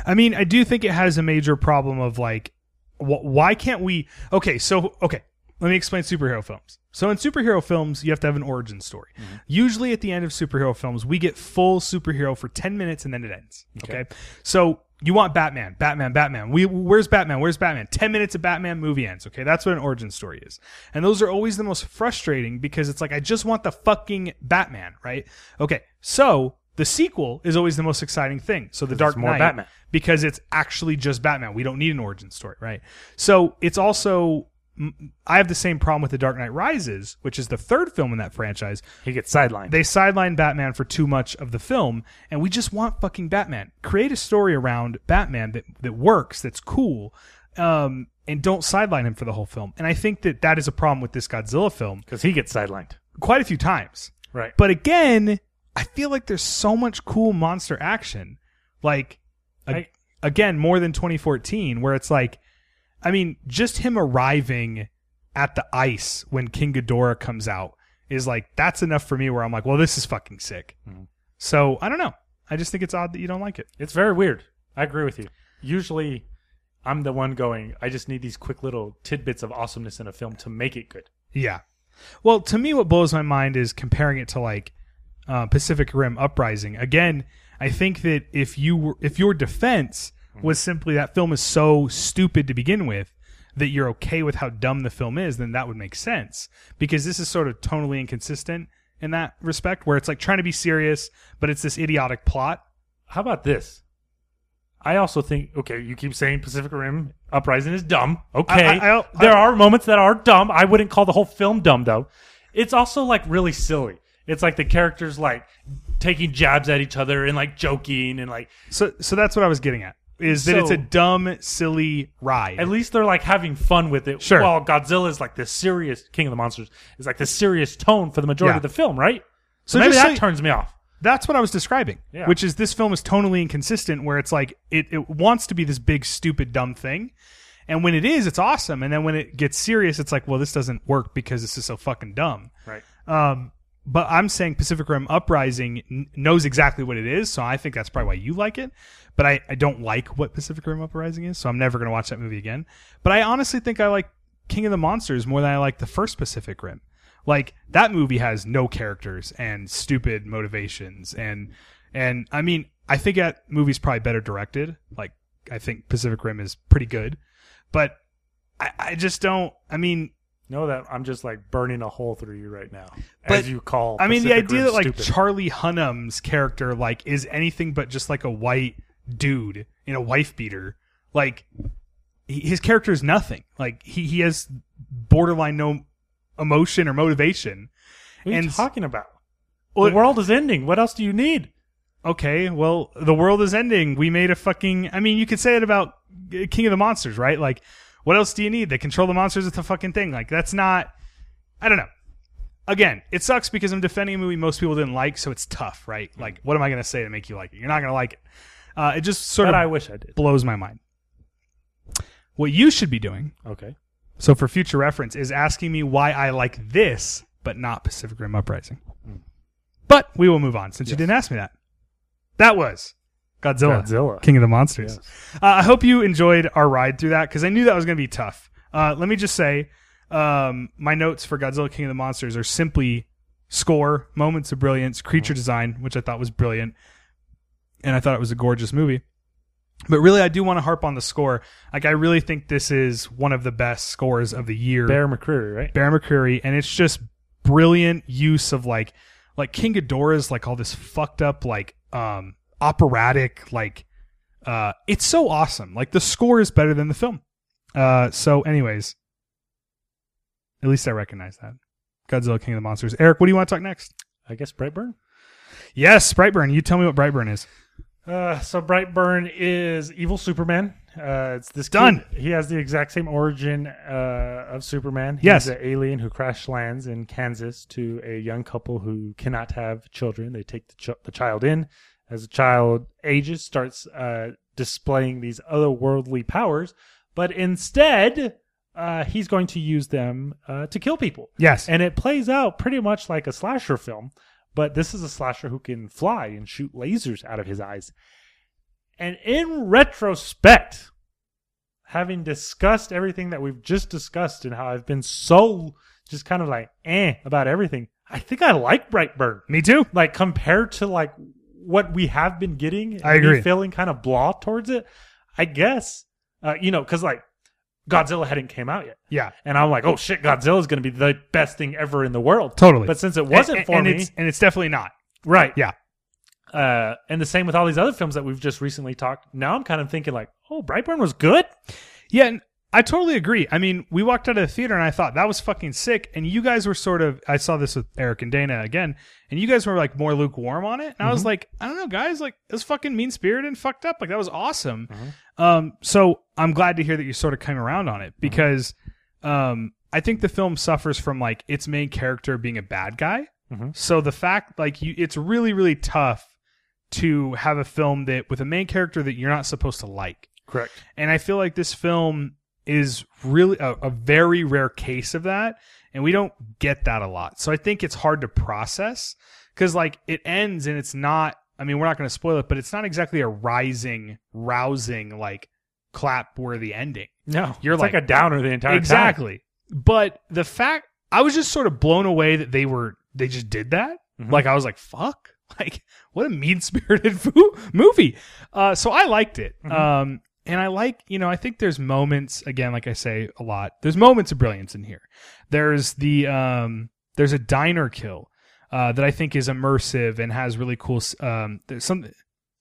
Speaker 2: I mean, I do think it has a major problem of like, wh- why can't we? Okay, so okay, let me explain superhero films. So in superhero films, you have to have an origin story.
Speaker 1: Mm-hmm.
Speaker 2: Usually, at the end of superhero films, we get full superhero for ten minutes and then it ends. Okay, so you want Batman, Batman, Batman. We where's Batman? Where's Batman? Ten minutes of Batman movie ends. Okay, that's what an origin story is, and those are always the most frustrating because it's like I just want the fucking Batman, right? Okay, so. The sequel is always the most exciting thing. So the Dark
Speaker 1: more
Speaker 2: Knight,
Speaker 1: Batman.
Speaker 2: because it's actually just Batman. We don't need an origin story, right? So it's also m- I have the same problem with The Dark Knight Rises, which is the third film in that franchise.
Speaker 1: He gets sidelined.
Speaker 2: They sideline Batman for too much of the film, and we just want fucking Batman. Create a story around Batman that that works, that's cool, um, and don't sideline him for the whole film. And I think that that is a problem with this Godzilla film
Speaker 1: because he gets sidelined.
Speaker 2: quite a few times.
Speaker 1: Right.
Speaker 2: But again, I feel like there's so much cool monster action. Like, a-
Speaker 1: I-
Speaker 2: again, more than 2014, where it's like, I mean, just him arriving at the ice when King Ghidorah comes out is like, that's enough for me where I'm like, well, this is fucking sick.
Speaker 1: Mm-hmm.
Speaker 2: So I don't know. I just think it's odd that you don't like it.
Speaker 1: It's very weird. I agree with you. Usually, I'm the one going. I just need these quick little tidbits of awesomeness in a film to make it good.
Speaker 2: Yeah. Well, to me, what blows my mind is comparing it to like uh, Pacific Rim Uprising. Again, I think that if you were, if your defense
Speaker 1: Mm-hmm.
Speaker 2: was simply that film is so stupid to begin with that you're okay with how dumb the film is, then that would make sense because this is sort of tonally inconsistent in that respect, where it's like trying to be serious, but it's this idiotic plot.
Speaker 1: How about this? I also think okay, you keep saying Pacific Rim Uprising is dumb. Okay.
Speaker 2: I- I- I-
Speaker 1: there are moments that are dumb. I wouldn't call the whole film dumb though. It's also like really silly. It's like the characters like taking jabs at each other and like joking and like
Speaker 2: So, so that's what I was getting at is that it's a
Speaker 1: So-
Speaker 2: dumb, silly ride.
Speaker 1: at least they're like having fun with it.
Speaker 2: Sure.
Speaker 1: While Godzilla is like this serious King of the Monsters is like the serious tone for the majority
Speaker 2: Yeah.
Speaker 1: of the film, right? So,
Speaker 2: So
Speaker 1: maybe
Speaker 2: just
Speaker 1: that
Speaker 2: so you-
Speaker 1: turns me off.
Speaker 2: That's what I was describing,
Speaker 1: Yeah.
Speaker 2: which is this film is tonally inconsistent, where it's like it, it wants to be this big, stupid, dumb thing. And when it is, it's awesome. And then when it gets serious, it's like, well, this doesn't work because this is so fucking dumb.
Speaker 1: Right.
Speaker 2: Um, but I'm saying Pacific Rim Uprising n- knows exactly what it is. So I think that's probably why you like it. But I, I don't like what Pacific Rim Uprising is. So I'm never going to watch that movie again. But I honestly think I like King of the Monsters more than I like the first Pacific Rim. Like that movie has no characters and stupid motivations and and I mean I think that movie's probably better directed. Like I think Pacific Rim is pretty good, but I, I just don't. I mean,
Speaker 1: Know that I'm just like burning a hole through you right now.
Speaker 2: But-
Speaker 1: as you call
Speaker 2: I mean, the
Speaker 1: Pacific
Speaker 2: idea
Speaker 1: Rim
Speaker 2: that like
Speaker 1: stupid.
Speaker 2: Charlie Hunnam's character like is anything but just like a white dude in a wife beater, like he- his character is nothing. Like he he has borderline no emotion or motivation.
Speaker 1: What are you
Speaker 2: and-
Speaker 1: talking about?
Speaker 2: Well,
Speaker 1: the world is ending. What else do you need?
Speaker 2: Okay, well, the world is ending. We made a fucking. I mean, you could say it about uh, King of the Monsters, right? Like, what else do you need? They control the monsters with the fucking thing. Like, that's not. I don't know. Again, it sucks because I'm defending a movie most people didn't like, so it's tough, right?
Speaker 1: Mm.
Speaker 2: Like, what am I going to say to make you like it? You're not going to like it. Uh, it just sort
Speaker 1: But
Speaker 2: of
Speaker 1: I wish I did.
Speaker 2: blows my mind. What you should be doing,
Speaker 1: Okay.
Speaker 2: so for future reference, is asking me why I like this, but not Pacific Rim Uprising. But we will move on since you didn't ask me that. That was Godzilla,
Speaker 1: Godzilla.
Speaker 2: King of the Monsters. Uh, I hope you enjoyed our ride through that because I knew that was going to be tough. Uh, let me just say um, my notes for Godzilla, King of the Monsters are simply score, moments of brilliance, creature design, which I thought was brilliant. And I thought it was a gorgeous movie. But really, I do want to harp on the score. Like, I really think this is one of the best scores of the year.
Speaker 1: Bear McCreary, right?
Speaker 2: Bear McCreary, and it's just brilliant use of like like King Ghidorah's like all this fucked up like um operatic like uh it's so awesome. Like the score is better than the film. Uh so anyways, at least I recognize that. Godzilla King of the Monsters. Eric, what do you want to talk next?
Speaker 1: I guess Brightburn.
Speaker 2: Yes, Brightburn. You tell me what Brightburn is.
Speaker 1: Uh, so Brightburn is evil Superman Uh, it's this
Speaker 2: Done.
Speaker 1: kid- he has the exact same origin uh, of Superman. He's
Speaker 2: Yes.
Speaker 1: an alien who crash lands in Kansas to a young couple who cannot have children. They take the, ch- the child in. As the child ages, starts uh, displaying these otherworldly powers, but instead, uh, he's going to use them uh, to kill people.
Speaker 2: Yes.
Speaker 1: And it plays out pretty much like a slasher film, but this is a slasher who can fly and shoot lasers out of his eyes. And in retrospect, having discussed everything that we've just discussed and how I've been so just kind of like eh about everything, I think I like Brightburn.
Speaker 2: Me too.
Speaker 1: Like compared to like what we have been getting,
Speaker 2: I
Speaker 1: and me
Speaker 2: agree.
Speaker 1: Feeling kind of blah towards it, I guess. Uh, you know, because like Godzilla hadn't came out yet
Speaker 2: Yeah.
Speaker 1: and I'm like, oh shit, Godzilla is going to be the best thing ever in the world.
Speaker 2: Totally.
Speaker 1: But since it wasn't
Speaker 2: and,
Speaker 1: for
Speaker 2: and
Speaker 1: me,
Speaker 2: It's, and it's definitely not.
Speaker 1: right?
Speaker 2: Yeah.
Speaker 1: Uh, and the same with all these other films that we've just recently talked. Now I'm kind of thinking like, oh, Brightburn was good.
Speaker 2: Yeah, and I totally agree. I mean, we walked out of the theater and I thought that was fucking sick. And you guys were sort of, I saw this with Eric and Dana again, and you guys were like more lukewarm on it. And I was like, I don't know, guys, like it was fucking mean spirited and fucked up. Like that was awesome. Um, so I'm glad to hear that you sort of came around on it because um, I think the film suffers from like its main character being a bad guy.
Speaker 1: Mhm.
Speaker 2: So the fact, like, you, it's really, really tough to have a film that with a main character that you're not supposed to like.
Speaker 1: Correct.
Speaker 2: And I feel like this film is really a, a very rare case of that. And we don't get that a lot. So I think it's hard to process because, like, it ends and it's not, I mean, we're not going to spoil it, but it's not exactly a rising, rousing, like, clap worthy ending.
Speaker 1: No,
Speaker 2: You're
Speaker 1: it's like,
Speaker 2: like-
Speaker 1: a downer the entire time.
Speaker 2: Exactly. But the fact, I was just sort of blown away that they were, they just did that.
Speaker 1: Mhm.
Speaker 2: Like, I was like, fuck. <laughs> Like, what a mean <laughs> spirited movie. Uh, so I liked it.
Speaker 1: Mhm.
Speaker 2: Um, and I like, you know, I think there's moments, again, like I say a lot, there's moments of brilliance in here. There's the, um, there's a diner kill, uh, that I think is immersive and has really cool, s- um, there's some,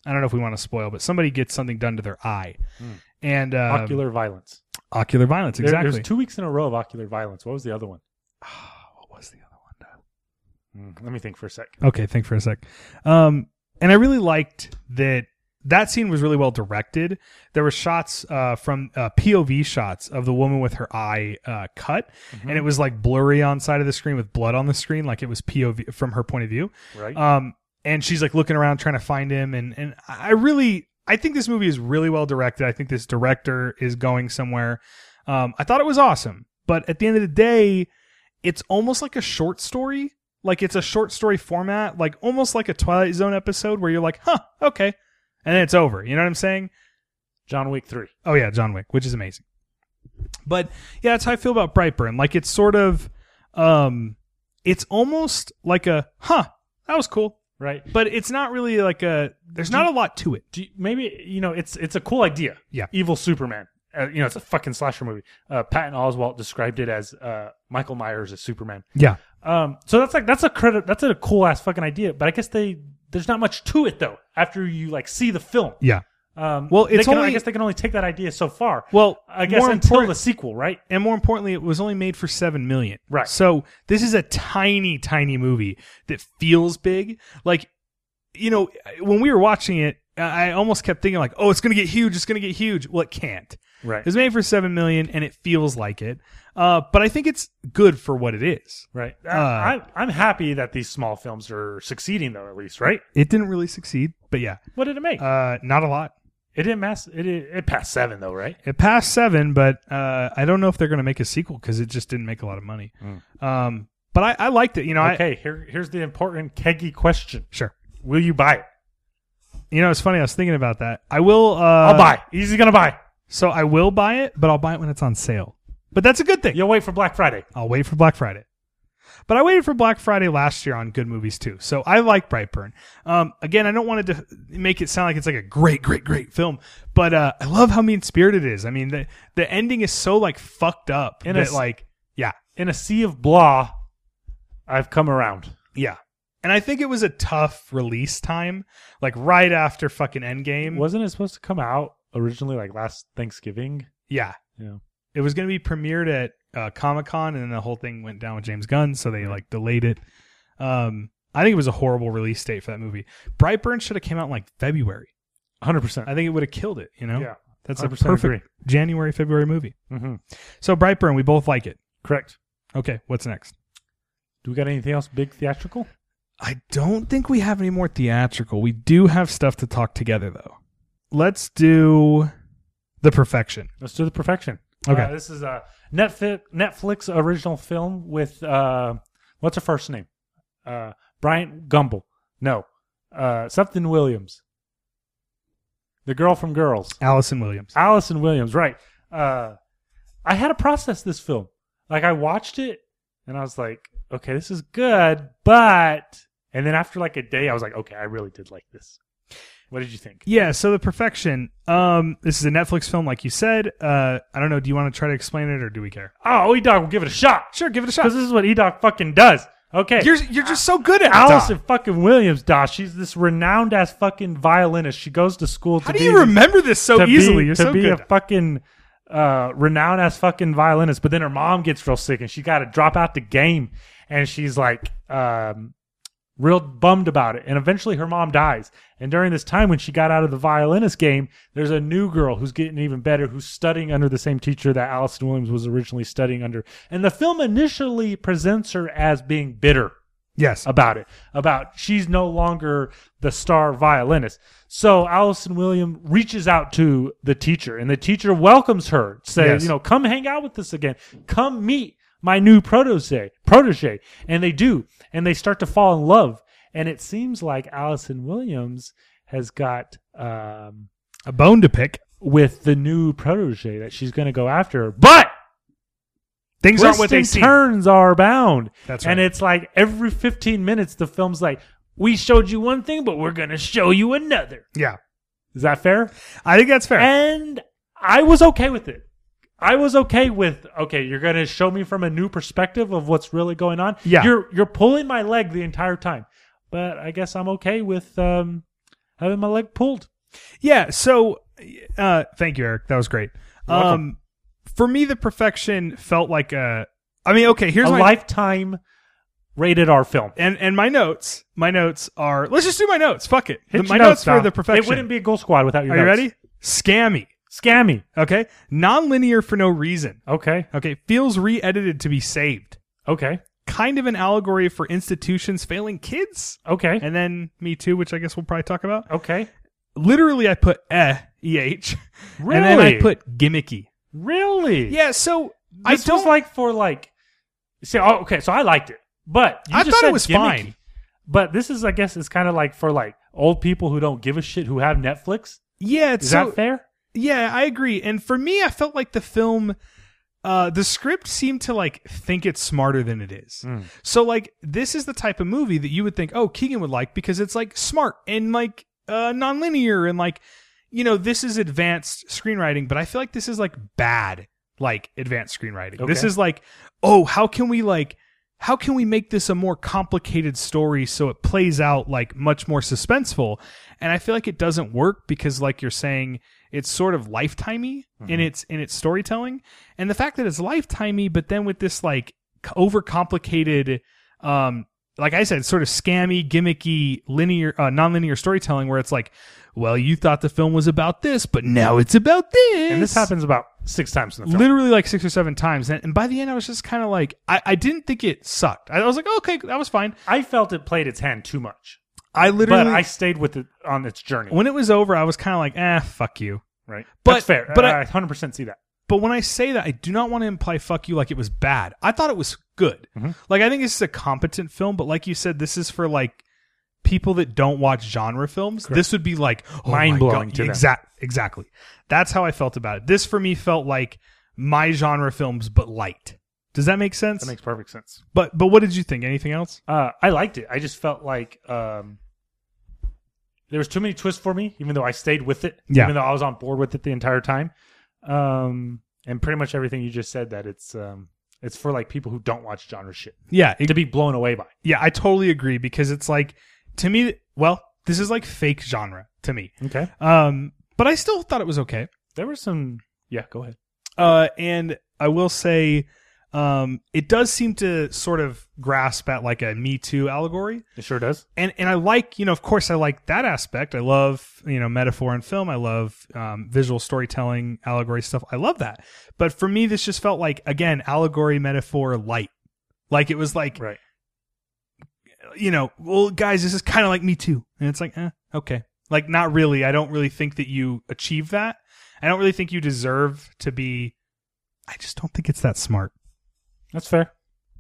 Speaker 2: I don't know if we want to spoil, but somebody gets something done to their eye.
Speaker 1: Mm.
Speaker 2: And um,
Speaker 1: Ocular violence.
Speaker 2: ocular violence,
Speaker 1: There-
Speaker 2: exactly.
Speaker 1: there's two weeks in a row of ocular violence. What was the other one?
Speaker 2: what was the other
Speaker 1: Mm, let me think for a sec.
Speaker 2: one? Okay, think for a sec. Um, and I really liked that that scene was really well directed. There were shots uh, from uh, POV shots of the woman with her eye uh, cut, and it was like blurry on side of the screen with blood on the screen, like it was POV from her point of view.
Speaker 1: Right.
Speaker 2: Um, and she's like looking around trying to find him, and and I really, I think this movie is really well directed. I think this director is going somewhere. Um, I thought it was awesome, but at the end of the day, it's almost like a short story. Like it's a short story format, like almost like a Twilight Zone episode where you're like, huh, okay, and then it's over. You know what I'm saying?
Speaker 1: John Wick three.
Speaker 2: Oh yeah, John Wick, which is amazing. But yeah, that's how I feel about Brightburn. Like it's sort of, um, it's almost like a huh, that was cool
Speaker 1: Right.
Speaker 2: but it's not really like a there's not a lot to it
Speaker 1: do you, maybe you know it's it's a cool idea.
Speaker 2: Yeah.
Speaker 1: evil Superman. Uh, you know, it's a fucking slasher movie. Uh, Patton Oswalt described it as uh, Michael Myers as Superman.
Speaker 2: yeah
Speaker 1: Um, so that's like that's a credit. That's a cool ass fucking idea. But I guess they there's not much to it though. After you like see the film.
Speaker 2: yeah
Speaker 1: Um,
Speaker 2: Well,
Speaker 1: they
Speaker 2: it's
Speaker 1: can- I
Speaker 2: only-
Speaker 1: guess they can only take that idea so far.
Speaker 2: well
Speaker 1: I guess
Speaker 2: more
Speaker 1: until
Speaker 2: important-
Speaker 1: the sequel, right?
Speaker 2: and more importantly it was only made for 7 million
Speaker 1: Right.
Speaker 2: so this is a tiny tiny movie that feels big like you know when we were watching it i I almost kept thinking like oh it's going to get huge it's going to get huge well it can't
Speaker 1: Right.
Speaker 2: it was made for 7 million and it feels like it uh, but i think it's good for what it is
Speaker 1: Right. Uh, I, I, I'm happy that these small films are succeeding though, at least. Right.
Speaker 2: it didn't really succeed but yeah
Speaker 1: What did it make?
Speaker 2: uh, not a lot
Speaker 1: it didn't mass. It it passed seven though, right?
Speaker 2: It passed seven, but uh, I don't know if they're going to make a sequel because it just didn't make a lot of money. Um, but I, I liked it. You know, I
Speaker 1: Mm. okay. Here here's the important keggy question:
Speaker 2: sure.
Speaker 1: Will you buy it?
Speaker 2: You know, it's funny. I was thinking about that. I will. Uh,
Speaker 1: I'll buy. Easy gonna buy.
Speaker 2: So I will buy it, but I'll buy it when it's on sale. But that's a good thing.
Speaker 1: You'll wait for Black Friday.
Speaker 2: I'll wait for Black Friday. But I waited for Black Friday last year on good movies too. So I like Brightburn. Um, again, I don't want to de- make it sound like it's like a great, great, great film, but uh, I love how mean spirited it is. I mean, the the ending is so like fucked up
Speaker 1: And
Speaker 2: that
Speaker 1: it's-
Speaker 2: like yeah,
Speaker 1: In a sea of blah, I've come around.
Speaker 2: Yeah. And I think it was a tough release time, like right after fucking Endgame.
Speaker 1: Wasn't it supposed to come out originally like last Thanksgiving?
Speaker 2: Yeah.
Speaker 1: Yeah.
Speaker 2: It was going to be premiered at uh, Comic Con, and then the whole thing went down with James Gunn, so they like delayed it. Um, I think it was a horrible release date for that movie. Brightburn should have came out in like February.
Speaker 1: Hundred percent.
Speaker 2: I think it would have killed it. You know.
Speaker 1: Yeah.
Speaker 2: That's a
Speaker 1: 100%
Speaker 2: perfect
Speaker 1: agree.
Speaker 2: January February movie.
Speaker 1: Mhm.
Speaker 2: So Brightburn, we both like it.
Speaker 1: Correct.
Speaker 2: Okay, what's next?
Speaker 1: Do we got anything else big theatrical?
Speaker 2: I don't think we have any more theatrical. We do have stuff to talk together though. Let's do the perfection.
Speaker 1: Let's do the perfection.
Speaker 2: Okay.
Speaker 1: Uh, this is a Netflix Netflix original film with uh, what's her first name? Uh, Bryant Gumbel. No, uh, something Williams. The girl from Girls.
Speaker 2: Allison Williams.
Speaker 1: Allison Williams, right. Uh, I had to process this film. Like I watched it and I was like, okay, this is good, but and then after like a day, I was like, okay, I really did like this. What did you think?
Speaker 2: Yeah, so the perfection. Um, this is a Netflix film, like you said. Uh, I don't know. Do you want to try to explain it, or do we care?
Speaker 1: Oh, Edog will give it a shot.
Speaker 2: Sure, give it a shot.
Speaker 1: Because this is what Edog fucking does. Okay.
Speaker 2: You're you're just so good at it,
Speaker 1: Allison
Speaker 2: Doc.
Speaker 1: fucking Williams, doc. She's this renowned ass fucking violinist. She goes to school to
Speaker 2: How do
Speaker 1: be
Speaker 2: you remember this so
Speaker 1: to
Speaker 2: easily?
Speaker 1: Be,
Speaker 2: you're
Speaker 1: to
Speaker 2: so
Speaker 1: be
Speaker 2: good.
Speaker 1: a fucking uh, renowned ass fucking violinist. But then her mom gets real sick and she got to drop out the game. And she's like, um, real bummed about it. And eventually her mom dies. And during this time when she got out of the violinist game, there's a new girl who's getting even better, who's studying under the same teacher that Allison Williams was originally studying under. And the film initially presents her as being bitter
Speaker 2: yes.
Speaker 1: about it about she's no longer the star violinist so allison william reaches out to the teacher and the teacher welcomes her says
Speaker 2: Yes.
Speaker 1: you know come hang out with us again come meet my new protege protege and they do and they start to fall in love and it seems like allison williams has got um,
Speaker 2: A bone to pick.
Speaker 1: with the new protege that she's going to go after but
Speaker 2: Things aren't
Speaker 1: twists
Speaker 2: what they
Speaker 1: and
Speaker 2: seem.
Speaker 1: turns are bound.
Speaker 2: That's
Speaker 1: And
Speaker 2: right.
Speaker 1: it's like every 15 minutes, the film's like, we showed you one thing, but we're going to show you another.
Speaker 2: Yeah,
Speaker 1: Is that fair?
Speaker 2: I think that's fair.
Speaker 1: And I was okay with it. I was okay with okay. You're gonna show me from a new perspective of what's really going on.
Speaker 2: Yeah.
Speaker 1: you're you're pulling my leg the entire time, but I guess I'm okay with um, having my leg pulled.
Speaker 2: yeah. So, uh, thank you, Eric. That was great.
Speaker 1: You're welcome.
Speaker 2: Um, for me, the perfection felt like a. I mean, okay. Here's
Speaker 1: a
Speaker 2: my
Speaker 1: lifetime rated R film.
Speaker 2: and and my notes. My notes are. Let's just do my notes. Fuck it.
Speaker 1: Hit
Speaker 2: my
Speaker 1: your
Speaker 2: notes for
Speaker 1: Dom.
Speaker 2: the perfection.
Speaker 1: It wouldn't be a goal squad without your.
Speaker 2: Are you
Speaker 1: notes.
Speaker 2: ready? Scammy.
Speaker 1: Scammy.
Speaker 2: Okay. Non-linear for no reason.
Speaker 1: Okay.
Speaker 2: Okay. Feels re-edited to be saved.
Speaker 1: Okay.
Speaker 2: Kind of an allegory for institutions failing kids.
Speaker 1: Okay.
Speaker 2: And then Me Too, which I guess we'll probably talk about.
Speaker 1: okay.
Speaker 2: Literally, I put eh, E-H.
Speaker 1: Really?
Speaker 2: And then I put gimmicky.
Speaker 1: really.
Speaker 2: Yeah, so
Speaker 1: This
Speaker 2: I don't...
Speaker 1: was like for like. See, oh, okay, so I liked it, but you
Speaker 2: I
Speaker 1: just
Speaker 2: thought it
Speaker 1: said
Speaker 2: was
Speaker 1: gimmicky.
Speaker 2: fine.
Speaker 1: But this is, I guess, it's kind of like for like old people who don't give a shit who have Netflix.
Speaker 2: Yeah, it's
Speaker 1: Is
Speaker 2: so...
Speaker 1: that fair?
Speaker 2: Yeah, I agree. And for me, I felt like the film, uh, the script seemed to like think it's smarter than it is.
Speaker 1: Hmm.
Speaker 2: So like, this is the type of movie that you would think, oh, Keegan would like because it's like smart and like uh, nonlinear and like, you know, this is advanced screenwriting. But I feel like this is like bad, like advanced screenwriting. This
Speaker 1: Okay.
Speaker 2: is like, oh, how can we like. How can we make this a more complicated story so it plays out like much more suspenseful? And I feel like it doesn't work because, like you're saying, it's sort of lifetimey
Speaker 1: Mm-hmm.
Speaker 2: in its in its storytelling and the fact that it's lifetimey but then with this like c- overcomplicated um like i said sort of scammy gimmicky linear uh, nonlinear storytelling where it's like well you thought the film was about this but now it's about this
Speaker 1: And this happens about six times in the film.
Speaker 2: literally like six or seven times and, and by the end i was just kind of like I, I didn't think it sucked i was like "Oh, okay that was fine
Speaker 1: I felt it played its hand too much,
Speaker 2: i literally
Speaker 1: but I stayed with it on its journey.
Speaker 2: when it was over i was kind of like ah fuck you
Speaker 1: right,
Speaker 2: but-
Speaker 1: that's fair.
Speaker 2: but I-
Speaker 1: I 100 percent see that.
Speaker 2: But when I say that, I do not want to imply fuck you like it was bad. I thought it was good. Like I think this is a competent film, but like you said, this is for like people that don't watch genre films. This would be like oh my
Speaker 1: Mind-blowing
Speaker 2: God.
Speaker 1: to them.
Speaker 2: Exact, exactly. That's how I felt about it. This for me felt like my genre films, but light. Does that make sense?
Speaker 1: That makes perfect sense.
Speaker 2: but but what did you think? Anything else?
Speaker 1: Uh, I liked it. I just felt like um, there was too many twists for me, even though I stayed with it.
Speaker 2: Yeah.
Speaker 1: Even though I was on board with it the entire time. Um, and pretty much everything you just said that it's um, it's for like people who don't watch genre shit
Speaker 2: Yeah, it-
Speaker 1: to be blown away by.
Speaker 2: yeah, I totally agree because it's like to me. Well, this is like fake genre to me.
Speaker 1: Okay.
Speaker 2: Um, but I still thought it was okay.
Speaker 1: There were some. Yeah. Go ahead.
Speaker 2: Uh, and I will say, um, it does seem to sort of grasp at like a Me Too allegory
Speaker 1: It sure does.
Speaker 2: and and I like you know of course I like that aspect. I love you know metaphor in film. I love um, visual storytelling, allegory stuff. I love that. But for me, this just felt like again allegory, metaphor, light. Like it was like
Speaker 1: Right.
Speaker 2: you know, well guys, this is kind of like Me Too, and it's like eh, okay, like not really. I don't really think that you achieve that. I don't really think you deserve to be. I just don't think it's that smart.
Speaker 1: That's fair.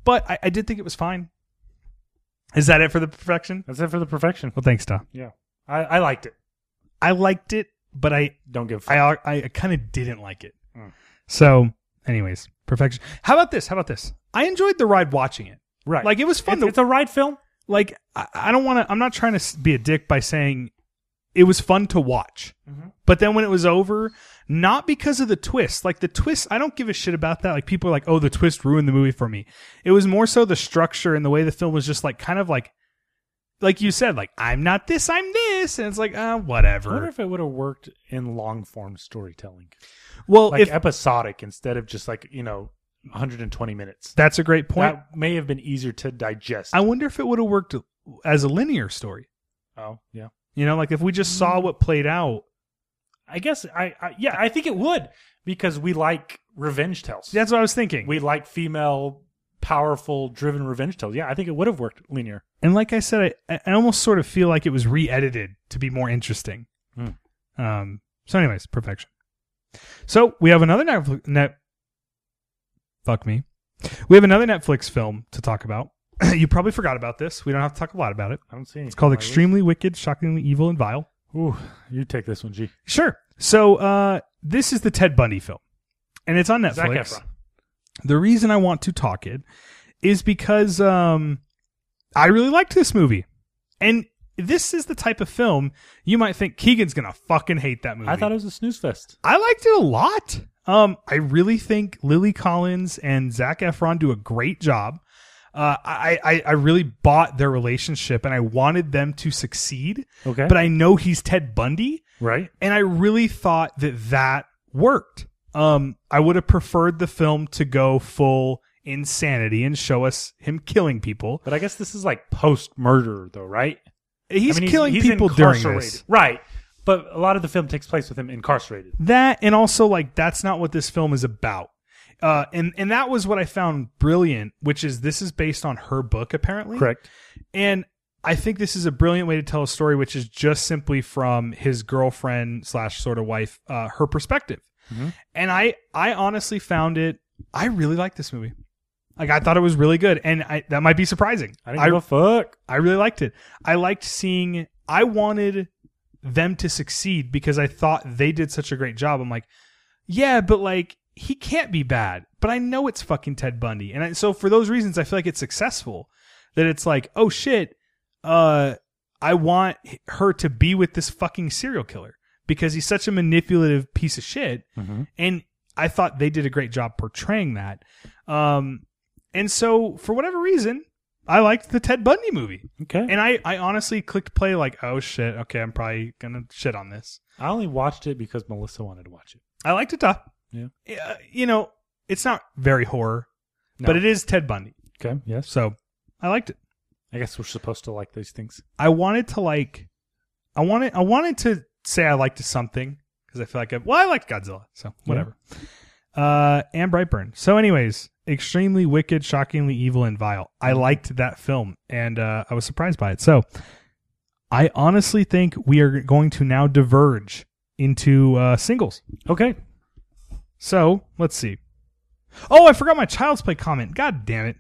Speaker 2: But I, I did think it was fine. Is that it for the perfection?
Speaker 1: That's it for the perfection.
Speaker 2: Well, thanks, Tom.
Speaker 1: Yeah. I, I liked it.
Speaker 2: I liked it, but I
Speaker 1: Don't give a fuck.
Speaker 2: I I, I kind of didn't like it.
Speaker 1: Hmm.
Speaker 2: So, anyways, perfection. How about this? How about this? I enjoyed the ride watching it.
Speaker 1: right.
Speaker 2: Like it was fun.
Speaker 1: It's,
Speaker 2: to,
Speaker 1: it's a ride film.
Speaker 2: like I, I don't want to. I'm not trying to s- be a dick by saying it was fun to watch.
Speaker 1: Mm-hmm.
Speaker 2: But then when it was over, not because of the twist. Like the twist, I don't give a shit about that. Like people are like, oh, the twist ruined the movie for me. It was more so the structure and the way the film was just like kind of like. Like you said, like I'm not this, I'm this, and it's like, uh,
Speaker 1: I wonder
Speaker 2: whatever.
Speaker 1: if it would have worked in long form storytelling,
Speaker 2: Well,
Speaker 1: like
Speaker 2: if
Speaker 1: episodic instead of just like you know 120 minutes.
Speaker 2: that's a great point.
Speaker 1: That may have been easier to digest.
Speaker 2: I wonder if it would have worked as a linear story.
Speaker 1: oh yeah.
Speaker 2: You know, like if we just saw
Speaker 1: Mm.
Speaker 2: what played out.
Speaker 1: I guess I, I yeah I think it would because we like revenge tales.
Speaker 2: That's what I was thinking.
Speaker 1: we like female powerful driven revenge tales. Yeah, I think it would have worked linear.
Speaker 2: and like I said, I, I almost sort of feel like it was re-edited to be more interesting.
Speaker 1: Hmm.
Speaker 2: Um. So, anyways, perfection. So we have another Netflix. Net. Fuck me. We have another Netflix film to talk about. <clears throat> you probably forgot about this. We don't have to talk a lot about it.
Speaker 1: I don't see.
Speaker 2: It's called Extremely Wicked, Shockingly Evil, and Vile.
Speaker 1: Ooh, you take this one, G.
Speaker 2: Sure. So uh, this is the Ted Bundy film, and it's on
Speaker 1: Zac
Speaker 2: Netflix.
Speaker 1: Efron.
Speaker 2: the reason I want to talk it is because um, I really liked this movie, and this is the type of film you might think Keegan's gonna fucking hate that movie.
Speaker 1: I thought it was a snooze fest.
Speaker 2: I liked it a lot. Um, I really think Lily Collins and Zach Efron do a great job. Uh, I, I I really bought their relationship, and I wanted them to succeed.
Speaker 1: Okay.
Speaker 2: but I know he's Ted Bundy,
Speaker 1: Right.
Speaker 2: and I really thought that that worked. Um, I would have preferred the film to go full insanity and show us him killing people.
Speaker 1: But I guess this is like post murder though, right?
Speaker 2: He's
Speaker 1: I mean,
Speaker 2: killing
Speaker 1: he's
Speaker 2: people during
Speaker 1: incarcerated.
Speaker 2: this.
Speaker 1: Right. But a lot of the film takes place with him incarcerated.
Speaker 2: That and also like that's not what this film is about. Uh, and and that was what I found brilliant, which is this is based on her book apparently.
Speaker 1: Correct.
Speaker 2: And I think this is a brilliant way to tell a story, which is just simply from his girlfriend slash sort of wife, uh, her perspective.
Speaker 1: Mm-hmm.
Speaker 2: And I, I honestly found it. I really liked this movie. Like I thought it was really good, and I, that might be surprising.
Speaker 1: I didn't give a fuck.
Speaker 2: I really liked it. I liked seeing. I wanted them to succeed because I thought they did such a great job. I'm like, yeah, but like he can't be bad. But I know it's fucking Ted Bundy, and I, so for those reasons, I feel like it's successful. That it's like, oh shit, uh, I want her to be with this fucking serial killer because he's such a manipulative piece of shit, and I thought they did a great job portraying that. Um, and so for whatever reason, I liked the Ted Bundy movie.
Speaker 1: Okay.
Speaker 2: And I, I honestly clicked play like, oh shit, okay, I'm probably gonna shit on this.
Speaker 1: I only watched it because Melissa wanted to watch it.
Speaker 2: I liked it though.
Speaker 1: Yeah.
Speaker 2: Uh, you know, it's not very horror,
Speaker 1: No.
Speaker 2: but it is Ted Bundy,
Speaker 1: Okay. Yes.
Speaker 2: so I liked it.
Speaker 1: I guess we're supposed to like these things.
Speaker 2: I wanted to like, I wanted I wanted to say I liked something because I feel like I well I liked Godzilla, so whatever. Uh, and Brightburn. So, anyways, extremely wicked, shockingly evil, and vile. I liked that film, and uh, I was surprised by it. So, I honestly think we are going to now diverge into uh, singles.
Speaker 1: Okay.
Speaker 2: So let's see. Oh, I forgot my child's play comment. God damn it.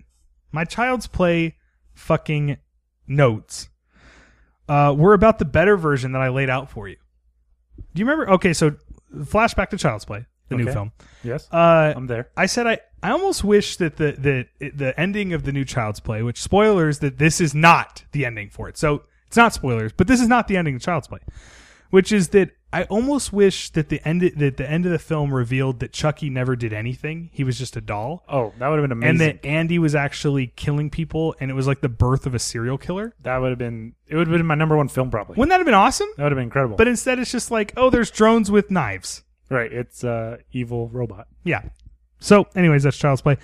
Speaker 2: My child's play fucking notes. Uh, we're about the better version that I laid out for you. Do you remember? Okay, so flashback to Child's Play, the new
Speaker 1: Okay.
Speaker 2: film.
Speaker 1: Yes.
Speaker 2: Uh,
Speaker 1: I'm there.
Speaker 2: I said I, I almost wish that the that it- the ending of the new Child's Play, which spoilers that this is not the ending for it. So it's not spoilers, but this is not the ending of Child's Play, which is that I almost wish that the end that the end of the film revealed that Chucky never did anything. He was just a doll,
Speaker 1: Oh, that would have been
Speaker 2: and
Speaker 1: amazing.
Speaker 2: that Andy was actually killing people, and it was like the birth of a serial killer.
Speaker 1: that would have been. It would have been my number one film probably.
Speaker 2: Wouldn't that have been awesome?
Speaker 1: that would have been incredible.
Speaker 2: But instead, it's just like, oh, there's drones with knives.
Speaker 1: right. It's uh, evil robot.
Speaker 2: Yeah. So, anyways, that's Child's Play.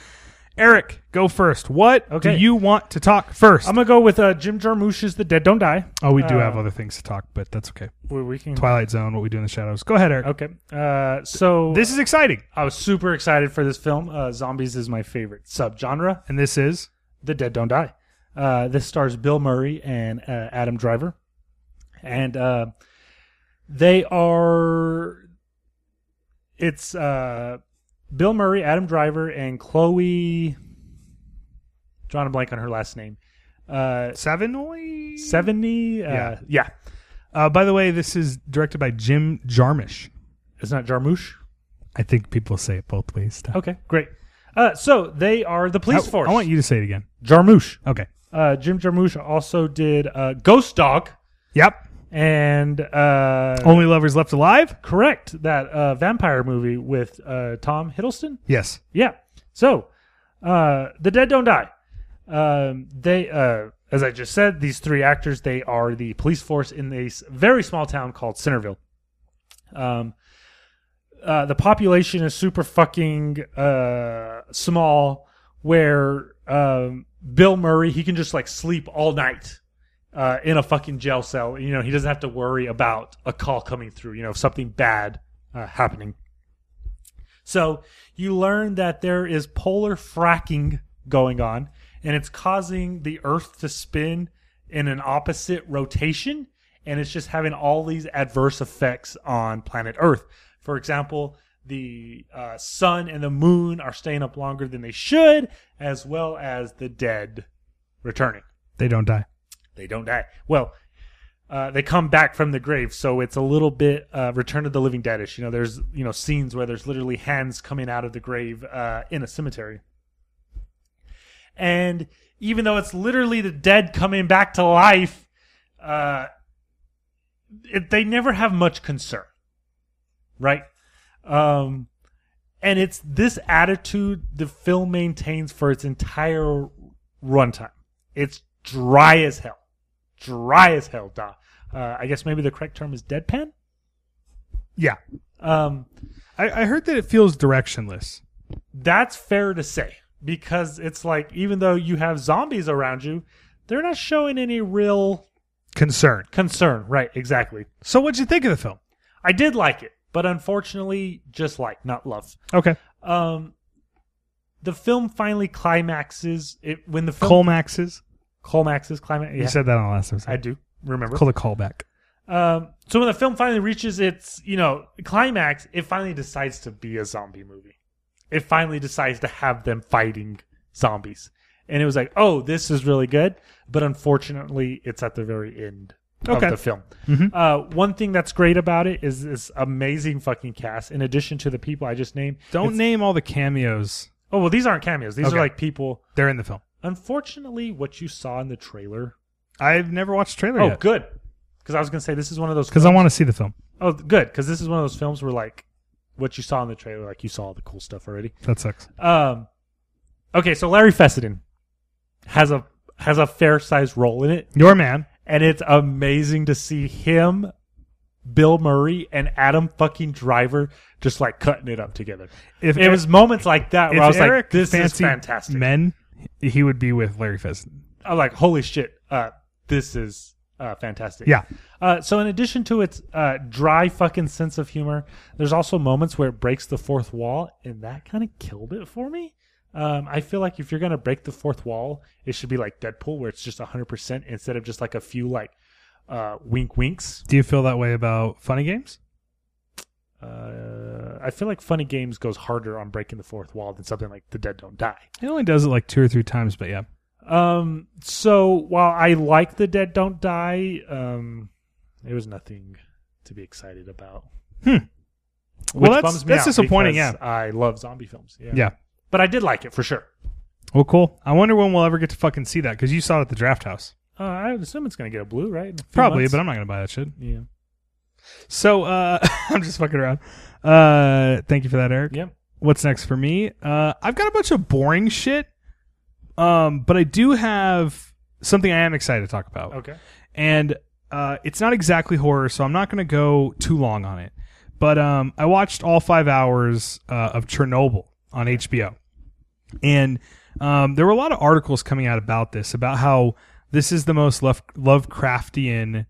Speaker 2: Eric, go first. What
Speaker 1: Okay.
Speaker 2: do you want to talk first?
Speaker 1: I'm gonna go with uh, Jim Jarmusch is the Dead Don't Die.
Speaker 2: oh, we do
Speaker 1: uh,
Speaker 2: have other things to talk, but that's okay.
Speaker 1: We, we can
Speaker 2: Twilight Zone, what we do in the shadows. Go ahead, Eric.
Speaker 1: Okay, uh, so
Speaker 2: This is exciting,
Speaker 1: I was super excited for this film. Uh, zombies is my favorite subgenre.
Speaker 2: and this is
Speaker 1: The Dead Don't Die. Uh, this stars Bill Murray and uh, Adam Driver, and uh, they are. It's uh, Bill Murray, Adam Driver, and Chloe. Drawing a blank on her last name. Uh,
Speaker 2: Savinoy.
Speaker 1: Seventy. Uh, yeah.
Speaker 2: Uh, by the way, this is directed by Jim Jarmusch.
Speaker 1: it's not Jarmusch.
Speaker 2: I think people say it both ways. Now.
Speaker 1: Okay, great. Uh, so they are the police
Speaker 2: I,
Speaker 1: force.
Speaker 2: I want you to say it again.
Speaker 1: Jarmusch.
Speaker 2: Okay.
Speaker 1: Uh, Jim Jarmusch also did uh, Ghost Dog
Speaker 2: Yep.
Speaker 1: and uh,
Speaker 2: Only lovers left alive.
Speaker 1: correct that uh, vampire movie with uh, Tom Hiddleston.
Speaker 2: Yes.
Speaker 1: Yeah. So, uh, the dead don't die. Um, they, uh, as I just said, these three actors they are the police force in a s- very small town called Centerville. Um, uh, the population is super fucking uh, small. Where um, Bill Murray, he can just like sleep all night uh, in a fucking jail cell. You know, he doesn't have to worry about a call coming through. You know, something bad uh, happening. So you learn that there is polar fracking going on, and it's causing the Earth to spin in an opposite rotation, and it's just having all these adverse effects on planet Earth. For example, the uh, sun and the moon are staying up longer than they should, as well as the dead returning
Speaker 2: They don't die.
Speaker 1: they don't die. Well, uh, they come back from the grave, so it's a little bit uh, Return of the Living Deadish. You know, there's you know scenes where there's literally hands coming out of the grave uh, in a cemetery, and even though it's literally the dead coming back to life, uh, it, they never have much concern, right? Um, and it's this attitude the film maintains for its entire runtime. It's dry as hell, dry as hell. Da. Uh, I guess maybe the correct term is deadpan.
Speaker 2: Yeah.
Speaker 1: Um,
Speaker 2: I, I heard that it feels directionless.
Speaker 1: that's fair to say because it's like even though you have zombies around you, they're not showing any real
Speaker 2: Concern.
Speaker 1: concern. Right? Exactly.
Speaker 2: So, what'd you think of the film?
Speaker 1: I did like it, but unfortunately, just like not love.
Speaker 2: Okay.
Speaker 1: Um, the film finally climaxes it when the film
Speaker 2: Colmaxes.
Speaker 1: climaxes climax.
Speaker 2: You
Speaker 1: yeah,
Speaker 2: said that on the last episode.
Speaker 1: I do remember.
Speaker 2: Call the callback.
Speaker 1: Um, so when the film finally reaches its, you know, climax, it finally decides to be a zombie movie. It finally decides to have them fighting zombies. And it was like, oh, this is really good, but unfortunately, it's at the very end
Speaker 2: Okay. Mm-hmm.
Speaker 1: of the film. Uh, one thing that's great about it is this amazing fucking cast. In addition to the people I just named,
Speaker 2: Don't
Speaker 1: it's-
Speaker 2: name all the cameos.
Speaker 1: Oh well, these aren't cameos. These
Speaker 2: Okay.
Speaker 1: are like people.
Speaker 2: They're in the film.
Speaker 1: Unfortunately, what you saw in the trailer.
Speaker 2: I've never watched the trailer
Speaker 1: Oh,
Speaker 2: yet
Speaker 1: good. Because I was gonna say this is one of those
Speaker 2: because I want to see the film.
Speaker 1: Oh, good, because this is one of those films where like what you saw in the trailer, like you saw all the cool stuff already.
Speaker 2: That sucks.
Speaker 1: Um, okay, so Larry Fessenden has a has a fair sized role in it,
Speaker 2: Your man.
Speaker 1: and it's amazing to see him, Bill Murray, and Adam fucking Driver just like cutting it up together.
Speaker 2: If
Speaker 1: it was moments like that where I was
Speaker 2: Eric
Speaker 1: like, "This is
Speaker 2: fancied
Speaker 1: fantastic."
Speaker 2: Men, he would be with Larry Fessenden.
Speaker 1: I'm like, "Holy shit, uh, this is uh, fantastic."
Speaker 2: Yeah.
Speaker 1: Uh, so in addition to its uh, dry fucking sense of humor, there's also moments where it breaks the fourth wall, and that kind of killed it for me. Um, I feel like if you're gonna break the fourth wall, it should be like Deadpool, where it's just 100 percent instead of just like a few like uh, wink winks.
Speaker 2: Do you feel that way about Funny Games?
Speaker 1: Uh, I feel like Funny Games goes harder on breaking the fourth wall than something like The Dead Don't Die.
Speaker 2: He only does it like two or three times, but yeah.
Speaker 1: Um, so while I like The Dead Don't Die, um, it was nothing to be excited about. Which
Speaker 2: well, that's
Speaker 1: bums me
Speaker 2: that's
Speaker 1: out
Speaker 2: disappointing. Yeah.
Speaker 1: because I love zombie films. Yeah.
Speaker 2: Yeah.
Speaker 1: but I did like it for sure.
Speaker 2: Well, cool. I wonder when we'll ever get to fucking see that because you saw it at the draft house,
Speaker 1: Uh, I would assume it's gonna get a blue, right?
Speaker 2: probably. But I'm not gonna buy that shit.
Speaker 1: yeah,
Speaker 2: So uh, <laughs> I'm just fucking around. Uh, thank you for that, Eric.
Speaker 1: yeah.
Speaker 2: What's next for me? Uh, I've got a bunch of boring shit, um, but I do have something I am excited to talk about.
Speaker 1: Okay.
Speaker 2: and uh, it's not exactly horror, so I'm not going to go too long on it. But um, I watched all five hours uh, of Chernobyl on HBO, and Um, there were a lot of articles coming out about this, about how this is the most love, Lovecraftian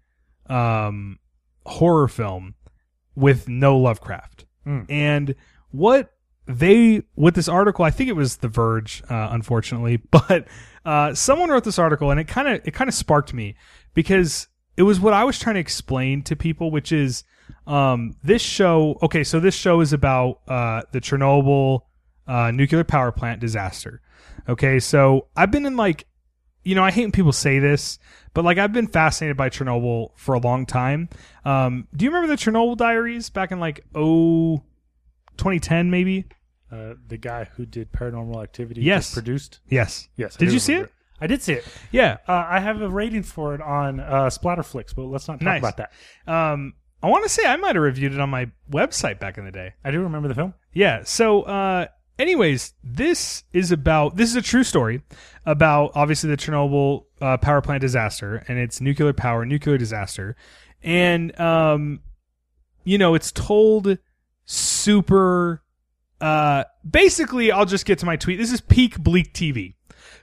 Speaker 2: um, horror film with no Lovecraft. And what they, with this article, I think it was The Verge, uh, unfortunately, <laughs> but uh, someone wrote this article, and it kind of it kind of sparked me because it was what I was trying to explain to people, which is um, this show. Okay, so this show is about uh, the Chernobyl uh, nuclear power plant disaster. Okay, so I've been in like you know, I hate when people say this, but like I've been fascinated by Chernobyl for a long time. Um, do you remember the Chernobyl diaries back in like oh 2010 maybe?
Speaker 5: Uh, the guy who did Paranormal Activity
Speaker 2: Yes.
Speaker 5: just produced.
Speaker 2: Yes.
Speaker 5: Yes. I
Speaker 2: Did
Speaker 5: do
Speaker 2: you see
Speaker 5: remember
Speaker 2: it?
Speaker 5: I did see it.
Speaker 2: Yeah.
Speaker 5: Uh, I have a rating for it on uh, Splatterflix, but let's not talk
Speaker 2: Nice.
Speaker 5: about that.
Speaker 2: Um I want to say I might have reviewed it on my website back in the day.
Speaker 5: I do remember the film.
Speaker 2: Yeah. So, uh, anyways, this is about this is a true story about obviously the Chernobyl uh, power plant disaster and its nuclear power nuclear disaster, and um, you know it's told super. Uh, basically, I'll just get to my tweet. This is peak bleak TV.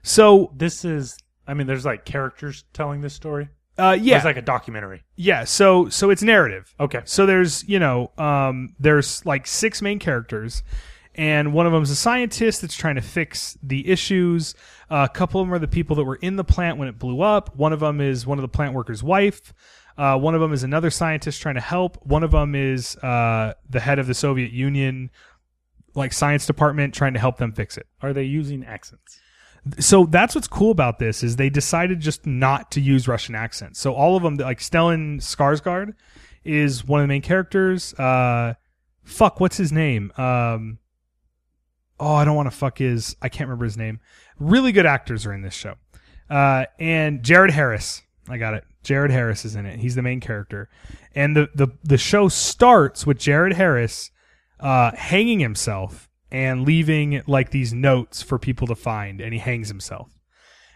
Speaker 2: So,
Speaker 5: This is. I mean, there's like characters telling this story.
Speaker 2: uh, yeah,
Speaker 5: It's like a documentary.
Speaker 2: yeah. So, so it's narrative.
Speaker 5: Okay.
Speaker 2: So there's, you know, um, there's like six main characters, and one of them's a scientist that's trying to fix the issues. Uh, a couple of them are the people that were in the plant when it blew up. One of them is one of the plant worker's wife. Uh, one of them is another scientist trying to help. One of them is uh, the head of the Soviet Union, like science department, trying to help them fix it
Speaker 5: Are they using accents?
Speaker 2: so that's what's cool about this is they decided just not to use Russian accents. So all of them, like Stellan Skarsgård, is one of the main characters. Uh, fuck, what's his name? Um, oh, I don't want to fuck his. I can't remember his name. Really good actors are in this show, uh, and Jared Harris. I got it. Jared Harris is in it. He's the main character, and the the the show starts with Jared Harris uh, hanging himself and leaving like these notes for people to find, and he hangs himself.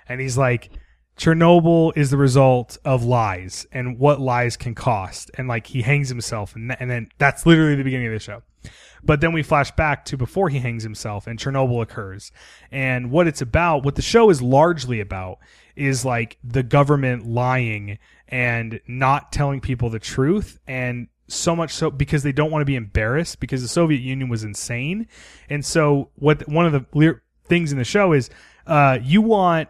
Speaker 2: And he's like, Chernobyl is the result of lies and what lies can cost. And like he hangs himself, and, th- and then that's literally the beginning of the show. But then we flash back to before he hangs himself and Chernobyl occurs. And what it's about, what the show is largely about, is like the government lying and not telling people the truth. And so much so because they don't want to be embarrassed because the Soviet Union was insane. And so, what one of the clear things in the show is uh, you want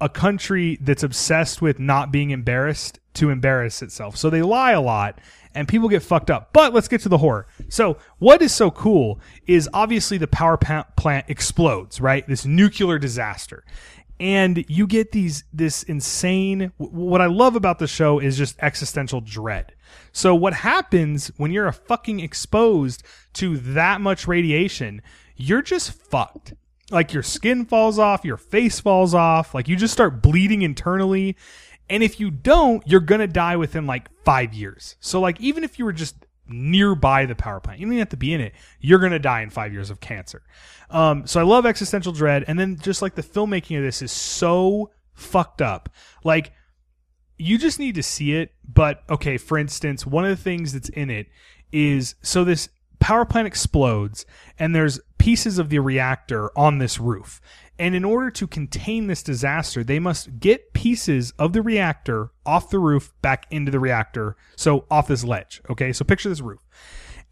Speaker 2: a country that's obsessed with not being embarrassed to embarrass itself. So they lie a lot and people get fucked up. But let's get to the horror. So what is so cool is obviously the power pa- plant explodes, right? This nuclear disaster. And you get these this insane wh- what I love about the show is just existential dread. So what happens when you're a fucking exposed to that much radiation, you're just fucked like your skin falls off, your face falls off, like you just start bleeding internally. And if you don't, you're going to die within like five years. So, like, even if you were just nearby the power plant, you don't even have to be in it, you're going to die in five years of cancer. Um, so, I love existential dread. And then just like the filmmaking of this is so fucked up. Like, you just need to see it. But okay, for instance, one of the things that's in it is so this power plant explodes and there's pieces of the reactor on this roof. And in order to contain this disaster, they must get pieces of the reactor off the roof back into the reactor. So off this ledge. Okay. So picture this roof.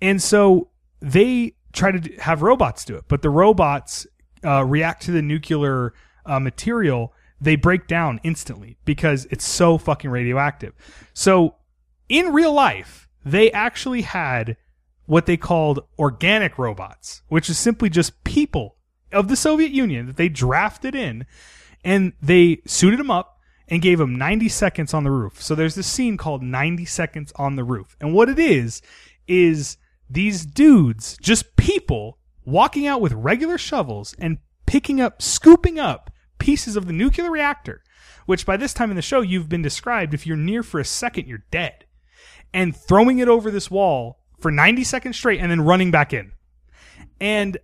Speaker 2: And so they try to d- have robots do it, but the robots uh, react to the nuclear uh, material. They break down instantly because it's so fucking radioactive. So in real life, they actually had what they called organic robots, which is simply just people of the Soviet Union that they drafted in and they suited them up and gave them 90 seconds on the roof. So there's this scene called 90 seconds on the roof. And what it is, is these dudes, just people walking out with regular shovels and picking up, scooping up pieces of the nuclear reactor, which by this time in the show, you've been described. If you're near for a second, you're dead and throwing it over this wall for 90 seconds straight and then running back in. And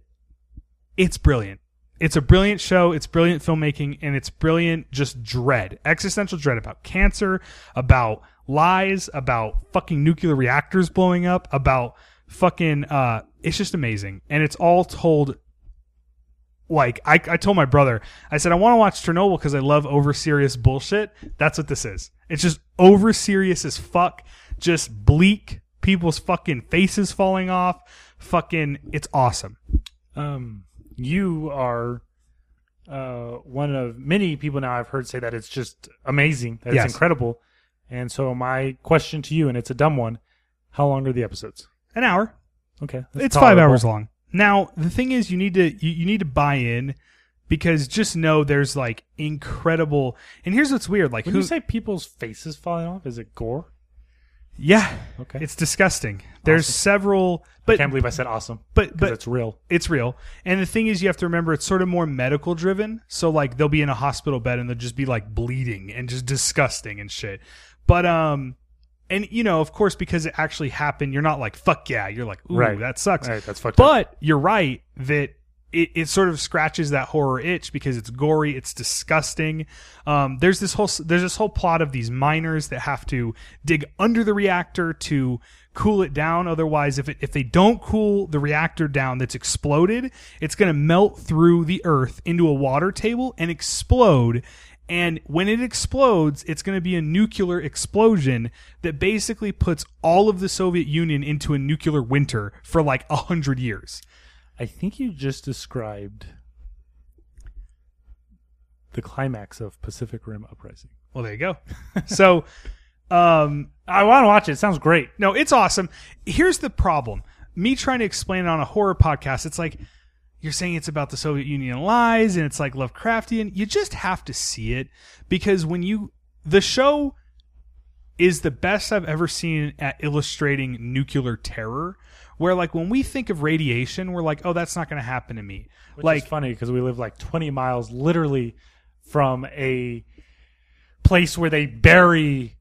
Speaker 2: it's brilliant. It's a brilliant show. It's brilliant filmmaking and it's brilliant just dread, existential dread about cancer, about lies, about fucking nuclear reactors blowing up, about fucking, uh, it's just amazing. And it's all told like I, I told my brother, I said I want to watch Chernobyl because I love over serious bullshit. That's what this is. It's just over serious as fuck. Just bleak. People's fucking faces falling off. Fucking, it's awesome.
Speaker 5: Um, you are uh, one of many people now I've heard say that it's just amazing, that
Speaker 2: Yes.
Speaker 5: it's incredible. And so my question to you, and it's a dumb one, how long are the episodes?
Speaker 2: An hour.
Speaker 5: Okay, that's
Speaker 2: it's five
Speaker 5: tolerable.
Speaker 2: hours long. Now the thing is, you need to you, you need to buy in because just know there's like incredible. And here's what's weird, like
Speaker 5: When
Speaker 2: who?
Speaker 5: you say people's faces falling off, is it gore?
Speaker 2: yeah,
Speaker 5: Okay.
Speaker 2: it's disgusting. There's several, but
Speaker 5: Can't believe I said awesome.
Speaker 2: but
Speaker 5: Because
Speaker 2: but
Speaker 5: it's real.
Speaker 2: it's real. And the thing is, you have to remember it's sort of more medical driven. So like they'll be in a hospital bed and they'll just be like bleeding and just disgusting and shit. But um, and you know, of course, because it actually happened, you're not like fuck yeah. You're like ooh
Speaker 5: Right.
Speaker 2: that sucks.
Speaker 5: Right, that's fucked up.
Speaker 2: but you're right that it, it sort of scratches that horror itch because it's gory, it's disgusting. Um, there's this whole there's this whole plot of these miners that have to dig under the reactor to cool it down. Otherwise, if it, if they don't cool the reactor down that's exploded, it's going to melt through the earth into a water table and explode. And when it explodes, it's going to be a nuclear explosion that basically puts all of the Soviet Union into a nuclear winter for like a hundred years.
Speaker 5: I think you just described the climax of Pacific Rim Uprising.
Speaker 2: Well, there you go. so, um,
Speaker 5: I want to watch it. It sounds great.
Speaker 2: no, it's awesome. Here's the problem: me trying to explain it on a horror podcast, it's like you're saying it's about the Soviet Union lies, and it's like Lovecraftian. You just have to see it because when you the show is the best I've ever seen at illustrating nuclear terror. Where like when we think of radiation, we're like, oh, that's not going to happen to me.
Speaker 5: like
Speaker 2: like
Speaker 5: funny because we live like 20 miles literally from a place where they bury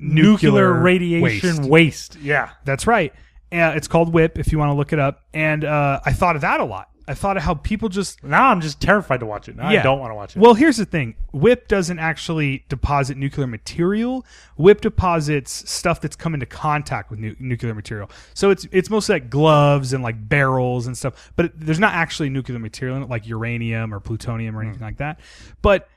Speaker 5: nuclear, radiation
Speaker 2: waste.
Speaker 5: waste. Yeah.
Speaker 2: That's right. Uh, it's called Whip if you want to look it up. And uh, I thought of that a lot. I thought of how people just
Speaker 5: Now I'm just terrified to watch it. Now
Speaker 2: Yeah.
Speaker 5: I don't want to watch it.
Speaker 2: Well, here's the thing: Whip doesn't actually deposit nuclear material. Whip deposits stuff that's come into contact with nu- nuclear material. So it's it's mostly like gloves and like barrels and stuff. But it, there's not actually nuclear material in it, like uranium or plutonium or anything
Speaker 5: Hmm.
Speaker 2: like that. But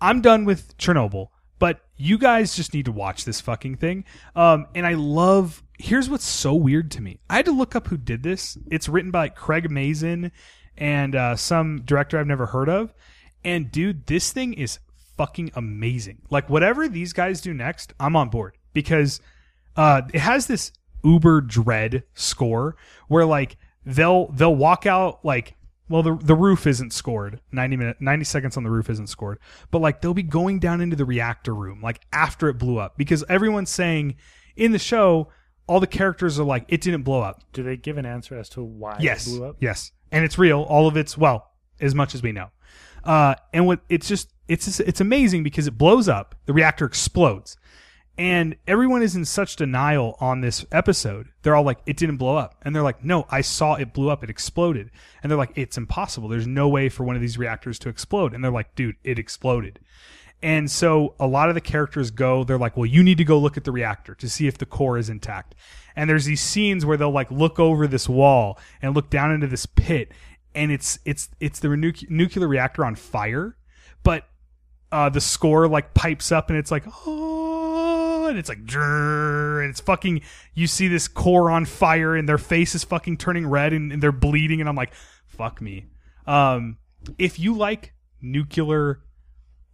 Speaker 2: I'm done with Chernobyl, but you guys just need to watch this fucking thing. Um, and I love. Here's what's so weird to me. I had to look up who did this. It's written by Craig Mazin and uh, some director I've never heard of. And dude, this thing is fucking amazing. Like whatever these guys do next, I'm on board because uh, it has this uber dread score where like they'll they'll walk out like well the the roof isn't scored 90 minute 90 seconds on the roof isn't scored but like they'll be going down into the reactor room like after it blew up because everyone's saying in the show all the characters are like it didn't blow up
Speaker 5: Do they give an answer as to why
Speaker 2: yes
Speaker 5: it blew up?
Speaker 2: yes and it's real all of it's well as much as we know uh and what it's just it's just, it's amazing because it blows up the reactor explodes and everyone is in such denial on this episode they're all like it didn't blow up and they're like no i saw it blew up it exploded and they're like it's impossible there's no way for one of these reactors to explode and they're like dude it exploded and so a lot of the characters go, they're like, well, you need to go look at the reactor to see if the core is intact. And there's these scenes where they'll like look over this wall and look down into this pit. And it's, it's, it's the nuc- nuclear reactor on fire, but uh, the score like pipes up and it's like oh and it's like "Drrr," and it's fucking you see this core on fire and their face is fucking turning red and, and they're bleeding and i'm like fuck me um if you like nuclear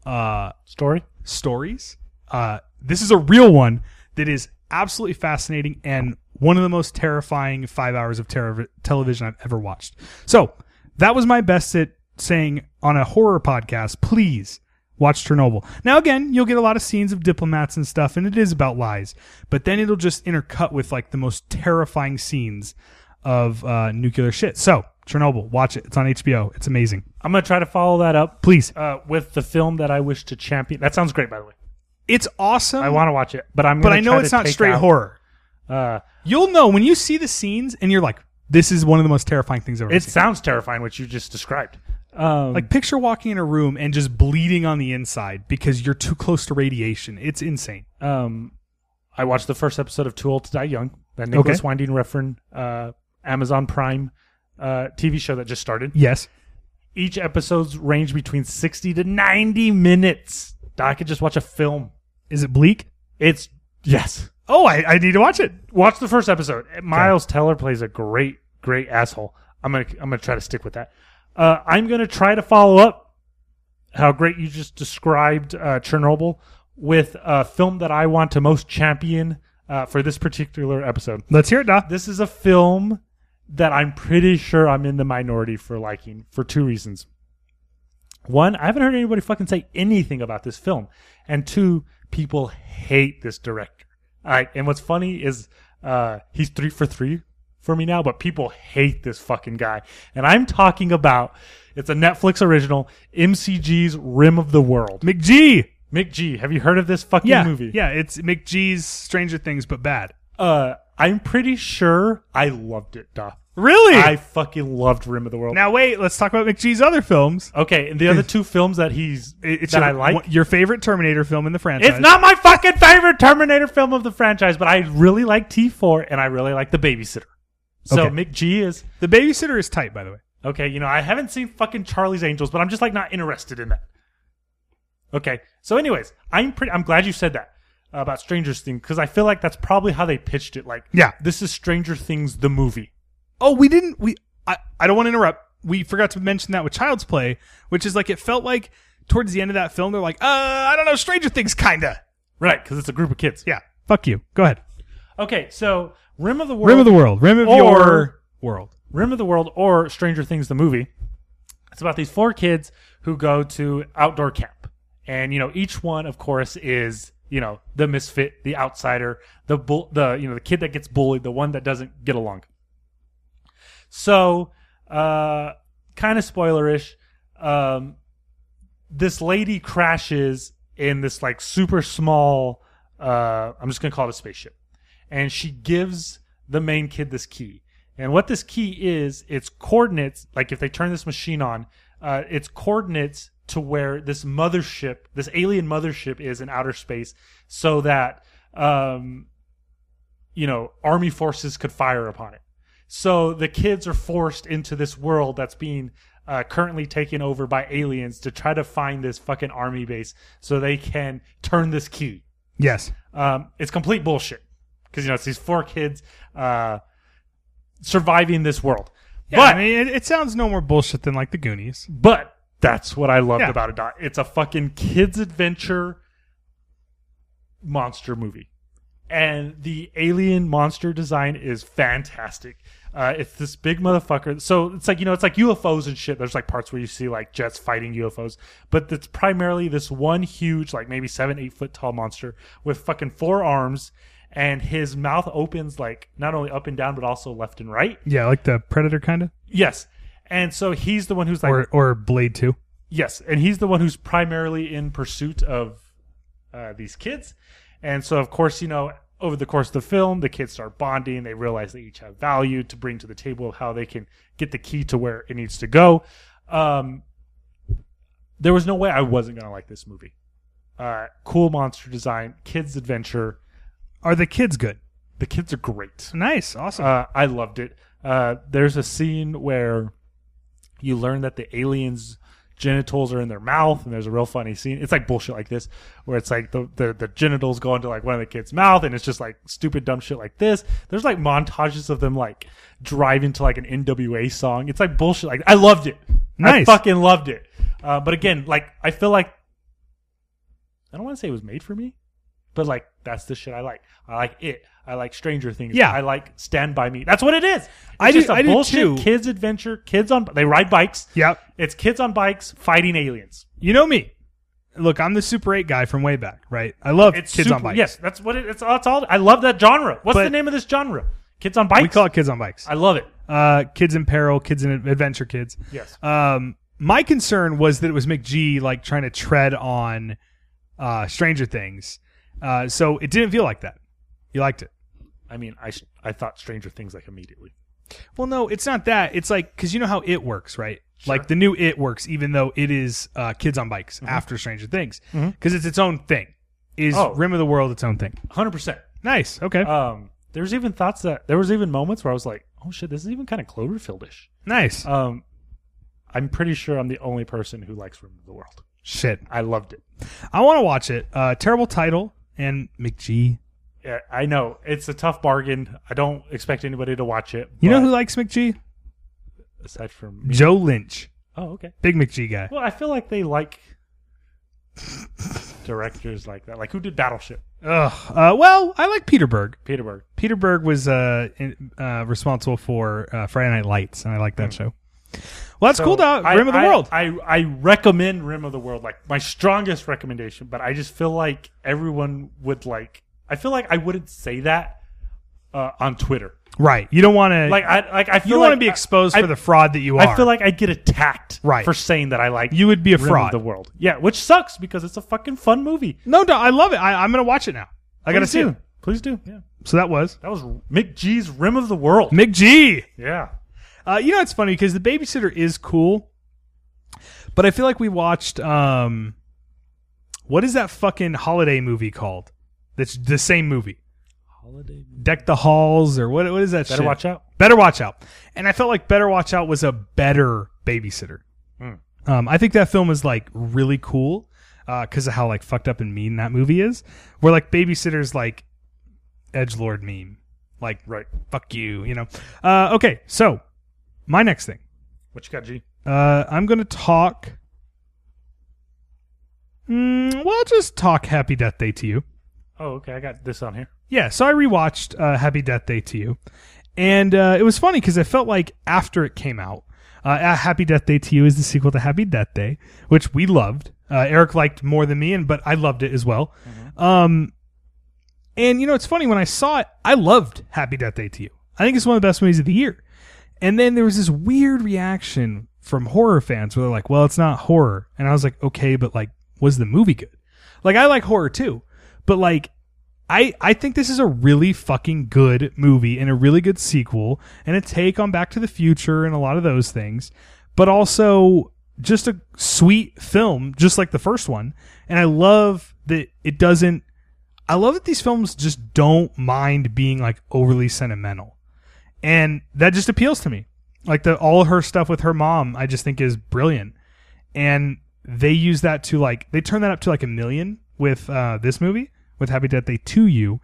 Speaker 2: uh
Speaker 5: Story?
Speaker 2: stories. Uh, this is a real one that is absolutely fascinating and one of the most terrifying five hours of terror television I've ever watched. So that was my best at saying on a horror podcast, please watch Chernobyl. Now, again, you'll get a lot of scenes of diplomats and stuff, and it is about lies, but then it'll just intercut with like the most terrifying scenes of uh, nuclear shit. So Chernobyl, watch it. It's on HBO. It's amazing.
Speaker 5: I'm going to try to follow that up
Speaker 2: Please.
Speaker 5: uh, with the film that I wish to champion. That sounds great, by the way.
Speaker 2: It's awesome.
Speaker 5: I want to watch it, but I'm.
Speaker 2: but
Speaker 5: gonna
Speaker 2: I know
Speaker 5: try
Speaker 2: it's
Speaker 5: to
Speaker 2: not
Speaker 5: take
Speaker 2: straight
Speaker 5: out,
Speaker 2: horror.
Speaker 5: Uh,
Speaker 2: You'll know when you see the scenes and you're like, this is one of the most terrifying things I've ever
Speaker 5: it
Speaker 2: seen.
Speaker 5: sounds terrifying, what you just described. Um,
Speaker 2: Like picture walking in a room and just bleeding on the inside because you're too close to radiation. It's insane.
Speaker 5: um, I watched the first episode of Too Old to Die Young, that Nicholas
Speaker 2: Okay.
Speaker 5: Winding Refn uh, Amazon Prime uh, TV show that just started.
Speaker 2: Yes.
Speaker 1: each episode's range between 60 to 90 minutes. I could just watch a film.
Speaker 2: Is it bleak?
Speaker 1: It's yes.
Speaker 2: Oh, I, I need to watch it.
Speaker 1: Watch the first episode. Miles Teller plays a great, great asshole. I'm gonna, I'm gonna try to stick with that. Uh, I'm gonna try to follow up how great you just described uh, Chernobyl with a film that I want to most champion uh, for this particular episode.
Speaker 2: Let's hear it, Doc.
Speaker 1: This is a film that I'm pretty sure I'm in the minority for liking for two reasons. One, I haven't heard anybody fucking say anything about this film. And two, people hate this director. All right. And what's funny is uh, he's three for three for me now, but people hate this fucking guy. And I'm talking about it's a Netflix original, MCG's Rim of the World.
Speaker 2: McG.
Speaker 1: Mick G, have you heard of this fucking
Speaker 2: Yeah,
Speaker 1: movie?
Speaker 2: yeah. It's McG's Stranger Things, but bad.
Speaker 1: Uh, I'm pretty sure I loved it, Duff.
Speaker 2: <laughs> Really?
Speaker 1: I fucking loved Rim of the World.
Speaker 2: now wait. Let's talk about McG's other films.
Speaker 1: Okay, and the other two films that he's
Speaker 2: It- It's
Speaker 1: Oh, that
Speaker 2: your,
Speaker 1: I like.
Speaker 2: one- your favorite Terminator film in the franchise.
Speaker 1: it's not my fucking favorite Terminator film of the franchise, but I really like T4 and I really like The Babysitter. So
Speaker 2: Okay.
Speaker 1: Mick G is
Speaker 2: The Babysitter is tight, by the way.
Speaker 1: okay. You know, I haven't seen fucking Charlie's Angels, but I'm just like not interested in that. Okay, so anyways, I'm pretty. I'm glad you said that about Stranger Things because I feel like that's probably how they pitched it. Like,
Speaker 2: Yeah.
Speaker 1: this is Stranger Things the movie.
Speaker 2: Oh, we didn't. We I, I don't want to interrupt. We forgot to mention that with Child's Play, which is like it felt like towards the end of that film, they're like, uh, I don't know, Stranger Things, kinda.
Speaker 1: Right, because it's a group of kids.
Speaker 2: Yeah. Fuck you. Go ahead.
Speaker 1: Okay, so Rim of the World.
Speaker 2: Rim of the world. Rim of
Speaker 1: Or-
Speaker 2: your world.
Speaker 1: Rim of the World or Stranger Things the movie. It's about these four kids who go to outdoor camp. And you know, each one of course is, you know, the misfit, the outsider, the bull, the you know, the kid that gets bullied, the one that doesn't get along. So, uh kind of spoilerish, um this lady crashes in this like super small uh I'm just going to call it a spaceship and she gives the main kid this key. And what this key is, it's coordinates. Like if they turn this machine on, uh, it's coordinates to where this mothership, this alien mothership, is in outer space, so that um, you know army forces could fire upon it. So the kids are forced into this world that's being uh, currently taken over by aliens to try to find this fucking army base so they can turn this key.
Speaker 2: Yes.
Speaker 1: Um, it's complete bullshit because you know it's these four kids uh, surviving this world.
Speaker 2: but
Speaker 1: but
Speaker 2: I mean, it, it sounds no more bullshit than like the Goonies.
Speaker 1: but that's what I loved
Speaker 2: Yeah.
Speaker 1: about it. Doc. It's a fucking kids adventure monster movie, and the alien monster design is fantastic. Uh, it's this big motherfucker. So it's like you know, it's like UFOs and shit. There's like parts where you see like jets fighting UFOs, but it's primarily this one huge, like maybe seven, eight foot tall monster with fucking four arms, and his mouth opens like not only up and down but also left and right.
Speaker 2: Yeah, like the Predator kinda,
Speaker 1: Yes, and so he's the one who's like
Speaker 2: or or Blade Two.
Speaker 1: Yes, and he's the one who's primarily in pursuit of uh, these kids, and so of course you know over the course of the film, the kids start bonding. They realize they each have value to bring to the table of how they can get the key to where it needs to go. Um, there was no way I wasn't going to like this movie. Uh, cool monster design, kids adventure.
Speaker 2: Are the kids good?
Speaker 1: The kids are great.
Speaker 2: Nice, awesome.
Speaker 1: Uh, I loved it. Uh, there's a scene where you learn that the aliens' genitals are in their mouth, and there's a real funny scene. It's like bullshit like this, where it's like the the, the genitals go into like one of the kids' mouth, and it's just like stupid dumb shit like this. There's like montages of them like driving to like an NWA song. It's like bullshit. Like I loved it.
Speaker 2: Nice.
Speaker 1: I fucking loved it. Uh, but again, like I feel like I don't want to say it was made for me, but like that's the shit I like. I like it. I like Stranger Things.
Speaker 2: Yeah.
Speaker 1: I like Stand by Me. That's what it is. It's
Speaker 2: I do-
Speaker 1: just a
Speaker 2: I do
Speaker 1: bullshit
Speaker 2: too.
Speaker 1: kids adventure. Kids on they ride bikes.
Speaker 2: yep.
Speaker 1: It's kids on bikes fighting aliens.
Speaker 2: You know me. Look, I'm the Super Eight guy from way back, right? I love
Speaker 1: It's
Speaker 2: kids
Speaker 1: super,
Speaker 2: on bikes.
Speaker 1: Yes, that's what it, it's. That's all. I love that genre. What's
Speaker 2: But-
Speaker 1: the name of this genre? Kids on bikes.
Speaker 2: we call it kids on bikes.
Speaker 1: I love it.
Speaker 2: uh, kids in peril, kids in adventure, kids.
Speaker 1: Yes.
Speaker 2: Um, my concern was that it was McG like trying to tread on uh, Stranger Things, uh, so it didn't feel like that. You liked it.
Speaker 1: I mean, I sh- I thought Stranger Things like immediately.
Speaker 2: Well, no, it's not that. It's like because you know how it works, right? Like the new it works, even though it is uh, kids on bikes
Speaker 1: Mm-hmm.
Speaker 2: after Stranger Things, because it's its own thing. Is
Speaker 1: Oh.
Speaker 2: Rim of the World its own thing? Uh,
Speaker 1: Hundred percent.
Speaker 2: Nice. Okay.
Speaker 1: Um, there's even thoughts that there was even moments where I was like, oh shit, this is even kind of Cloverfieldish.
Speaker 2: nice.
Speaker 1: Um, I'm pretty sure I'm the only person who likes Rim of the World.
Speaker 2: Shit.
Speaker 1: I loved it.
Speaker 2: I want to watch it. Uh, terrible title and McGee.
Speaker 1: Yeah, I know it's a tough bargain. I don't expect anybody to watch it.
Speaker 2: You know
Speaker 1: but
Speaker 2: who likes McGee?
Speaker 1: Aside from me.
Speaker 2: Joe Lynch,
Speaker 1: Oh, okay.
Speaker 2: big McGee guy.
Speaker 1: Well, I feel like they
Speaker 2: <laughs>
Speaker 1: like directors like that. Like who did Battleship?
Speaker 2: Ugh. Uh, well, I like Peter Berg.
Speaker 1: Peter Berg.
Speaker 2: Peter Berg was uh, in, uh, responsible for uh, Friday Night Lights, and I like that show. Well, that's cool. Though
Speaker 1: Hmm. I-
Speaker 2: Rim of the
Speaker 1: I-
Speaker 2: World.
Speaker 1: I, I recommend Rim of the World, like my strongest recommendation, but I just feel like everyone would like I feel like I wouldn't say that uh, on Twitter.
Speaker 2: right. You don't want to.
Speaker 1: Like I like I feel
Speaker 2: you don't
Speaker 1: like
Speaker 2: want to be
Speaker 1: I-
Speaker 2: exposed
Speaker 1: I-
Speaker 2: for the fraud that you are.
Speaker 1: I feel like I get attacked
Speaker 2: Right.
Speaker 1: for saying that I like
Speaker 2: you would be a
Speaker 1: Rim
Speaker 2: fraud.
Speaker 1: of the World. Yeah, which sucks because it's a fucking fun movie.
Speaker 2: No, no, I love it. I, I'm gonna watch it now. I gotta
Speaker 1: Please
Speaker 2: see
Speaker 1: do.
Speaker 2: it.
Speaker 1: Please do. Yeah.
Speaker 2: So that was
Speaker 1: That was Mick G's Rim of the World.
Speaker 2: McGee.
Speaker 1: yeah.
Speaker 2: Uh, you know, it's funny because the babysitter is cool, but I feel like we watched um, what is that fucking holiday movie called? That's the same movie.
Speaker 1: Holiday.
Speaker 2: Deck the halls or what? What is that?
Speaker 1: Better
Speaker 2: shit?
Speaker 1: watch out.
Speaker 2: Better watch out. And I felt like Better Watch Out was a better babysitter.
Speaker 1: Mm.
Speaker 2: Um, I think that film is like really cool because of how like fucked up and mean that movie is. Where like babysitters like edge lord meme, like
Speaker 1: Right.
Speaker 2: fuck you, you know. Uh, okay, so my next thing.
Speaker 1: What you got, G?
Speaker 2: Uh, I'm going to talk. Mm, well, I'll just talk Happy Death Day to you.
Speaker 1: Oh, okay. I got this on here.
Speaker 2: Yeah, so I rewatched uh, Happy Death Day to you, and uh, it was funny because I felt like after it came out, uh, uh, Happy Death Day to you is the sequel to Happy Death Day, which we loved. Uh, Eric liked more than me, and but I loved it as well. Um, and you know, it's funny when I saw it, I loved Happy Death Day to you. I think it's one of the best movies of the year. And then there was this weird reaction from horror fans where they're like, "Well, it's not horror," and I was like, "Okay, but like, was the movie good?" Like, I like horror too, but like, I, I think this is a really fucking good movie and a really good sequel and a take on Back to the Future and a lot of those things, but also just a sweet film, just like the first one. And I love that it doesn't. I love that these films just don't mind being like overly sentimental, and that just appeals to me. Like the all her stuff with her mom, I just think is brilliant, and they use that to like they turn that up to like a million with uh, this movie with Happy Death Day to you.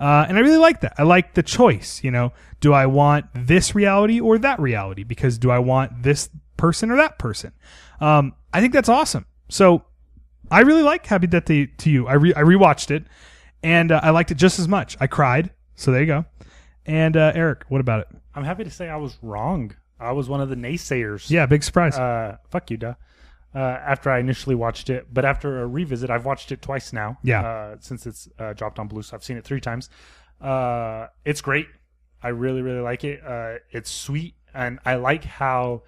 Speaker 2: Uh, and I really like that. I like the choice. You know, do I want this reality or that reality? Because do I want this person or that person? Um, I think that's awesome. So I really like Happy Death Day to you. I re- I rewatched it, and uh, I liked it just as much. I cried. So there you go. And uh, Eric, what about it?
Speaker 1: I'm happy to say I was wrong. I was one of the naysayers.
Speaker 2: Yeah, big surprise.
Speaker 1: Uh, fuck you, duh. Uh, after I initially watched it, but after a revisit, I've watched it twice now.
Speaker 2: Yeah.
Speaker 1: Uh, since it's uh, dropped on Blue, so I've seen it three times. Uh, it's great. I really, really like it. Uh, it's sweet, and I like how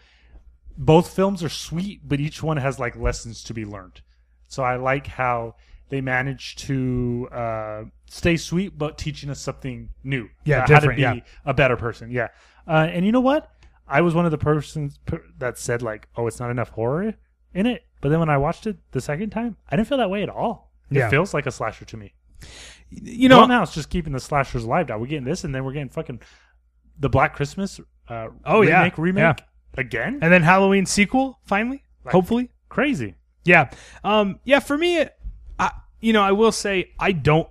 Speaker 1: both films are sweet, but each one has like lessons to be learned. So I like how they manage to uh, stay sweet, but teaching us something new.
Speaker 2: Yeah,
Speaker 1: uh, how to
Speaker 2: different,
Speaker 1: be
Speaker 2: yeah.
Speaker 1: a better person. Yeah, uh, and you know what? I was one of the persons per- that said like, "Oh, it's not enough horror in it." But then when I watched it the second time, I didn't feel that way at all. It
Speaker 2: Yeah.
Speaker 1: feels like a slasher to me.
Speaker 2: you
Speaker 1: No,
Speaker 2: know,
Speaker 1: well, now it's just keeping the slashers alive. Now we're getting this, and then we're getting fucking the Black Christmas. Uh,
Speaker 2: Oh, yeah.
Speaker 1: remake, remake
Speaker 2: Yeah.
Speaker 1: again.
Speaker 2: and then Halloween sequel finally, hopefully.
Speaker 1: Crazy.
Speaker 2: Yeah. Um, yeah, for me, I, you know, I will say I don't,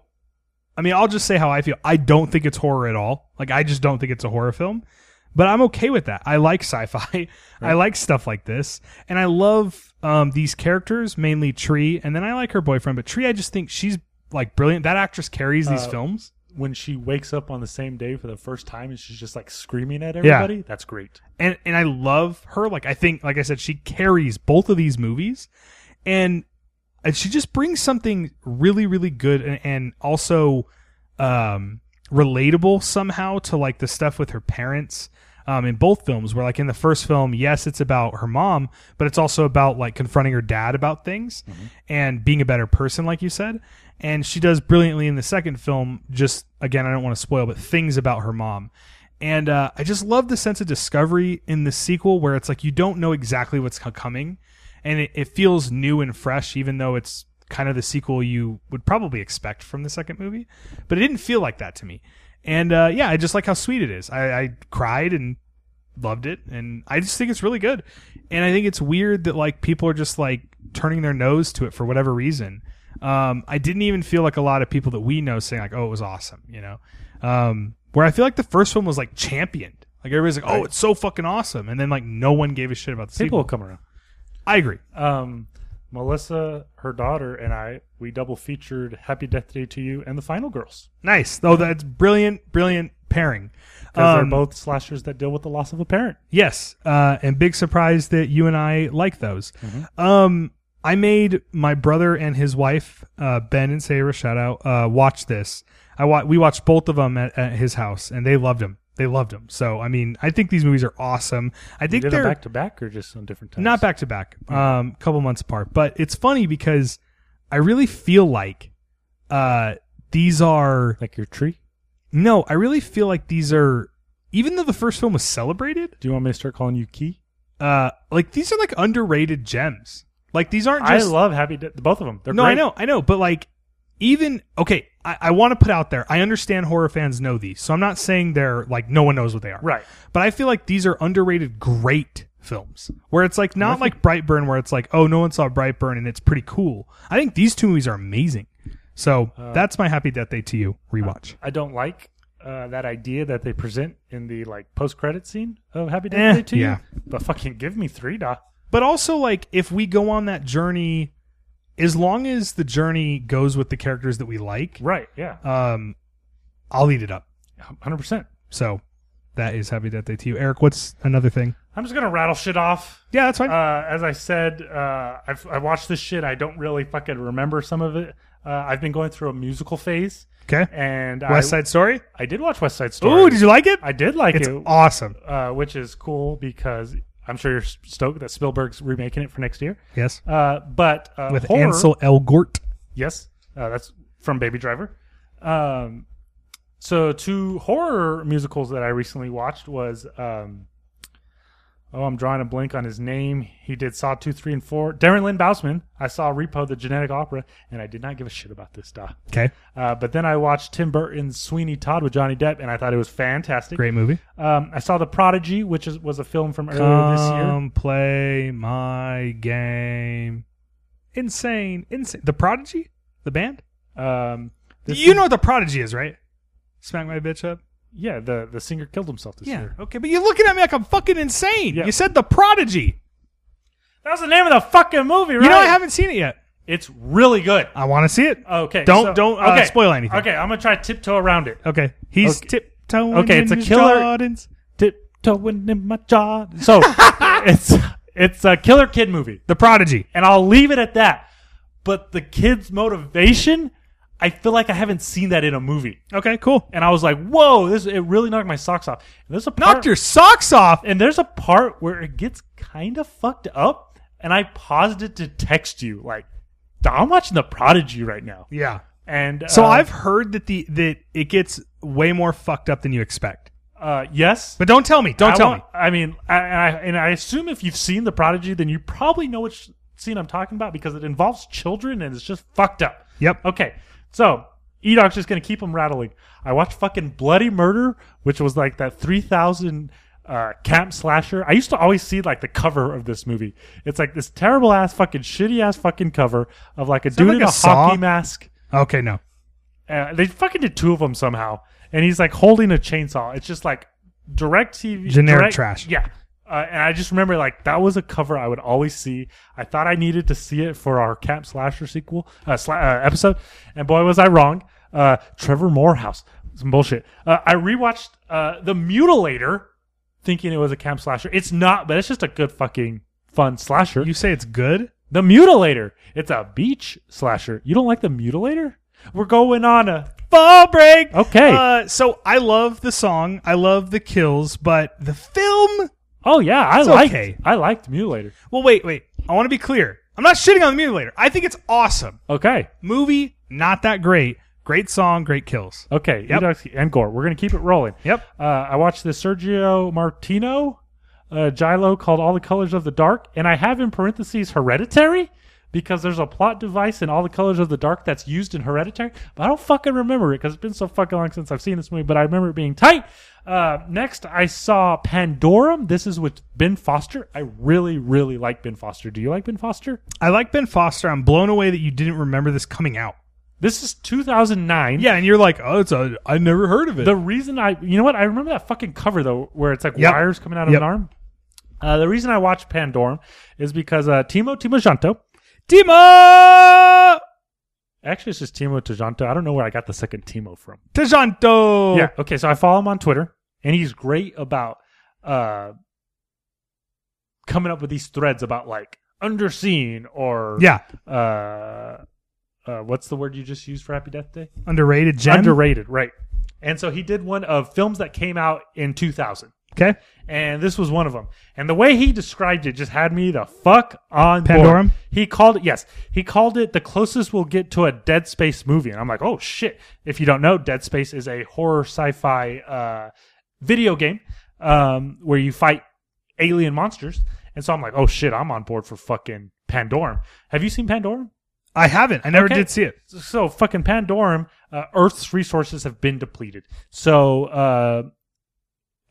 Speaker 2: I mean, I'll just say how I feel. I don't think it's horror at all. Like, I just don't think it's a horror film, but I'm okay with that. I like sci fi. <laughs> I like stuff like this. And I love, um, these characters, mainly Tree. And then I like her boyfriend, but Tree, I just think she's like brilliant. That actress carries these
Speaker 1: Uh,
Speaker 2: films.
Speaker 1: When she wakes up on the same day for the first time, and she's just like screaming at everybody. That's great.
Speaker 2: and and I love her. Like I think, like I said, she carries both of these movies, and and she just brings something really, really good and, and also um, relatable somehow to like the stuff with her parents. Um, in both films, where like in the first film, yes, it's about her mom, but it's also about like confronting her dad about things and being a better person, like you said. And she does brilliantly in the second film. Just again, I don't want to spoil, but things about her mom. And uh, I just love the sense of discovery in the sequel where it's like you don't know exactly what's co- coming and it, it feels new and fresh, even though it's kind of the sequel you would probably expect from the second movie. But it didn't feel like that to me. And uh, yeah, I just like how sweet it is. I, I cried and loved it, and I just think it's really good. And I think it's weird that like people are just like turning their nose to it for whatever reason. Um, I didn't even feel like a lot of people that we know saying like, "Oh, it was awesome," you know. Um, where I feel like the first one was like championed. Like everybody's like, "Oh, it's so fucking awesome," and then like no one gave a shit about the
Speaker 1: People will
Speaker 2: sequel.
Speaker 1: come around.
Speaker 2: I agree.
Speaker 1: Um, Melissa, her daughter, and I, we double featured Happy Death Day to You and The Final Girls.
Speaker 2: Nice. though. that's brilliant, brilliant pairing.
Speaker 1: Because they're
Speaker 2: Um,
Speaker 1: both slashers that deal with the loss of a parent.
Speaker 2: Yes, uh, and big surprise that you and I like those.
Speaker 1: Mm-hmm.
Speaker 2: Um, I made my brother and his wife, uh, Ben and Sarah, shout out, uh, watch this. I wa- we watched both of them at, at his house, and they loved them. They loved them. So I mean, I think these movies are awesome. I
Speaker 1: You
Speaker 2: think
Speaker 1: did
Speaker 2: they're
Speaker 1: them back to back or just on different times?
Speaker 2: not back to back, um, couple months apart. But it's funny because I really feel like uh, these are
Speaker 1: Like your tree?
Speaker 2: no, I really feel like these are even though the first film was celebrated.
Speaker 1: Do you want me to start calling you Key?
Speaker 2: uh like these are like underrated gems like these aren't
Speaker 1: I
Speaker 2: just
Speaker 1: love Happy Death. Both of them. They're
Speaker 2: no
Speaker 1: great.
Speaker 2: i know i know but like even okay i, I want to put out there i understand horror fans know these so i'm not saying they're like no one knows what they are
Speaker 1: Right.
Speaker 2: but i feel like these are underrated great films where it's like not like brightburn where it's like oh no one saw brightburn and it's pretty cool i think these two movies are amazing so
Speaker 1: Uh,
Speaker 2: that's my happy death day to you rewatch
Speaker 1: I don't like uh, that idea that they present in the like post credit scene of Happy Death
Speaker 2: Eh,
Speaker 1: Day to You.
Speaker 2: yeah.
Speaker 1: But fucking give me three, da.
Speaker 2: but also like if we go on that journey as long as the journey goes with the characters that we like
Speaker 1: Right. Yeah.
Speaker 2: um, I'll eat it up.
Speaker 1: Hundred percent.
Speaker 2: So that is Happy Death Day to you, Eric. What's another thing?
Speaker 1: I'm just gonna rattle shit off.
Speaker 2: Yeah, that's fine.
Speaker 1: Uh, as I said, uh, I've, I watched this shit. I don't really fucking remember some of it. Uh, I've been going through a musical phase,
Speaker 2: okay.
Speaker 1: and
Speaker 2: West
Speaker 1: I,
Speaker 2: Side Story.
Speaker 1: I did watch West Side Story.
Speaker 2: Ooh, did you like it?
Speaker 1: I did like
Speaker 2: it's
Speaker 1: it,
Speaker 2: awesome.
Speaker 1: uh, which is cool because I'm sure you're stoked that Spielberg's remaking it for next year.
Speaker 2: Yes.
Speaker 1: Uh, but uh,
Speaker 2: With
Speaker 1: horror,
Speaker 2: Ansel Elgort.
Speaker 1: Yes, uh, that's from Baby Driver. Um, so two horror musicals that I recently watched was um, oh I'm drawing a blank on his name. He did Saw two, three, and four. Darren Lynn Bousman. I saw Repo: The Genetic Opera, and I did not give a shit about this stuff.
Speaker 2: Okay.
Speaker 1: Uh, but then I watched Tim Burton's Sweeney Todd with Johnny Depp, and I thought it was fantastic.
Speaker 2: Great movie.
Speaker 1: Um, I saw The Prodigy, which is, was a film from earlier this year.
Speaker 2: Come Um, play my game. Insane. Insane. The Prodigy? The band?
Speaker 1: Um, this
Speaker 2: you
Speaker 1: is-
Speaker 2: know what The Prodigy is, right? Smack my bitch up.
Speaker 1: yeah, the the singer killed himself this
Speaker 2: Yeah.
Speaker 1: year.
Speaker 2: Okay, but you're looking at me like I'm fucking insane.
Speaker 1: Yeah.
Speaker 2: You said The Prodigy.
Speaker 1: That was the name of the fucking movie, right?
Speaker 2: You know I haven't seen it yet.
Speaker 1: It's really good.
Speaker 2: I want to see it.
Speaker 1: Okay.
Speaker 2: Don't-
Speaker 1: so-
Speaker 2: don't, uh, spoil anything.
Speaker 1: Okay, I'm gonna try to tiptoe around it.
Speaker 2: Okay. He's
Speaker 1: Okay.
Speaker 2: tiptoeing.
Speaker 1: Okay, it's
Speaker 2: in
Speaker 1: a
Speaker 2: his
Speaker 1: killer-
Speaker 2: Jordans.
Speaker 1: Tiptoeing in my jaw. <laughs> So it's it's a killer kid movie,
Speaker 2: The Prodigy.
Speaker 1: and I'll leave it at that. But the kid's motivation, I feel like I haven't seen that in a movie,
Speaker 2: Okay, cool.
Speaker 1: and I was like, whoa, this it really knocked my socks off. And there's a part,
Speaker 2: Knocked your socks off.
Speaker 1: and there's a part where it gets kind of fucked up, and I paused it to text you like. I'm watching The Prodigy right now,
Speaker 2: Yeah.
Speaker 1: and
Speaker 2: So
Speaker 1: uh,
Speaker 2: I've heard that the that it gets way more fucked up than you expect.
Speaker 1: uh, yes,
Speaker 2: But don't tell me. Don't
Speaker 1: I
Speaker 2: tell
Speaker 1: want- I mean, I, and I and I assume if you've seen The Prodigy, then you probably know which scene I'm talking about because it involves children and it's just fucked up.
Speaker 2: Yep.
Speaker 1: Okay, so Edoc's just gonna keep them rattling. I watched fucking Bloody Murder, which was like that 3,000 uh, camp slasher. I used to always see like the cover of this movie. It's like this terrible ass fucking shitty ass fucking cover of like a
Speaker 2: that
Speaker 1: dude
Speaker 2: like
Speaker 1: in
Speaker 2: a
Speaker 1: a,
Speaker 2: Saw?
Speaker 1: hockey mask.
Speaker 2: me. Okay, no.
Speaker 1: Uh, they fucking did two of them somehow, and he's like holding a chainsaw. It's just like direct TV,
Speaker 2: Generic
Speaker 1: direct-
Speaker 2: trash.
Speaker 1: Yeah, uh, and I just remember like that was a cover I would always see. I thought I needed to see it for our Cap Slasher sequel uh, sla- uh, episode, and boy was I wrong. Uh, Trevor Morehouse, some bullshit. Uh, I rewatched uh, The Mutilator, thinking it was a Camp Slasher. It's not, but it's just a good fucking fun slasher.
Speaker 2: You say it's good?
Speaker 1: The Mutilator. It's a beach slasher. You don't like The Mutilator? We're going on a
Speaker 2: Fall break.
Speaker 1: Okay.
Speaker 2: Uh, so I love the song. I love the kills, but the film.
Speaker 1: Oh yeah, I
Speaker 2: It's
Speaker 1: liked
Speaker 2: okay.
Speaker 1: I liked Mutilator.
Speaker 2: Well, wait, wait. I want to be clear. I'm not shitting on the mutilator. I think it's awesome.
Speaker 1: Okay,
Speaker 2: Movie, not that great. Great song, great kills.
Speaker 1: okay,
Speaker 2: Yep.
Speaker 1: Edox and Gore. We're gonna keep it rolling.
Speaker 2: Yep.
Speaker 1: Uh, I watched the Sergio Martino uh, Gilo called All the Colors of the Dark, and I have in parentheses Hereditary because there's a plot device in All the Colors of the Dark that's used in Hereditary, but I don't fucking remember it because it's been so fucking long since I've seen this movie, but I remember it being tight. Uh, next, I saw Pandorum. This is with Ben Foster. I really, really like Ben Foster. Do you like Ben Foster?
Speaker 2: I like Ben Foster. I'm blown away that you didn't remember this coming out.
Speaker 1: This is 2009.
Speaker 2: Yeah, and you're like, oh, it's a I never heard of it.
Speaker 1: The reason I, you know what? I remember that fucking cover though, where it's like
Speaker 2: Yep.
Speaker 1: wires coming out of
Speaker 2: Yep.
Speaker 1: an arm. Uh, the reason I watched Pandorum is because uh, Timo Timojanto.
Speaker 2: Timo
Speaker 1: Actually, it's just Timo Timojanto. I don't know where I got the second Timo from.
Speaker 2: Tejanto.
Speaker 1: Yeah. Okay. So I follow him on Twitter, and he's great about uh, coming up with these threads about like underseen or
Speaker 2: yeah,
Speaker 1: Uh, uh, what's the word you just used for Happy Death Day?
Speaker 2: underrated gem.
Speaker 1: Underrated, right? And so he did one of films that came out in 2000.
Speaker 2: okay,
Speaker 1: and this was one of them. And the way he described it just had me the fuck on board.
Speaker 2: Pandorum?
Speaker 1: He called it yes, he called it the closest we'll get to a Dead Space movie, and I'm like, oh shit! If you don't know, Dead Space is a horror sci-fi uh, video game um, where you fight alien monsters. And so I'm like, oh shit, I'm on board for fucking Pandorum. Have you seen Pandorum?
Speaker 2: I haven't. I never
Speaker 1: Okay.
Speaker 2: did see it.
Speaker 1: so fucking Pandorum, uh, Earth's resources have been depleted. So uh,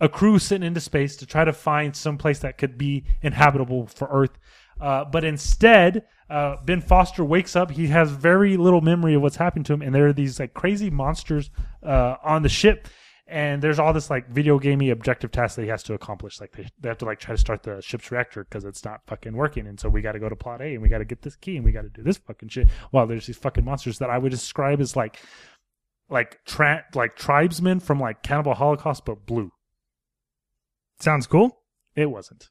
Speaker 1: a crew sent into space to try to find some place that could be inhabitable for Earth. Uh, but instead, uh, Ben Foster wakes up. He has very little memory of what's happened to him, and there are these like crazy monsters uh, on the ship. And there's all this like video gamey objective tasks that he has to accomplish. Like they, they have to like try to start the ship's reactor because it's not fucking working. And so we got to go to plot A and we got to get this key and we got to do this fucking shit. While there's these fucking monsters that I would describe as like like tra- like tribesmen from like Cannibal Holocaust, but blue.
Speaker 2: Sounds cool.
Speaker 1: It wasn't.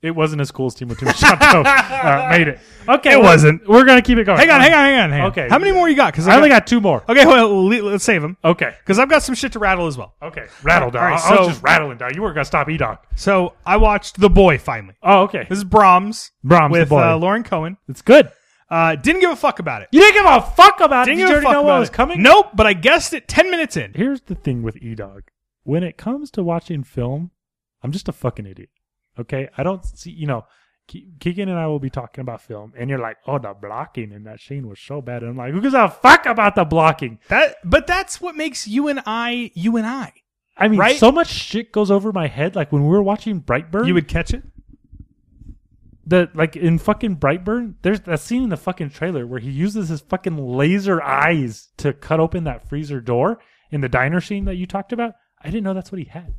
Speaker 1: It wasn't as cool as Timo <laughs> Timoshantov uh, made it. Okay,
Speaker 2: It
Speaker 1: well,
Speaker 2: wasn't.
Speaker 1: We're gonna keep it going.
Speaker 2: Hang on, hang on, hang on, hang on.
Speaker 1: Okay.
Speaker 2: how many more you got? Because
Speaker 1: I only got two more.
Speaker 2: Okay, well, le- let's save them
Speaker 1: Okay,
Speaker 2: because I've got some shit to rattle as well.
Speaker 1: okay. Rattle
Speaker 2: All
Speaker 1: down.
Speaker 2: right,
Speaker 1: I, I
Speaker 2: so-
Speaker 1: was just rattling down. You weren't gonna stop Edoc.
Speaker 2: So I watched The Boy finally.
Speaker 1: Oh, okay.
Speaker 2: This is Brahms
Speaker 1: Brahms the
Speaker 2: with
Speaker 1: boy.
Speaker 2: uh, Lauren Cohen.
Speaker 1: it's good.
Speaker 2: Uh, didn't give a fuck about it.
Speaker 1: You didn't give a fuck about
Speaker 2: Didn't
Speaker 1: it.
Speaker 2: give
Speaker 1: Did you
Speaker 2: a fuck
Speaker 1: already know
Speaker 2: about
Speaker 1: what was
Speaker 2: it.
Speaker 1: coming?
Speaker 2: Nope, but I guessed it ten minutes in.
Speaker 1: Here's the thing with Edog. When it comes to watching film, I'm just a fucking idiot. Okay? I don't see, you know, Ke- Keegan and I will be talking about film, and you're like, oh, the blocking in that scene was so bad. And I'm like, who gives a fuck about the blocking?
Speaker 2: That, but that's what makes you and I, you and I.
Speaker 1: I mean,
Speaker 2: Right?
Speaker 1: so much shit goes over my head. Like when we were watching Brightburn,
Speaker 2: You would catch it.
Speaker 1: the like in fucking Brightburn, there's that scene in the fucking trailer where he uses his fucking laser eyes to cut open that freezer door in the diner scene that you talked about. I didn't know that's what he had.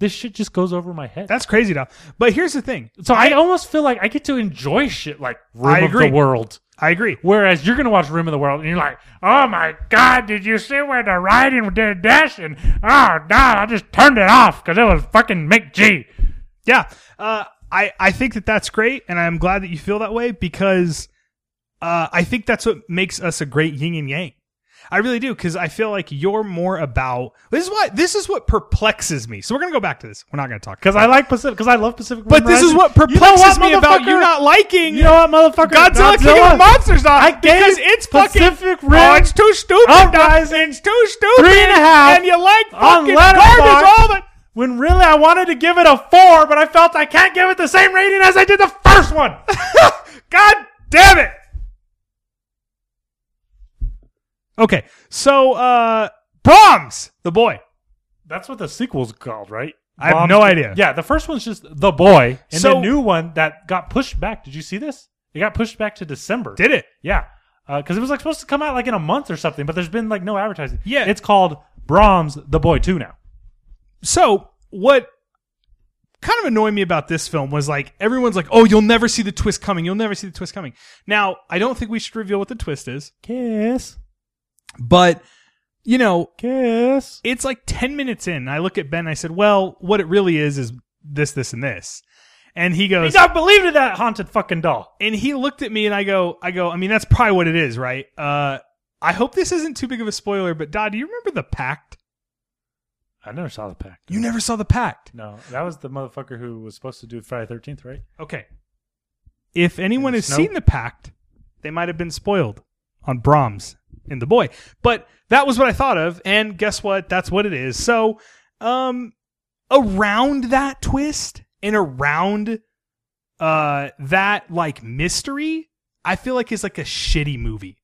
Speaker 1: This shit just goes over my head.
Speaker 2: That's crazy, though. But here's the thing.
Speaker 1: so I, almost feel like I get to enjoy shit like Room
Speaker 2: I agree.
Speaker 1: of the World.
Speaker 2: I agree.
Speaker 1: Whereas you're gonna watch Room of the World and you're like, oh my god, did you see where the writing did this? And oh god, I just turned it off because it was fucking Mick G.
Speaker 2: Yeah, uh, I I think that that's great, and I'm glad that you feel that way because uh, I think that's what makes us a great yin and yang. I really do because I feel like you're more about this is what this is what perplexes me. So we're gonna go back to this. We're not gonna talk
Speaker 1: Because I like Pacific. Because I love Pacific. Rim
Speaker 2: But this is
Speaker 1: Rising.
Speaker 2: what
Speaker 1: You know what,
Speaker 2: perplexes me about you
Speaker 1: motherfucker?
Speaker 2: not liking.
Speaker 1: You know what, motherfucker?
Speaker 2: Godzilla, King of the Monsters on
Speaker 1: I
Speaker 2: it because
Speaker 1: gave
Speaker 2: it's fucking
Speaker 1: Pacific Rim
Speaker 2: Oh, it's too stupid.
Speaker 1: Uprising
Speaker 2: It's too stupid.
Speaker 1: three and a half
Speaker 2: And you like
Speaker 1: on
Speaker 2: fucking
Speaker 1: Letterboxd.
Speaker 2: garbage all the
Speaker 1: when really I wanted to give it a four, but I felt I can't give it the same rating as I did the first
Speaker 2: <laughs>
Speaker 1: one.
Speaker 2: God damn it. Okay, so uh Brahms, the boy.
Speaker 1: That's what the sequel's called, right?
Speaker 2: I have
Speaker 1: Bombs-
Speaker 2: no idea.
Speaker 1: Yeah, the first one's just the boy, and
Speaker 2: So-
Speaker 1: the new one that got pushed back. Did you see this? It got pushed back to December.
Speaker 2: Did it?
Speaker 1: Yeah, because it was like supposed to come out like in a month or something, but there's been like no advertising.
Speaker 2: Yeah.
Speaker 1: it's called Brahms the Boy Two now.
Speaker 2: So what kind of annoyed me about this film was like everyone's like, "Oh, you'll never see the twist coming. You'll never see the twist coming." Now, I don't think we should reveal what the twist is,
Speaker 1: Kiss,
Speaker 2: but you know,
Speaker 1: kiss.
Speaker 2: it's like 10 minutes in. and I look at Ben and I said, "Well, what it really is is this this and this." And he goes,
Speaker 1: I believed in that haunted fucking doll.
Speaker 2: and he looked at me and I go, I go, I mean, that's probably what it is, right? Uh, I hope this isn't too big of a spoiler, but Dodd, do you remember the pact?
Speaker 1: I never saw the pact.
Speaker 2: You never saw the pact.
Speaker 1: No, that was the motherfucker who was supposed to do Friday Thirteenth, right?
Speaker 2: Okay. If anyone
Speaker 1: the
Speaker 2: has
Speaker 1: snow?
Speaker 2: seen the pact, they might have been spoiled on Brahms in the boy. But that was what I thought of, and guess what? That's what it is. So, um, around that twist and around uh, that like mystery, I feel like is like a shitty movie.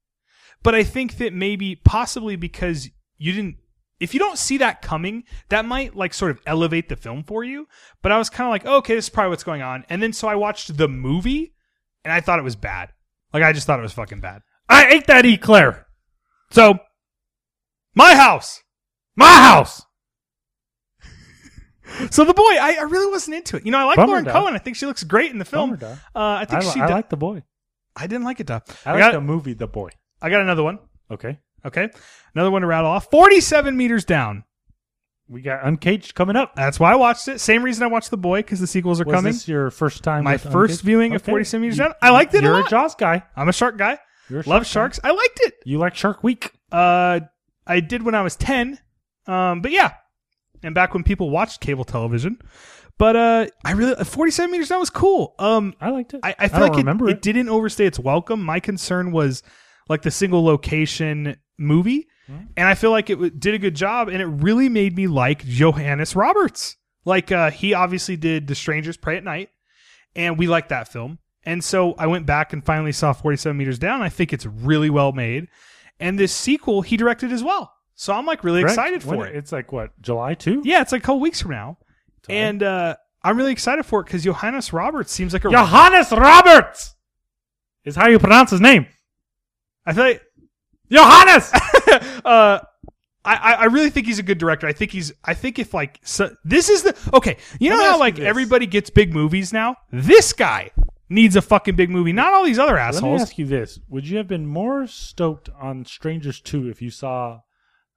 Speaker 2: But I think that maybe possibly because you didn't if you don't see that coming, that might like sort of elevate the film for you. But I was kind of like, okay, this is probably what's going on. And then so I watched the movie and I thought it was bad. Like I just thought it was fucking bad.
Speaker 1: I ate that eclair.
Speaker 2: So my house.
Speaker 1: My house.
Speaker 2: <laughs> So the boy, I, I really wasn't into it. You know, I like
Speaker 1: Bummer,
Speaker 2: Lauren
Speaker 1: duh.
Speaker 2: Cohen. I think she looks great in the film.
Speaker 1: Bummer, duh.
Speaker 2: Uh, I
Speaker 1: I,
Speaker 2: think she.
Speaker 1: I
Speaker 2: did-
Speaker 1: like the boy.
Speaker 2: I didn't like it though.
Speaker 1: I
Speaker 2: I
Speaker 1: like
Speaker 2: got,
Speaker 1: the movie The Boy.
Speaker 2: I got another one.
Speaker 1: Okay.
Speaker 2: Okay. Another one to rattle off. 47 meters down.
Speaker 1: We got Uncaged coming up.
Speaker 2: That's why I watched it. Same reason I watched The Boy because the sequels are
Speaker 1: Was
Speaker 2: coming.
Speaker 1: this your first time?
Speaker 2: My
Speaker 1: with
Speaker 2: first
Speaker 1: Uncaged?
Speaker 2: viewing of
Speaker 1: Okay.
Speaker 2: 47 Meters
Speaker 1: You-
Speaker 2: Down. I liked it a
Speaker 1: You're
Speaker 2: lot.
Speaker 1: a Jaws guy.
Speaker 2: I'm a shark guy.
Speaker 1: You're a
Speaker 2: Love
Speaker 1: shark guy.
Speaker 2: sharks. I liked it.
Speaker 1: You like Shark Week.
Speaker 2: Uh, I did when I was 10. Um, but yeah. And back when people watched cable television. But uh, I really 47 meters down was cool. Um,
Speaker 1: I liked it.
Speaker 2: I, I feel
Speaker 1: don't
Speaker 2: like
Speaker 1: remember
Speaker 2: it, it didn't overstay its welcome. My concern was like the single location movie,
Speaker 1: Hmm.
Speaker 2: and I feel like it w- did a good job, and it really made me like Johannes Roberts. Like uh, he obviously did The Strangers Pray at Night, and we liked that film. And so I went back and finally saw 47 Meters Down. I think it's really well made, and this sequel he directed as well. So I'm like really
Speaker 1: Correct.
Speaker 2: excited for
Speaker 1: When-
Speaker 2: it.
Speaker 1: It's like what July two.
Speaker 2: Yeah, it's like a couple weeks from now,
Speaker 1: Time.
Speaker 2: and uh, I'm really excited for it because Johannes Roberts seems like a
Speaker 1: Johannes Roberts is how you pronounce his name.
Speaker 2: I feel like
Speaker 1: <laughs> Johannes.
Speaker 2: <laughs> uh, I, I I really think he's a good director. I think he's. I think if like so, this is the okay. You know
Speaker 1: Let me ask
Speaker 2: how
Speaker 1: you
Speaker 2: like
Speaker 1: this.
Speaker 2: everybody gets big movies now. This guy needs a fucking big movie. Not all these other
Speaker 1: Let me
Speaker 2: assholes.
Speaker 1: ask you this: Would you have been more stoked on Strangers two if you saw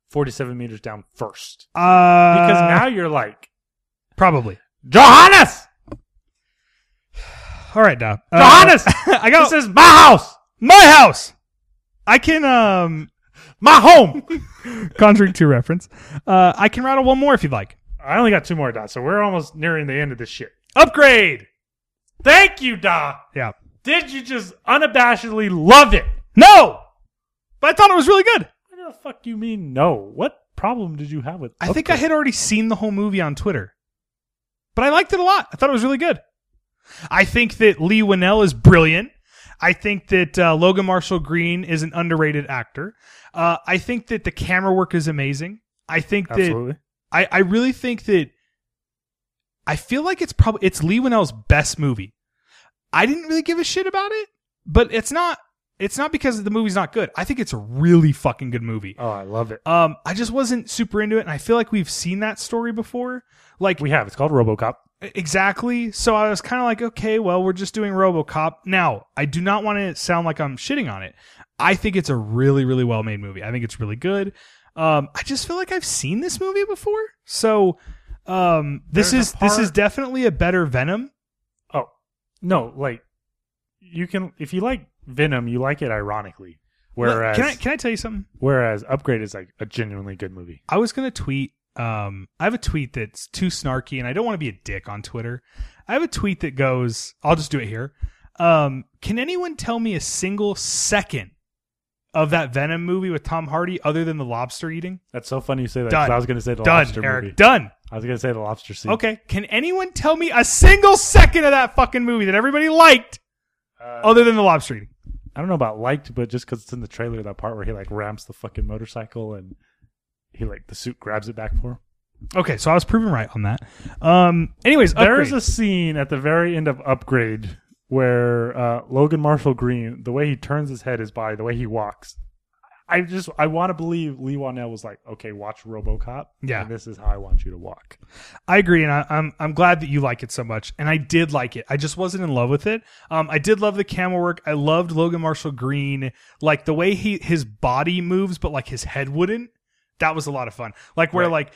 Speaker 1: Forty Seven Meters Down first?
Speaker 2: uh,
Speaker 1: Because now you're like
Speaker 2: probably.
Speaker 1: Johannes.
Speaker 2: All right, now.
Speaker 1: Johannes,
Speaker 2: <laughs> I got
Speaker 1: this is my house,
Speaker 2: my house. I can um <laughs>
Speaker 1: my home. <laughs>
Speaker 2: Conjuring two reference. Uh, I can rattle one more if you'd like.
Speaker 1: I only got two more dots, so we're almost nearing the end of this shit.
Speaker 2: Upgrade.
Speaker 1: Thank you, Da.
Speaker 2: Yeah.
Speaker 1: Did you just unabashedly love it?
Speaker 2: No, but I thought it was really good.
Speaker 1: What the fuck you mean no? What problem did you have with?
Speaker 2: I think I had already seen the whole movie on Twitter, but I liked it a lot. I thought it was really good. I think that Lee Winnell is brilliant. I think that uh, Logan Marshall Green is an underrated actor. Uh, I think that the camera work is amazing. I think that
Speaker 1: absolutely.
Speaker 2: I, I really think that I feel like it's probably it's Lee Winnell's best movie. I didn't really give a shit about it, but it's not it's not because the movie's not good. I think it's a really fucking good movie.
Speaker 1: Oh, I love it.
Speaker 2: Um, I just wasn't super into it, and I feel like we've seen that story before. Like
Speaker 1: We have. It's called RoboCop.
Speaker 2: exactly. So I was kind of like, okay, well, we're just doing RoboCop. Now, I do not want to sound like I'm shitting on it. I think it's a really, really well made movie. I think it's really good. Um, I just feel like I've seen this movie before. So, um, this
Speaker 1: There's
Speaker 2: is
Speaker 1: a
Speaker 2: this is
Speaker 1: part-
Speaker 2: definitely a better Venom.
Speaker 1: Oh no, like you can if you like Venom, you like it ironically. Whereas
Speaker 2: can I can I tell you something?
Speaker 1: whereas Upgrade is like a genuinely good movie.
Speaker 2: I was gonna tweet. Um, I have a tweet that's too snarky, and I don't want to be a dick on Twitter. I have a tweet that goes, "I'll just do it here." Um, can anyone tell me a single second of that Venom movie with Tom Hardy other than the lobster eating?
Speaker 1: That's so funny you say that. 'cause
Speaker 2: Done.
Speaker 1: I was gonna say the
Speaker 2: done,
Speaker 1: lobster
Speaker 2: Eric.
Speaker 1: movie.
Speaker 2: Done.
Speaker 1: I was gonna say the lobster scene.
Speaker 2: Okay. Can anyone tell me a single second of that fucking movie that everybody liked
Speaker 1: Uh,
Speaker 2: other than the lobster eating?
Speaker 1: I don't know about liked, but just because it's in the trailer, that part where he like ramps the fucking motorcycle and he like the suit grabs it back for him.
Speaker 2: Okay, so I was proven right on that. Um, anyways,
Speaker 1: There is
Speaker 2: upgrade.
Speaker 1: a scene at the very end of Upgrade where uh, Logan Marshall Green, the way he turns his head is by the way he walks. I just I want to believe Lee Wanell was like, okay, watch RoboCop.
Speaker 2: Yeah.
Speaker 1: and this is how I want you to walk.
Speaker 2: I agree, and I, I'm I'm glad that you like it so much. And I did like it. I just wasn't in love with it. Um, I did love the camera work. I loved Logan Marshall Green, like the way he his body moves, but like his head wouldn't. That was a lot of fun. Like where
Speaker 1: Right.
Speaker 2: like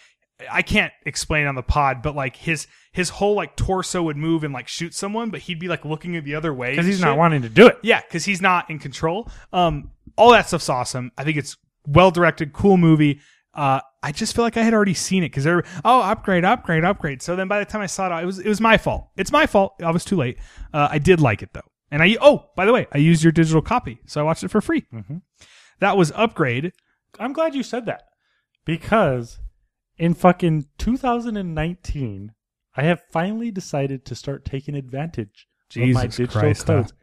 Speaker 2: I can't explain on the pod, but like his his whole like torso would move and like shoot someone, but he'd be like looking the other way
Speaker 1: Because
Speaker 2: and
Speaker 1: he's not
Speaker 2: shit.
Speaker 1: wanting to do it.
Speaker 2: Yeah, because he's not in control. Um, all that stuff's awesome. I think it's well directed, cool movie. Uh, I just feel like I had already seen it because they're oh upgrade, upgrade, upgrade. So then by the time I saw it, it was it was my fault. It's my fault. I was too late. Uh, I did like it though, and I oh by the way, I used your digital copy, so I watched it for free. That was upgrade.
Speaker 1: I'm glad you said that because in fucking 2019, I have finally decided to start taking advantage with my
Speaker 2: Jesus
Speaker 1: digital
Speaker 2: Christ, huh?
Speaker 1: codes.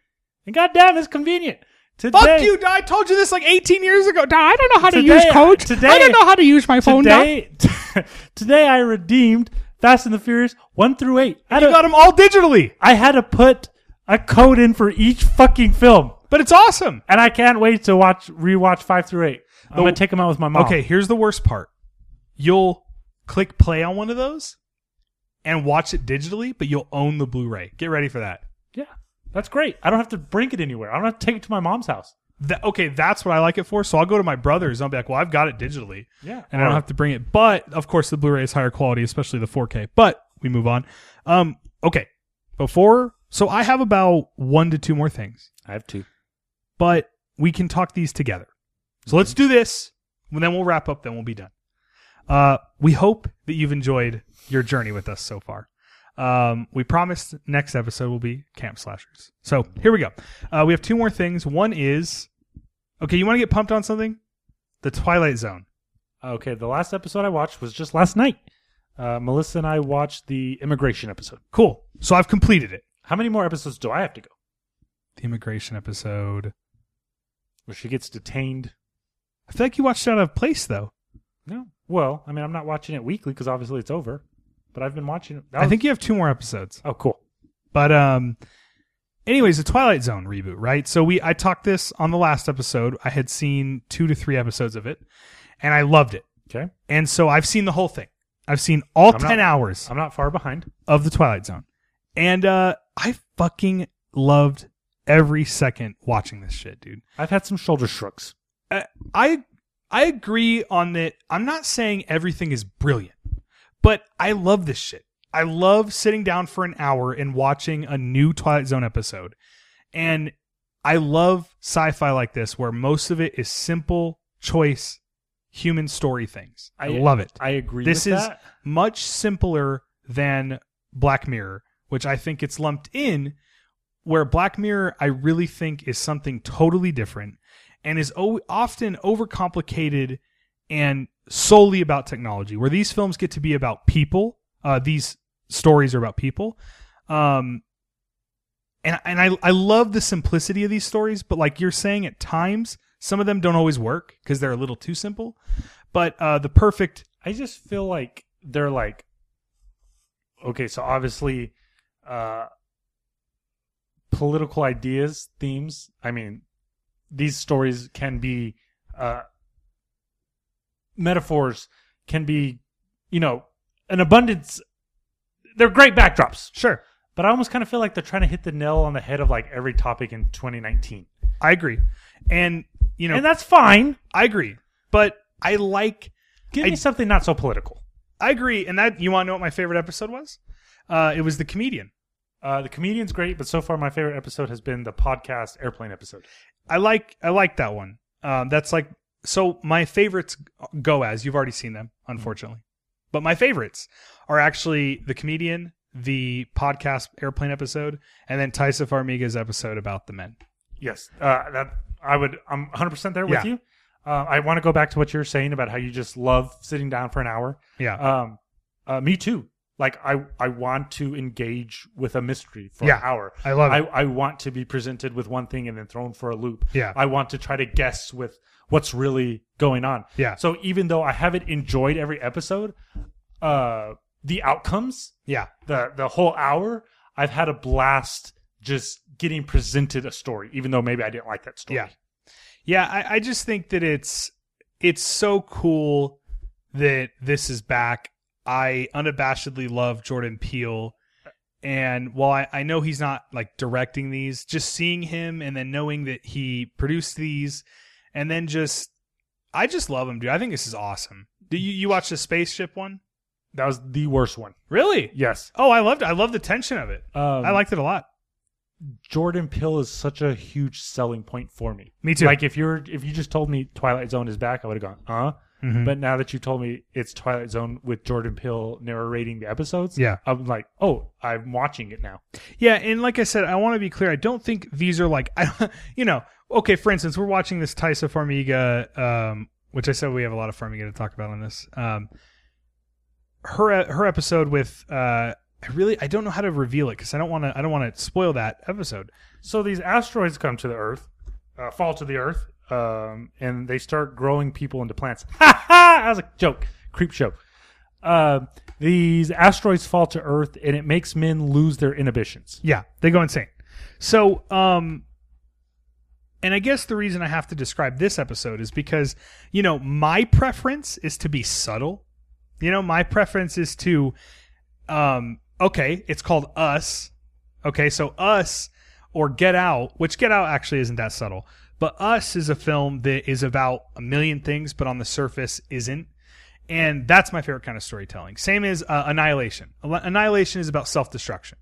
Speaker 1: And goddamn, it's convenient. Today,
Speaker 2: Fuck you! Don. I told you this like 18 years ago. Don, I don't know how
Speaker 1: Today-
Speaker 2: to use codes.
Speaker 1: today-
Speaker 2: I don't know how to use my phone. Don.
Speaker 1: Today, <laughs> today I redeemed Fast and the Furious one through eight. I had,
Speaker 2: You
Speaker 1: to-
Speaker 2: got them all digitally,
Speaker 1: I had to put a code in for each fucking film,
Speaker 2: but it's awesome.
Speaker 1: and I can't wait to watch rewatch five through eight. I'm gonna take them out with my mom.
Speaker 2: Okay, here's the worst part. You'll click play on one of those and watch it digitally, but you'll own the Blu-ray. Get ready for that.
Speaker 1: yeah, that's great. I don't have to bring it anywhere. I don't have to take it to my mom's house.
Speaker 2: That, okay, that's what I like it for. So I'll go to my brother's and I'll be like, well, I've got it digitally.
Speaker 1: Yeah.
Speaker 2: And I don't have to bring it. But of course, the Blu ray is higher quality, especially the 4K. But we move on. Um, okay. Before, so I have about one to two more things,
Speaker 1: I have two.
Speaker 2: but we can talk these together. So let's do this. And then we'll wrap up. Then we'll be done. Uh, we hope that you've enjoyed your journey with us so far. Um, we promised next episode will be camp slashers. So here we go. Uh, we have two more things. One is okay. You want to get pumped on something? The Twilight Zone.
Speaker 1: Okay, the last episode I watched was just last night. Uh, Melissa and I watched the immigration episode.
Speaker 2: Cool. So I've completed it.
Speaker 1: How many more episodes do I have to go?
Speaker 2: The immigration episode.
Speaker 1: Where she gets detained.
Speaker 2: I feel like you watched it out of place though.
Speaker 1: No. Well, I mean, I'm not watching it weekly because obviously it's over, but I've been watching it. that
Speaker 2: I
Speaker 1: was-
Speaker 2: think you have two more episodes.
Speaker 1: Oh, cool.
Speaker 2: But um anyways, the Twilight Zone reboot, right? So we I talked this on the last episode. I had seen 2 to 3 episodes of it and I loved it.
Speaker 1: Okay.
Speaker 2: And so I've seen the whole thing. I've seen all
Speaker 1: I'm
Speaker 2: 10
Speaker 1: not-
Speaker 2: hours
Speaker 1: I'm not far behind.
Speaker 2: of the Twilight Zone. And uh I fucking loved every second watching this shit, dude.
Speaker 1: I've had some shoulder shrugs.
Speaker 2: uh, I I agree on that. I'm not saying everything is brilliant, but I love this shit. I love sitting down for an hour and watching a new Twilight Zone episode. And I love sci-fi like this where most of it is simple choice human story things. I, love it.
Speaker 1: I agree.
Speaker 2: This
Speaker 1: with
Speaker 2: is
Speaker 1: that.
Speaker 2: much simpler than Black Mirror, which I think it's lumped in. Where Black Mirror, I really think, is something totally different and is o- often overcomplicated and solely about technology. Where these films get to be about people, uh, these stories are about people. Um, and and I, I love the simplicity of these stories, but like you're saying, at times, some of them don't always work because they're a little too simple. But uh, the perfect
Speaker 1: I just feel like they're like, okay, so obviously, uh, political ideas, themes. I mean, these stories can be uh, metaphors, can be, you know, an abundance. They're great backdrops,
Speaker 2: sure,
Speaker 1: but I almost kind of feel like they're trying to hit the nail on the head of like every topic in 2019,
Speaker 2: I agree. And you know,
Speaker 1: and that's fine.
Speaker 2: I agree. But I like
Speaker 1: Give
Speaker 2: I-
Speaker 1: me something not so political.
Speaker 2: I agree and that you want to know what my favorite episode was? Uh it was the comedian.
Speaker 1: Uh, the comedian's great, but so far my favorite episode has been the podcast airplane episode.
Speaker 2: I like I like that one. Um that's like so my favorites go as you've already seen them unfortunately. But my favorites are actually the comedian, the podcast airplane episode, and then Tysa Farmiga's episode about the men.
Speaker 1: Yes, uh, that I would. I'm 100 percent there
Speaker 2: Yeah.
Speaker 1: with you. Uh, I want to go back to what you're saying about how you just love sitting down for an hour.
Speaker 2: Yeah.
Speaker 1: Um, uh, me too. Like I, I want to engage with a mystery for
Speaker 2: Yeah.
Speaker 1: an hour.
Speaker 2: I love
Speaker 1: I,
Speaker 2: it.
Speaker 1: I want to be presented with one thing and then thrown for a loop.
Speaker 2: Yeah.
Speaker 1: I want to try to guess with what's really going on.
Speaker 2: Yeah.
Speaker 1: So even though I haven't enjoyed every episode, uh, the outcomes
Speaker 2: yeah.
Speaker 1: the the whole hour i've had a blast just getting presented a story even though maybe i didn't like that story
Speaker 2: Yeah. Yeah, I, I just think that it's it's so cool that this is back. I unabashedly love Jordan Peele. And while I, I know he's not like directing these, just seeing him and then knowing that he produced these and then just I just love him, dude. I think this is awesome. Do you, you watch the spaceship one?
Speaker 1: that was the worst one
Speaker 2: Really?
Speaker 1: yes
Speaker 2: Oh, I loved it. I love the tension of it.
Speaker 1: um,
Speaker 2: I liked it a lot.
Speaker 1: jordan pill is such a huge selling point for me
Speaker 2: Me too.
Speaker 1: like if you're if you just told me twilight zone is back i would have gone uh but now that you told me it's twilight zone with jordan pill narrating the episodes
Speaker 2: Yeah.
Speaker 1: i'm like oh i'm watching it now
Speaker 2: Yeah, and like I said, I want to be clear. I don't think these are like <laughs> I, you know. Okay, for instance, we're watching this Tysa Farmiga, um, which I said we have a lot of Farmiga to talk about on this. Um, her her episode with uh, I really I don't know how to reveal it because I don't want to I don't want to spoil that episode.
Speaker 1: So these asteroids come to the Earth, uh, fall to the Earth, um, and they start growing people into plants. <laughs> Ha ha! That was a joke, creep show. Uh, these asteroids fall to Earth, and it makes men lose their inhibitions.
Speaker 2: Yeah, they go insane. So, um, and I guess the reason I have to describe this episode is because, you know, my preference is to be subtle. You know, my preference is to, um, okay, it's called Us. Okay, so Us or Get Out, which Get Out actually isn't that subtle, but Us is a film that is about a million things, but on the surface isn't. And that's my favorite kind of storytelling. Same as uh, Annihilation. Annihilation is about self destruction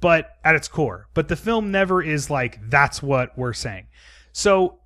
Speaker 2: but at its core. But the film never is like, that's what we're saying. So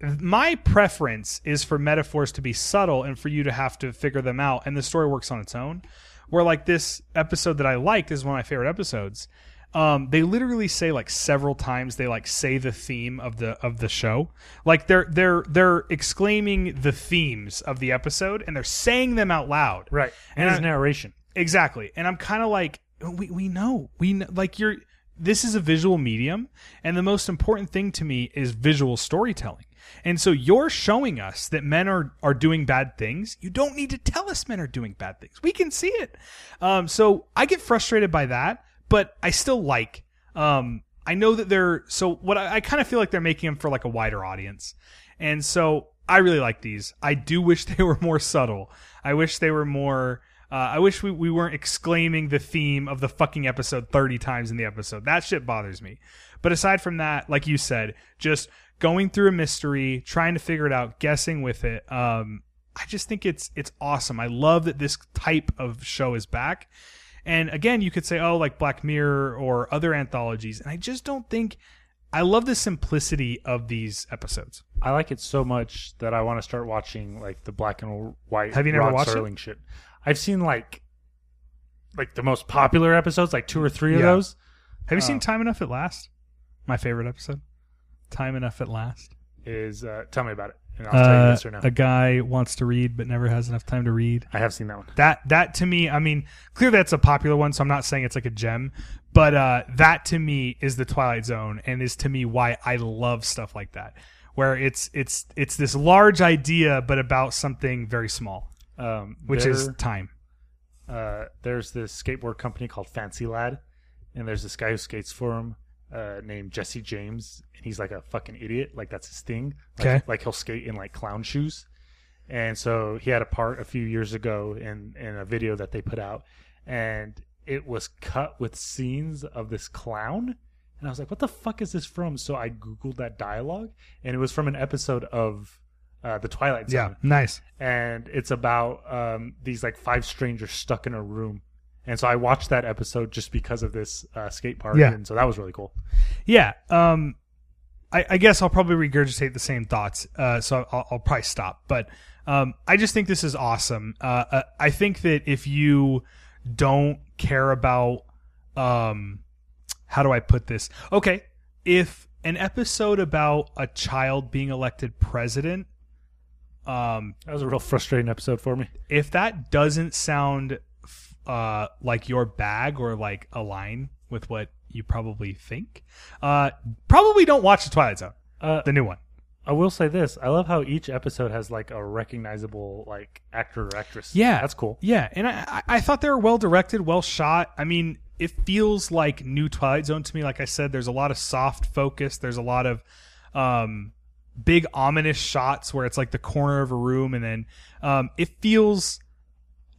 Speaker 2: my preference is for metaphors to be subtle and for you to have to figure them out. And the story works on its own. Where like this episode that I liked is one of my favorite episodes. Um, they literally say like several times they like say the theme of the of the show. Like they're they're they're exclaiming the themes of the episode and they're saying them out loud.
Speaker 1: Right, and,
Speaker 2: And
Speaker 1: his
Speaker 2: I-
Speaker 1: narration.
Speaker 2: Exactly. And I'm kind of like, we, we know. We know, like you're this is a visual medium and the most important thing to me is visual storytelling. And so you're showing us that men are are doing bad things. You don't need to tell us men are doing bad things. We can see it. Um so I get frustrated by that, but I still like um I know that they're so what I, I kind of feel like they're making them for like a wider audience. And so I really like these. I do wish <laughs> they were more subtle. I wish they were more. Uh, I wish we, we weren't exclaiming the theme of the fucking episode 30 times in the episode. That shit bothers me. But aside from that, like you said, just going through a mystery, trying to figure it out, guessing with it. Um, I just think it's it's awesome. I love that this type of show is back. And again, you could say, oh, like Black Mirror or other anthologies. And I just don't think I love the simplicity of these episodes.
Speaker 1: I like it so much that I want to start watching like the black and white.
Speaker 2: Have you never
Speaker 1: Rod
Speaker 2: watched it?
Speaker 1: Serling shit? I've seen like like the most popular episodes, like two or three of
Speaker 2: Yeah.
Speaker 1: those.
Speaker 2: Have
Speaker 1: Oh.
Speaker 2: you seen Time Enough at Last? My favorite episode. Time Enough at Last.
Speaker 1: Is uh, tell me about it, and I'll tell you yes or no.
Speaker 2: Uh, A guy wants to read but never has enough time to read.
Speaker 1: I have seen that one.
Speaker 2: That that to me, I mean, clearly that's a popular one, so I'm not saying it's like a gem, but uh, that to me is the Twilight Zone, and is to me why I love stuff like that, where it's it's it's this large idea but about something very small,
Speaker 1: Um,
Speaker 2: which is
Speaker 1: there-
Speaker 2: time.
Speaker 1: uh, there's this skateboard company called Fancy Lad, and there's this guy who skates for him uh, named Jesse James, and he's like a fucking idiot. Like that's his thing. Like,
Speaker 2: Okay.
Speaker 1: Like he'll skate in like clown shoes, and so he had a part a few years ago in in a video that they put out, and it was cut with scenes of this clown. And I was like, "What the fuck is this from?" So I googled that dialogue, and it was from an episode of uh, the Twilight Zone
Speaker 2: Yeah, nice.
Speaker 1: and it's about um, these like five strangers stuck in a room. And so I watched that episode just because of this uh, skate park,
Speaker 2: Yeah.
Speaker 1: and so that was really cool.
Speaker 2: Yeah. Um, I, I guess I'll probably regurgitate the same thoughts. Uh, so I'll, I'll probably stop. But um, I just think this is awesome. Uh, uh, I think that if you don't care about, um, how do I put this? Okay. If an episode about a child being elected president, um,
Speaker 1: That was a real frustrating episode for me.
Speaker 2: if that doesn't sound f- uh, like your bag or like align with what you probably think, uh, probably don't watch the Twilight Zone,
Speaker 1: Uh,
Speaker 2: the new one.
Speaker 1: I will say this: I love how each episode has like a recognizable like actor or actress.
Speaker 2: Yeah.
Speaker 1: that's cool.
Speaker 2: Yeah, and I, I I thought they were well directed, well shot. I mean, it feels like new Twilight Zone to me. Like I said, there's a lot of soft focus. There's a lot of um, big ominous shots where it's like the corner of a room, and then um, it feels.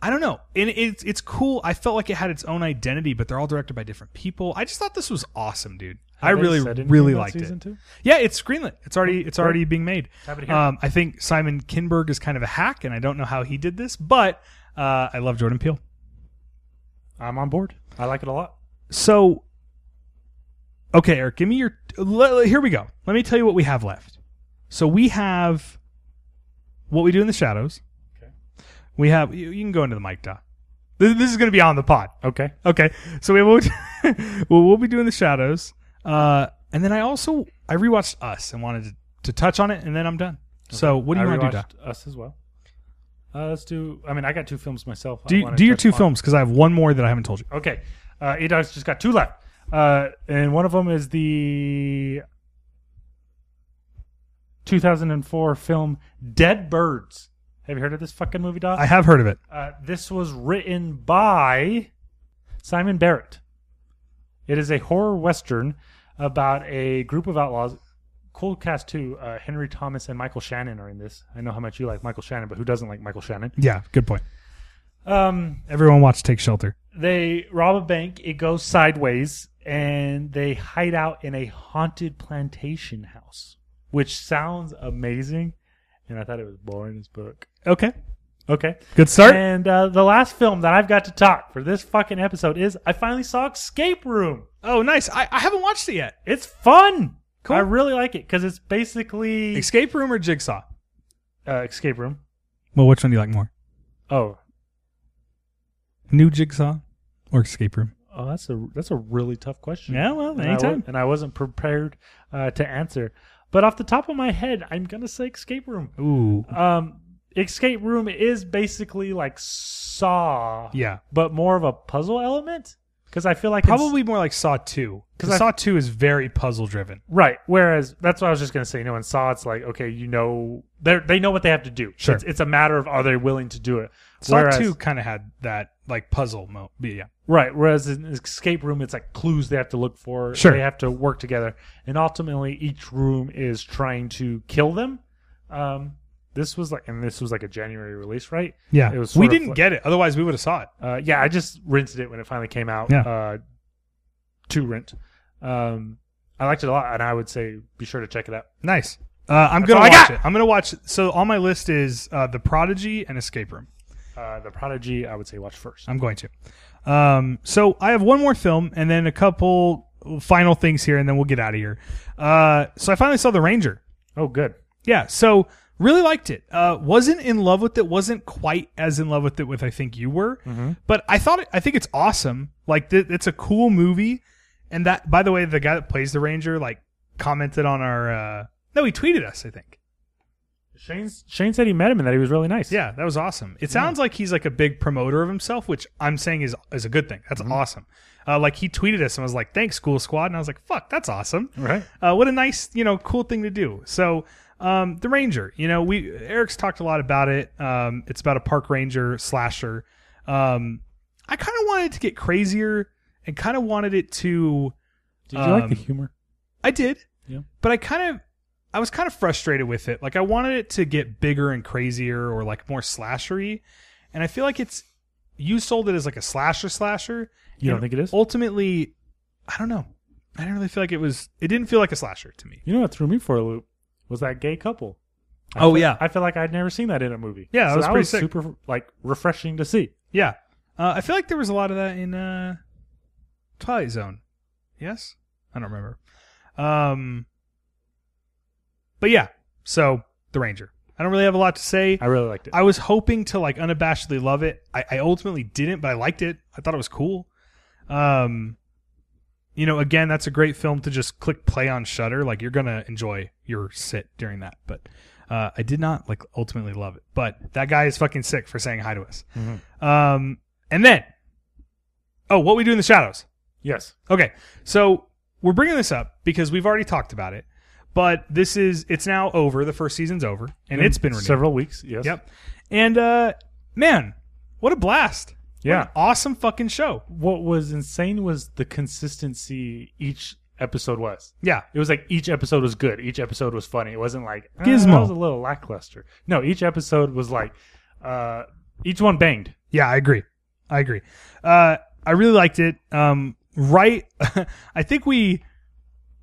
Speaker 2: I don't know, and it's it's cool. I felt like it had its own identity, but they're all directed by different people. I just thought this was awesome, dude. I
Speaker 1: Have they
Speaker 2: really,
Speaker 1: said anything
Speaker 2: really
Speaker 1: about
Speaker 2: liked
Speaker 1: season
Speaker 2: it.
Speaker 1: Two?
Speaker 2: Yeah, it's greenlit. It's already it's already being made.
Speaker 1: Happy to hear it.
Speaker 2: Um, I think Simon Kinberg is kind of a hack, and I don't know how he did this, but uh, I love Jordan Peele.
Speaker 1: I'm on board. I like it a lot.
Speaker 2: So, okay, Eric, give me your. le- le- here we go. Let me tell you what we have left. So we have what we do in the shadows.
Speaker 1: Okay.
Speaker 2: We have you, you can go into the mic, doc. This, this is going to be on the pod.
Speaker 1: Okay,
Speaker 2: Okay, so we won't. <laughs> well, we'll be doing the shadows, uh, and then I also I rewatched Us and wanted to, to touch on it, and then I'm done. So what do you
Speaker 1: I
Speaker 2: want to
Speaker 1: rewatched
Speaker 2: do? Doc?
Speaker 1: Us as well. Uh, let's do. I mean, I got two films myself. I
Speaker 2: Do,
Speaker 1: wanna
Speaker 2: do your
Speaker 1: touch
Speaker 2: two
Speaker 1: upon.
Speaker 2: films because I have one more that I haven't told you.
Speaker 1: Okay, uh, eight dogs just got two left, uh, and one of them is the 2004 film Dead Birds. Have you heard of this fucking movie, Doc?
Speaker 2: I have heard of it.
Speaker 1: Uh, this was written by Simon Barrett. It is a horror western about a group of outlaws. Cool cast too. Uh, Henry Thomas and Michael Shannon are in this. I know how much you like Michael Shannon, but who doesn't like Michael Shannon?
Speaker 2: Yeah, good point.
Speaker 1: Um,
Speaker 2: Everyone watch Take Shelter.
Speaker 1: they rob a bank. It goes sideways, and they hide out in a haunted plantation house, which sounds amazing. And I thought it was boring as book.
Speaker 2: Okay,
Speaker 1: Okay.
Speaker 2: good start.
Speaker 1: And uh, the last film that I've got to talk for this fucking episode is I finally saw Escape Room.
Speaker 2: oh, nice. I, I haven't watched it yet.
Speaker 1: It's fun. I really like it because it's basically
Speaker 2: Escape Room or Jigsaw?
Speaker 1: uh, Escape Room.
Speaker 2: Well, which one do you like more?
Speaker 1: Oh,
Speaker 2: New Jigsaw or Escape Room?
Speaker 1: oh, that's a that's a really tough question.
Speaker 2: Yeah, well,
Speaker 1: And I wa-
Speaker 2: anytime.
Speaker 1: and I wasn't prepared uh, to answer. But off the top of my head, I'm gonna say Escape Room.
Speaker 2: Ooh,
Speaker 1: Um, Escape Room is basically like Saw,
Speaker 2: yeah.
Speaker 1: but more of a puzzle element. Because I feel like in S-
Speaker 2: Probably more like Saw Two because
Speaker 1: I-
Speaker 2: Saw Two is very puzzle driven.
Speaker 1: Right. Whereas that's what I was just gonna say. You know, in Saw, it's like okay, you know, they they know what they have to do.
Speaker 2: Sure.
Speaker 1: It's, it's a matter of are they willing to do it.
Speaker 2: Saw
Speaker 1: Whereas-
Speaker 2: Two kind of had that like puzzle mode. Yeah,
Speaker 1: Right. Whereas in escape room, it's like clues they have to look for.
Speaker 2: Sure.
Speaker 1: They have to work together, and ultimately, each room is trying to kill them. Um, this was like, and this was like a January release, right?
Speaker 2: yeah.
Speaker 1: It was sort
Speaker 2: we
Speaker 1: of
Speaker 2: didn't
Speaker 1: like-
Speaker 2: get it. Otherwise, we would have saw it.
Speaker 1: Uh, yeah, I just rented it when it finally came out.
Speaker 2: Yeah.
Speaker 1: Uh, to rent. Um, I liked it a lot, and I would say be sure to check it out.
Speaker 2: Nice. Uh, I'm
Speaker 1: That's
Speaker 2: gonna
Speaker 1: all I
Speaker 2: watch
Speaker 1: got.
Speaker 2: it. I'm gonna watch. So on my list is uh, The Prodigy and Escape Room.
Speaker 1: Uh, the Prodigy, I would say watch first.
Speaker 2: I'm going to. Um, so I have one more film and then a couple final things here, and then we'll get out of here. Uh, so I finally saw The Ranger.
Speaker 1: Oh, good.
Speaker 2: Yeah, so really liked it. Uh, wasn't in love with it. Wasn't quite as in love with it with I think you were, but I thought it, I think it's awesome. Like th- it's a cool movie, and that by the way, the guy that plays the ranger like commented on our. Uh, no, he tweeted us. I think.
Speaker 1: Shane's, Shane said he met him and that he was really nice.
Speaker 2: Yeah, that was awesome. It sounds like he's like a big promoter of himself, which I'm saying is is a good thing. That's awesome. Uh, like he tweeted us and was like, "Thanks, School Squad," and I was like, "Fuck, that's awesome."
Speaker 1: Right.
Speaker 2: Uh, what a nice, you know, cool thing to do. So, um, the Ranger. You know, we Eric's talked a lot about it. Um, it's about a park ranger slasher. Um, I kind of wanted it to get crazier and kind of wanted it to.
Speaker 1: Did you like
Speaker 2: Um,
Speaker 1: the humor?
Speaker 2: I did.
Speaker 1: Yeah.
Speaker 2: But I kind of I was kind of frustrated with it. Like I wanted it to get bigger and crazier or like more slashery. And I feel like it's you sold it as like a slasher slasher.
Speaker 1: You don't
Speaker 2: and
Speaker 1: think it is?
Speaker 2: Ultimately, I don't know. I didn't really feel like it was it didn't feel like a slasher to me.
Speaker 1: You know what threw me for a loop was that gay couple. I
Speaker 2: Oh,
Speaker 1: feel-
Speaker 2: yeah.
Speaker 1: I feel like I'd never seen that in a movie.
Speaker 2: Yeah, that
Speaker 1: So
Speaker 2: was pretty sick.
Speaker 1: super like refreshing to see.
Speaker 2: Yeah. Uh, I feel like there was a lot of that in uh Twilight Zone. Yes? I don't remember. Um But yeah. So, The Ranger. I don't really have a lot to say.
Speaker 1: I really liked it.
Speaker 2: I was hoping to like unabashedly love it. I, I ultimately didn't, but I liked it. I thought it was cool. Um, you know, again, that's a great film to just click play on Shutter. Like you're gonna enjoy your sit during that. But uh, I did not like ultimately love it. But that guy is fucking sick for saying hi to us. Um, and then, oh, what we do in the shadows.
Speaker 1: yes.
Speaker 2: Okay, so we're bringing this up because we've already talked about it. But this is it's now over. The first season's over, and it's been renewed.
Speaker 1: several weeks. Yes.
Speaker 2: Yep. And uh man, what a blast. What
Speaker 1: Yeah.
Speaker 2: an awesome fucking show.
Speaker 1: What was insane was the consistency each episode was.
Speaker 2: Yeah.
Speaker 1: It was like each episode was good. Each episode was funny. It wasn't like "Ah,
Speaker 2: Gizmo.
Speaker 1: that was a little lackluster. No, each episode was like uh each one banged.
Speaker 2: Yeah, I agree. I agree. Uh I really liked it. Um right <laughs> I think we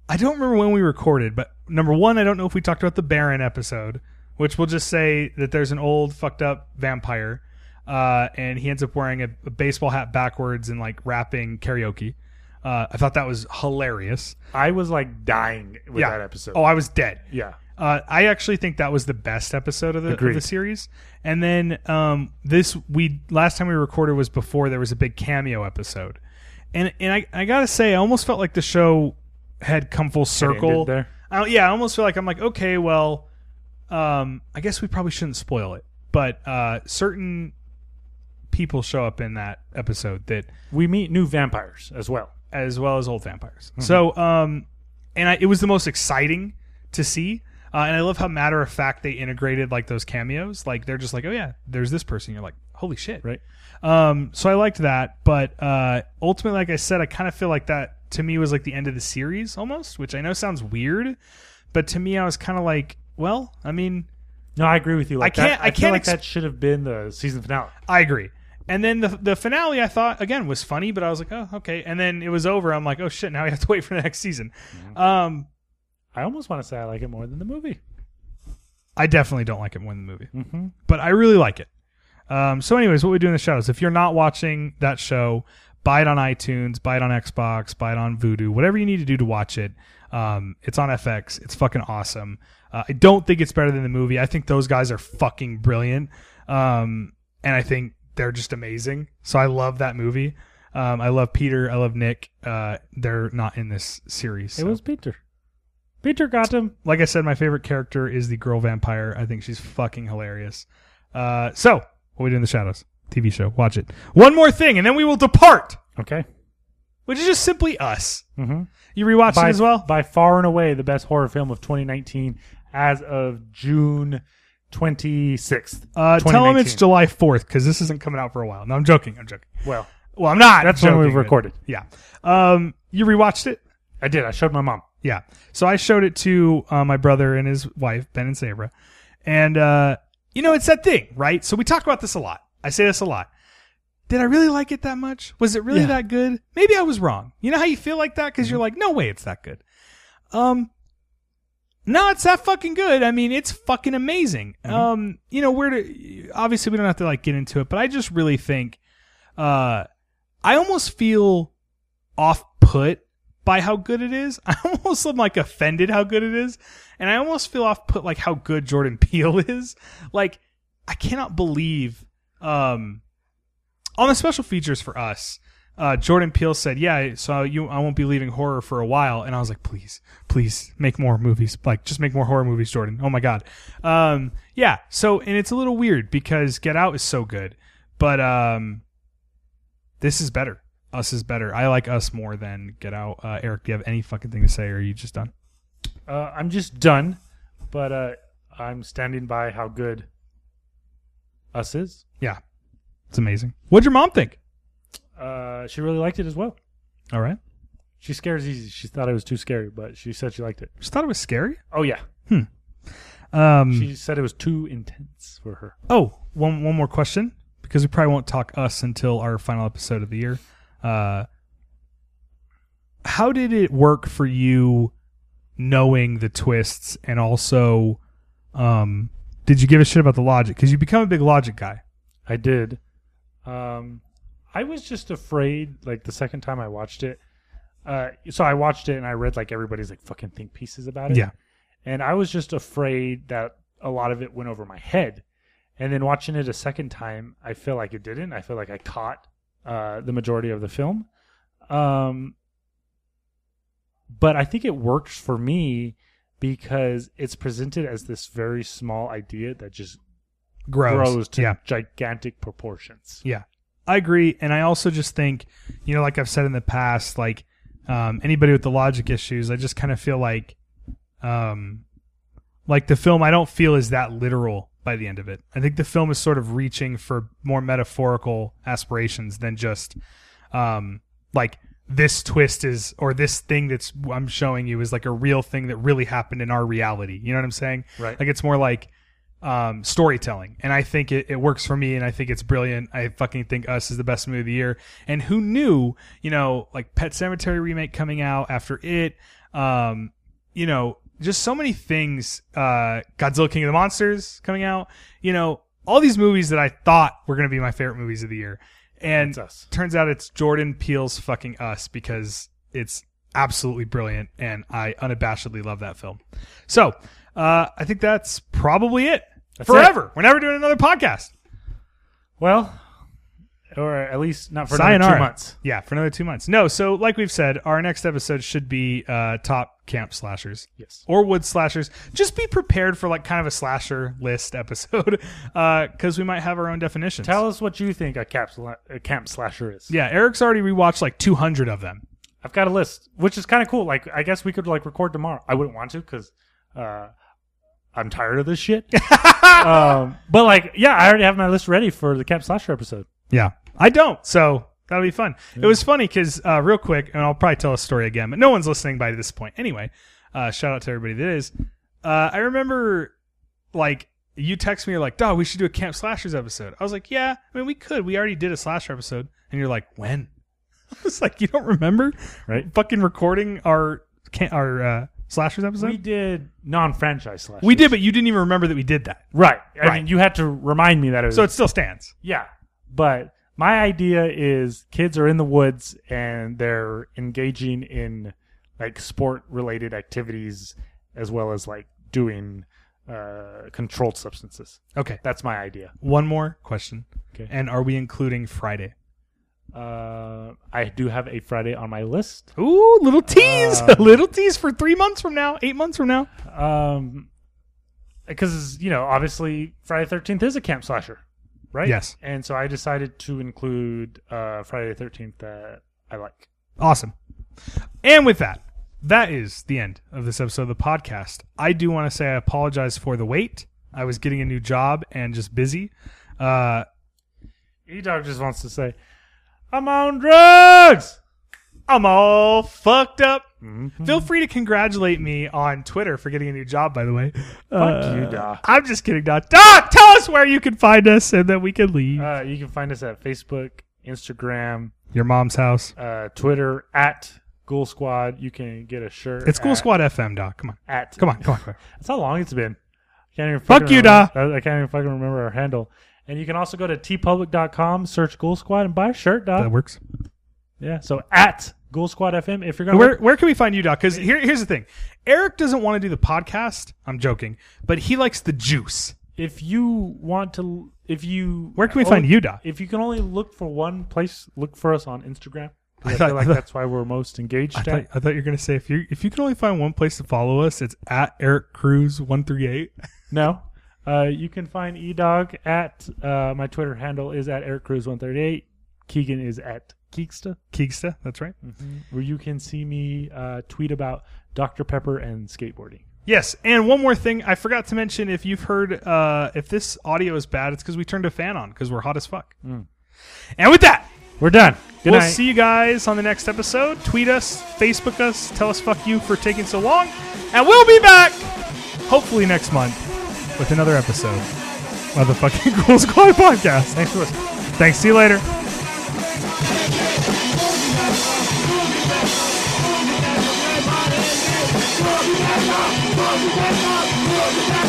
Speaker 2: I don't remember when we recorded, but number 1, I don't know if we talked about the Baron episode, which we'll just say that there's an old fucked up vampire uh and he ends up wearing a, a baseball hat backwards and like rapping karaoke. Uh, I thought that was hilarious.
Speaker 1: I was like dying with
Speaker 2: yeah.
Speaker 1: that episode.
Speaker 2: Oh, I was dead.
Speaker 1: yeah.
Speaker 2: Uh, I actually think that was the best episode of the, of
Speaker 1: Agreed.
Speaker 2: the series. And then um, this we last time we recorded was before there was a big cameo episode, and and I, I gotta say I almost felt like the show had come full circle.
Speaker 1: ended there.
Speaker 2: I, yeah, I almost feel like I'm like okay, well, um, I guess we probably shouldn't spoil it. but uh, certain people show up in that episode that
Speaker 1: We meet new vampires as well.
Speaker 2: as well as old vampires. So, um, and I, it was the most exciting to see. Uh, and I love how matter of fact they integrated like those cameos. Like they're just like, oh yeah, there's this person. You're like, holy shit,
Speaker 1: Right.
Speaker 2: Um, so I liked that, but uh, ultimately, like I said, I kind of feel like that to me was like the end of the series almost, which I know sounds weird, but to me, I was kind of like, well, I mean,
Speaker 1: No, I agree with you. Like
Speaker 2: I can't-
Speaker 1: That,
Speaker 2: I
Speaker 1: feel
Speaker 2: can't
Speaker 1: like
Speaker 2: ex-
Speaker 1: that should have been the season finale.
Speaker 2: I agree. And then the the finale, I thought again was funny, but I was like, oh okay. And then it was over. I'm like, oh shit, now we have to wait for the next season. Um,
Speaker 1: I almost want to say I like it more than the movie.
Speaker 2: I definitely don't like it more than the movie,
Speaker 1: Mm-hmm.
Speaker 2: but I really like it. Um, so, anyways, what we do in the shadows. If you're not watching that show, buy it on iTunes, buy it on Xbox, buy it on Vudu, whatever you need to do to watch it. Um, it's on FX. It's fucking awesome. Uh, I don't think it's better than the movie. I think those guys are fucking brilliant, um, and I think they're just amazing. So I love that movie. Um, I love Peter. I love Nick. Uh, they're not in this series.
Speaker 1: It
Speaker 2: so-
Speaker 1: was Peter. Peter got him.
Speaker 2: like I said, my favorite character is the girl vampire. I think she's fucking hilarious. Uh, so, what we do in the shadows? TV show. Watch it. One more thing, and then we will depart,
Speaker 1: Okay.
Speaker 2: which is just simply us.
Speaker 1: Mhm.
Speaker 2: You rewatched
Speaker 1: By,
Speaker 2: it as well?
Speaker 1: by far and away the best horror film of 2019 as of June 26th.
Speaker 2: Uh, tell them it's
Speaker 1: 2019.
Speaker 2: July 4th because this isn't coming out for a while. No, I'm joking. I'm joking.
Speaker 1: Well,
Speaker 2: Well, I'm not.
Speaker 1: that's when we
Speaker 2: joking.
Speaker 1: recorded.
Speaker 2: Yeah. Um, you rewatched it?
Speaker 1: I did. I showed my mom.
Speaker 2: Yeah. So I showed it to uh, my brother and his wife, Ben and Sabra. And, uh, you know, it's that thing, right? So we talk about this a lot. I say this a lot. Did I really like it that much? Was it really
Speaker 1: Yeah.
Speaker 2: that good? Maybe I was wrong. You know how you feel like that? because you're like, no way it's that good. Um, no, it's that fucking good. I mean, it's fucking amazing. Um, you know, where to, obviously we don't have to like get into it, but I just really think, uh, I almost feel off put by how good it is. <laughs> I almost am like offended how good it is. And I almost feel off put like how good Jordan <laughs> Peele is. Like, I cannot believe um on the special features for us, uh Jordan Peele said, Yeah, so you I won't be leaving horror for a while and I was like, please, please make more movies. Like just make more horror movies, Jordan. Oh my god. Um yeah, so and it's a little weird because Get Out is so good. But um this is better. Us is better. I like us more than Get Out. Uh, Eric, do you have any fucking thing to say, or are you just done?
Speaker 1: Uh, I'm just done, but uh, I'm standing by how good Us is.
Speaker 2: Yeah, it's amazing. What'd your mom think?
Speaker 1: Uh, she really liked it as well.
Speaker 2: All right,
Speaker 1: She scares easy. She thought it was too scary, but she said she liked it.
Speaker 2: just thought it was scary.
Speaker 1: Oh yeah,
Speaker 2: Um,
Speaker 1: she said it was too intense for her.
Speaker 2: oh, one one more question because we probably won't talk us until our final episode of the year. Uh, how did it work for you, knowing the twists, and also, um, did you give a shit about the logic? Because you become a big logic guy.
Speaker 1: I did. Um, I was just afraid. Like the second time I watched it, uh, so I watched it and I read like everybody's like fucking think pieces about it.
Speaker 2: Yeah.
Speaker 1: and I was just afraid that a lot of it went over my head. And then watching it a second time, I feel like it didn't. I feel like I caught uh, the majority of the film. Um, but I think it works for me because it's presented as this very small idea that just grows, to
Speaker 2: yeah.
Speaker 1: gigantic proportions.
Speaker 2: Yeah, I agree, and I also just think, you know, like I've said in the past, like um, anybody with the logic issues, I just kind of feel like, um, like the film, I don't feel is that literal by the end of it. I think the film is sort of reaching for more metaphorical aspirations than just, um, like this twist is or this thing that's I'm showing you is like a real thing that really happened in our reality. You know what I'm saying?
Speaker 1: Right.
Speaker 2: Like it's more like um, storytelling. And I think it, it works for me and I think it's brilliant. I fucking think Us is the best movie of the year. And who knew, you know, like Pet Cemetery remake coming out after it, um, you know, just so many things, uh, Godzilla King of the Monsters coming out, you know, all these movies that I thought were going to be my favorite movies of the year. And
Speaker 1: It's us.
Speaker 2: turns out it's Jordan Peele's fucking Us because it's absolutely brilliant and I unabashedly love that film. So, uh, I think that's probably it. Forever. We're never doing another podcast.
Speaker 1: Well, or at least not for another
Speaker 2: Sayonara.
Speaker 1: two months.
Speaker 2: Yeah, for another two months. No, so like we've said, our next episode should be uh, top camp slashers.
Speaker 1: Yes.
Speaker 2: Or wood slashers. Just be prepared for like kind of a slasher list episode <laughs> because we might have our own definitions.
Speaker 1: Tell us what you think a camp, sla- a camp slasher is.
Speaker 2: yeah, Eric's already rewatched like 200 of them.
Speaker 1: I've got a list, which is kind of cool. Like, I guess we could like record tomorrow. I wouldn't want to because uh, I'm tired of this
Speaker 2: <laughs>
Speaker 1: shit. um, but like, yeah, I already have my list ready for the Camp Slasher episode.
Speaker 2: Yeah, I don't. So that'll be fun. It was funny because uh, real quick, and I'll probably tell a story again, but no one's listening by this point anyway. Uh, shout out to everybody that is. Uh, I remember, like, you text me, you're like, "Dog, we should do a Camp Slashers episode." I was like, "Yeah, I mean, we could. We already did a slasher episode." And you're like, "When?" <laughs> I was like, "You don't remember?
Speaker 1: Right.
Speaker 2: Fucking recording our can- our uh, slashers episode?
Speaker 1: We did non-franchise slasher.
Speaker 2: we did, but you didn't even remember that we did that.
Speaker 1: right. I
Speaker 2: Right.
Speaker 1: mean, you had to remind me that it was.
Speaker 2: So it still stands.
Speaker 1: yeah, but my idea is kids are in the woods and they're engaging in like sport-related activities as well as like doing uh, controlled substances.
Speaker 2: Okay.
Speaker 1: That's my idea.
Speaker 2: One more question.
Speaker 1: Okay.
Speaker 2: And are we including Friday?
Speaker 1: Uh, I do have a Friday on my list.
Speaker 2: Ooh, little tease, <laughs> a little tease for three months from now, eight months from now.
Speaker 1: Um, because you know, obviously, Friday Thirteenth is a camp slasher, right?
Speaker 2: Yes.
Speaker 1: And so I decided to include uh, Friday Thirteenth that I like.
Speaker 2: Awesome. And with that, that is the end of this episode of the podcast. I do want to say I apologize for the wait. I was getting a new job and just busy. Uh,
Speaker 1: E Dog just wants to say, "I'm on drugs."
Speaker 2: I'm all fucked up. Feel free to congratulate me on Twitter for getting a new job, by the way. Uh,
Speaker 1: you, Doc.
Speaker 2: I'm just kidding, Doc. Doc, tell us where you can find us and then we can leave.
Speaker 1: Uh, you can find us at Facebook, Instagram,
Speaker 2: Your mom's house.
Speaker 1: uh, Twitter at Ghoul Squad. You can get a shirt.
Speaker 2: It's Cool
Speaker 1: at-
Speaker 2: Squad FM, Doc. Come on.
Speaker 1: At
Speaker 2: Come on. Come on. Come on.
Speaker 1: That's how long it's been. I can't even
Speaker 2: Fuck
Speaker 1: fucking
Speaker 2: you,
Speaker 1: remember- I I can't even fucking remember our handle. And you can also go to tpublic.com, search Ghoul Squad, and buy a shirt, dog.
Speaker 2: That works.
Speaker 1: yeah. So at Ghoul Squad FM, if you're gonna
Speaker 2: Where where can we find you, Doc? Because here, here's the thing: Eric doesn't want to do the podcast. I'm joking, but he likes the juice.
Speaker 1: if you want to, if you
Speaker 2: Where can we find
Speaker 1: only-
Speaker 2: you, Doc?
Speaker 1: If you can only look for one place, look for us on Instagram. 'Cause I,
Speaker 2: thought-
Speaker 1: feel like
Speaker 2: <laughs> I thought-
Speaker 1: that's why we're most engaged.
Speaker 2: I
Speaker 1: at.
Speaker 2: thought, I thought you were gonna say if you if you could only find one place to follow us, it's at Eric Cruz one three eight. <laughs>
Speaker 1: No. Uh, you can find eDog at uh, my Twitter handle is at Eric Cruz 138. Keegan is at Keeksta.
Speaker 2: Keegsta, that's right.
Speaker 1: where you can see me uh, tweet about Dr. Pepper and skateboarding.
Speaker 2: Yes, and one more thing I forgot to mention: if you've heard, uh, if this audio is bad, it's because we turned a fan on because we're hot as fuck. And with that,
Speaker 1: We're done. Good
Speaker 2: we'll
Speaker 1: night.
Speaker 2: see you guys on the next episode. Tweet us, Facebook us, tell us fuck you for taking so long, and we'll be back hopefully next month with another episode of the fucking <laughs> Cool Squad podcast. Thanks for listening. Thanks. See you later.
Speaker 6: Everybody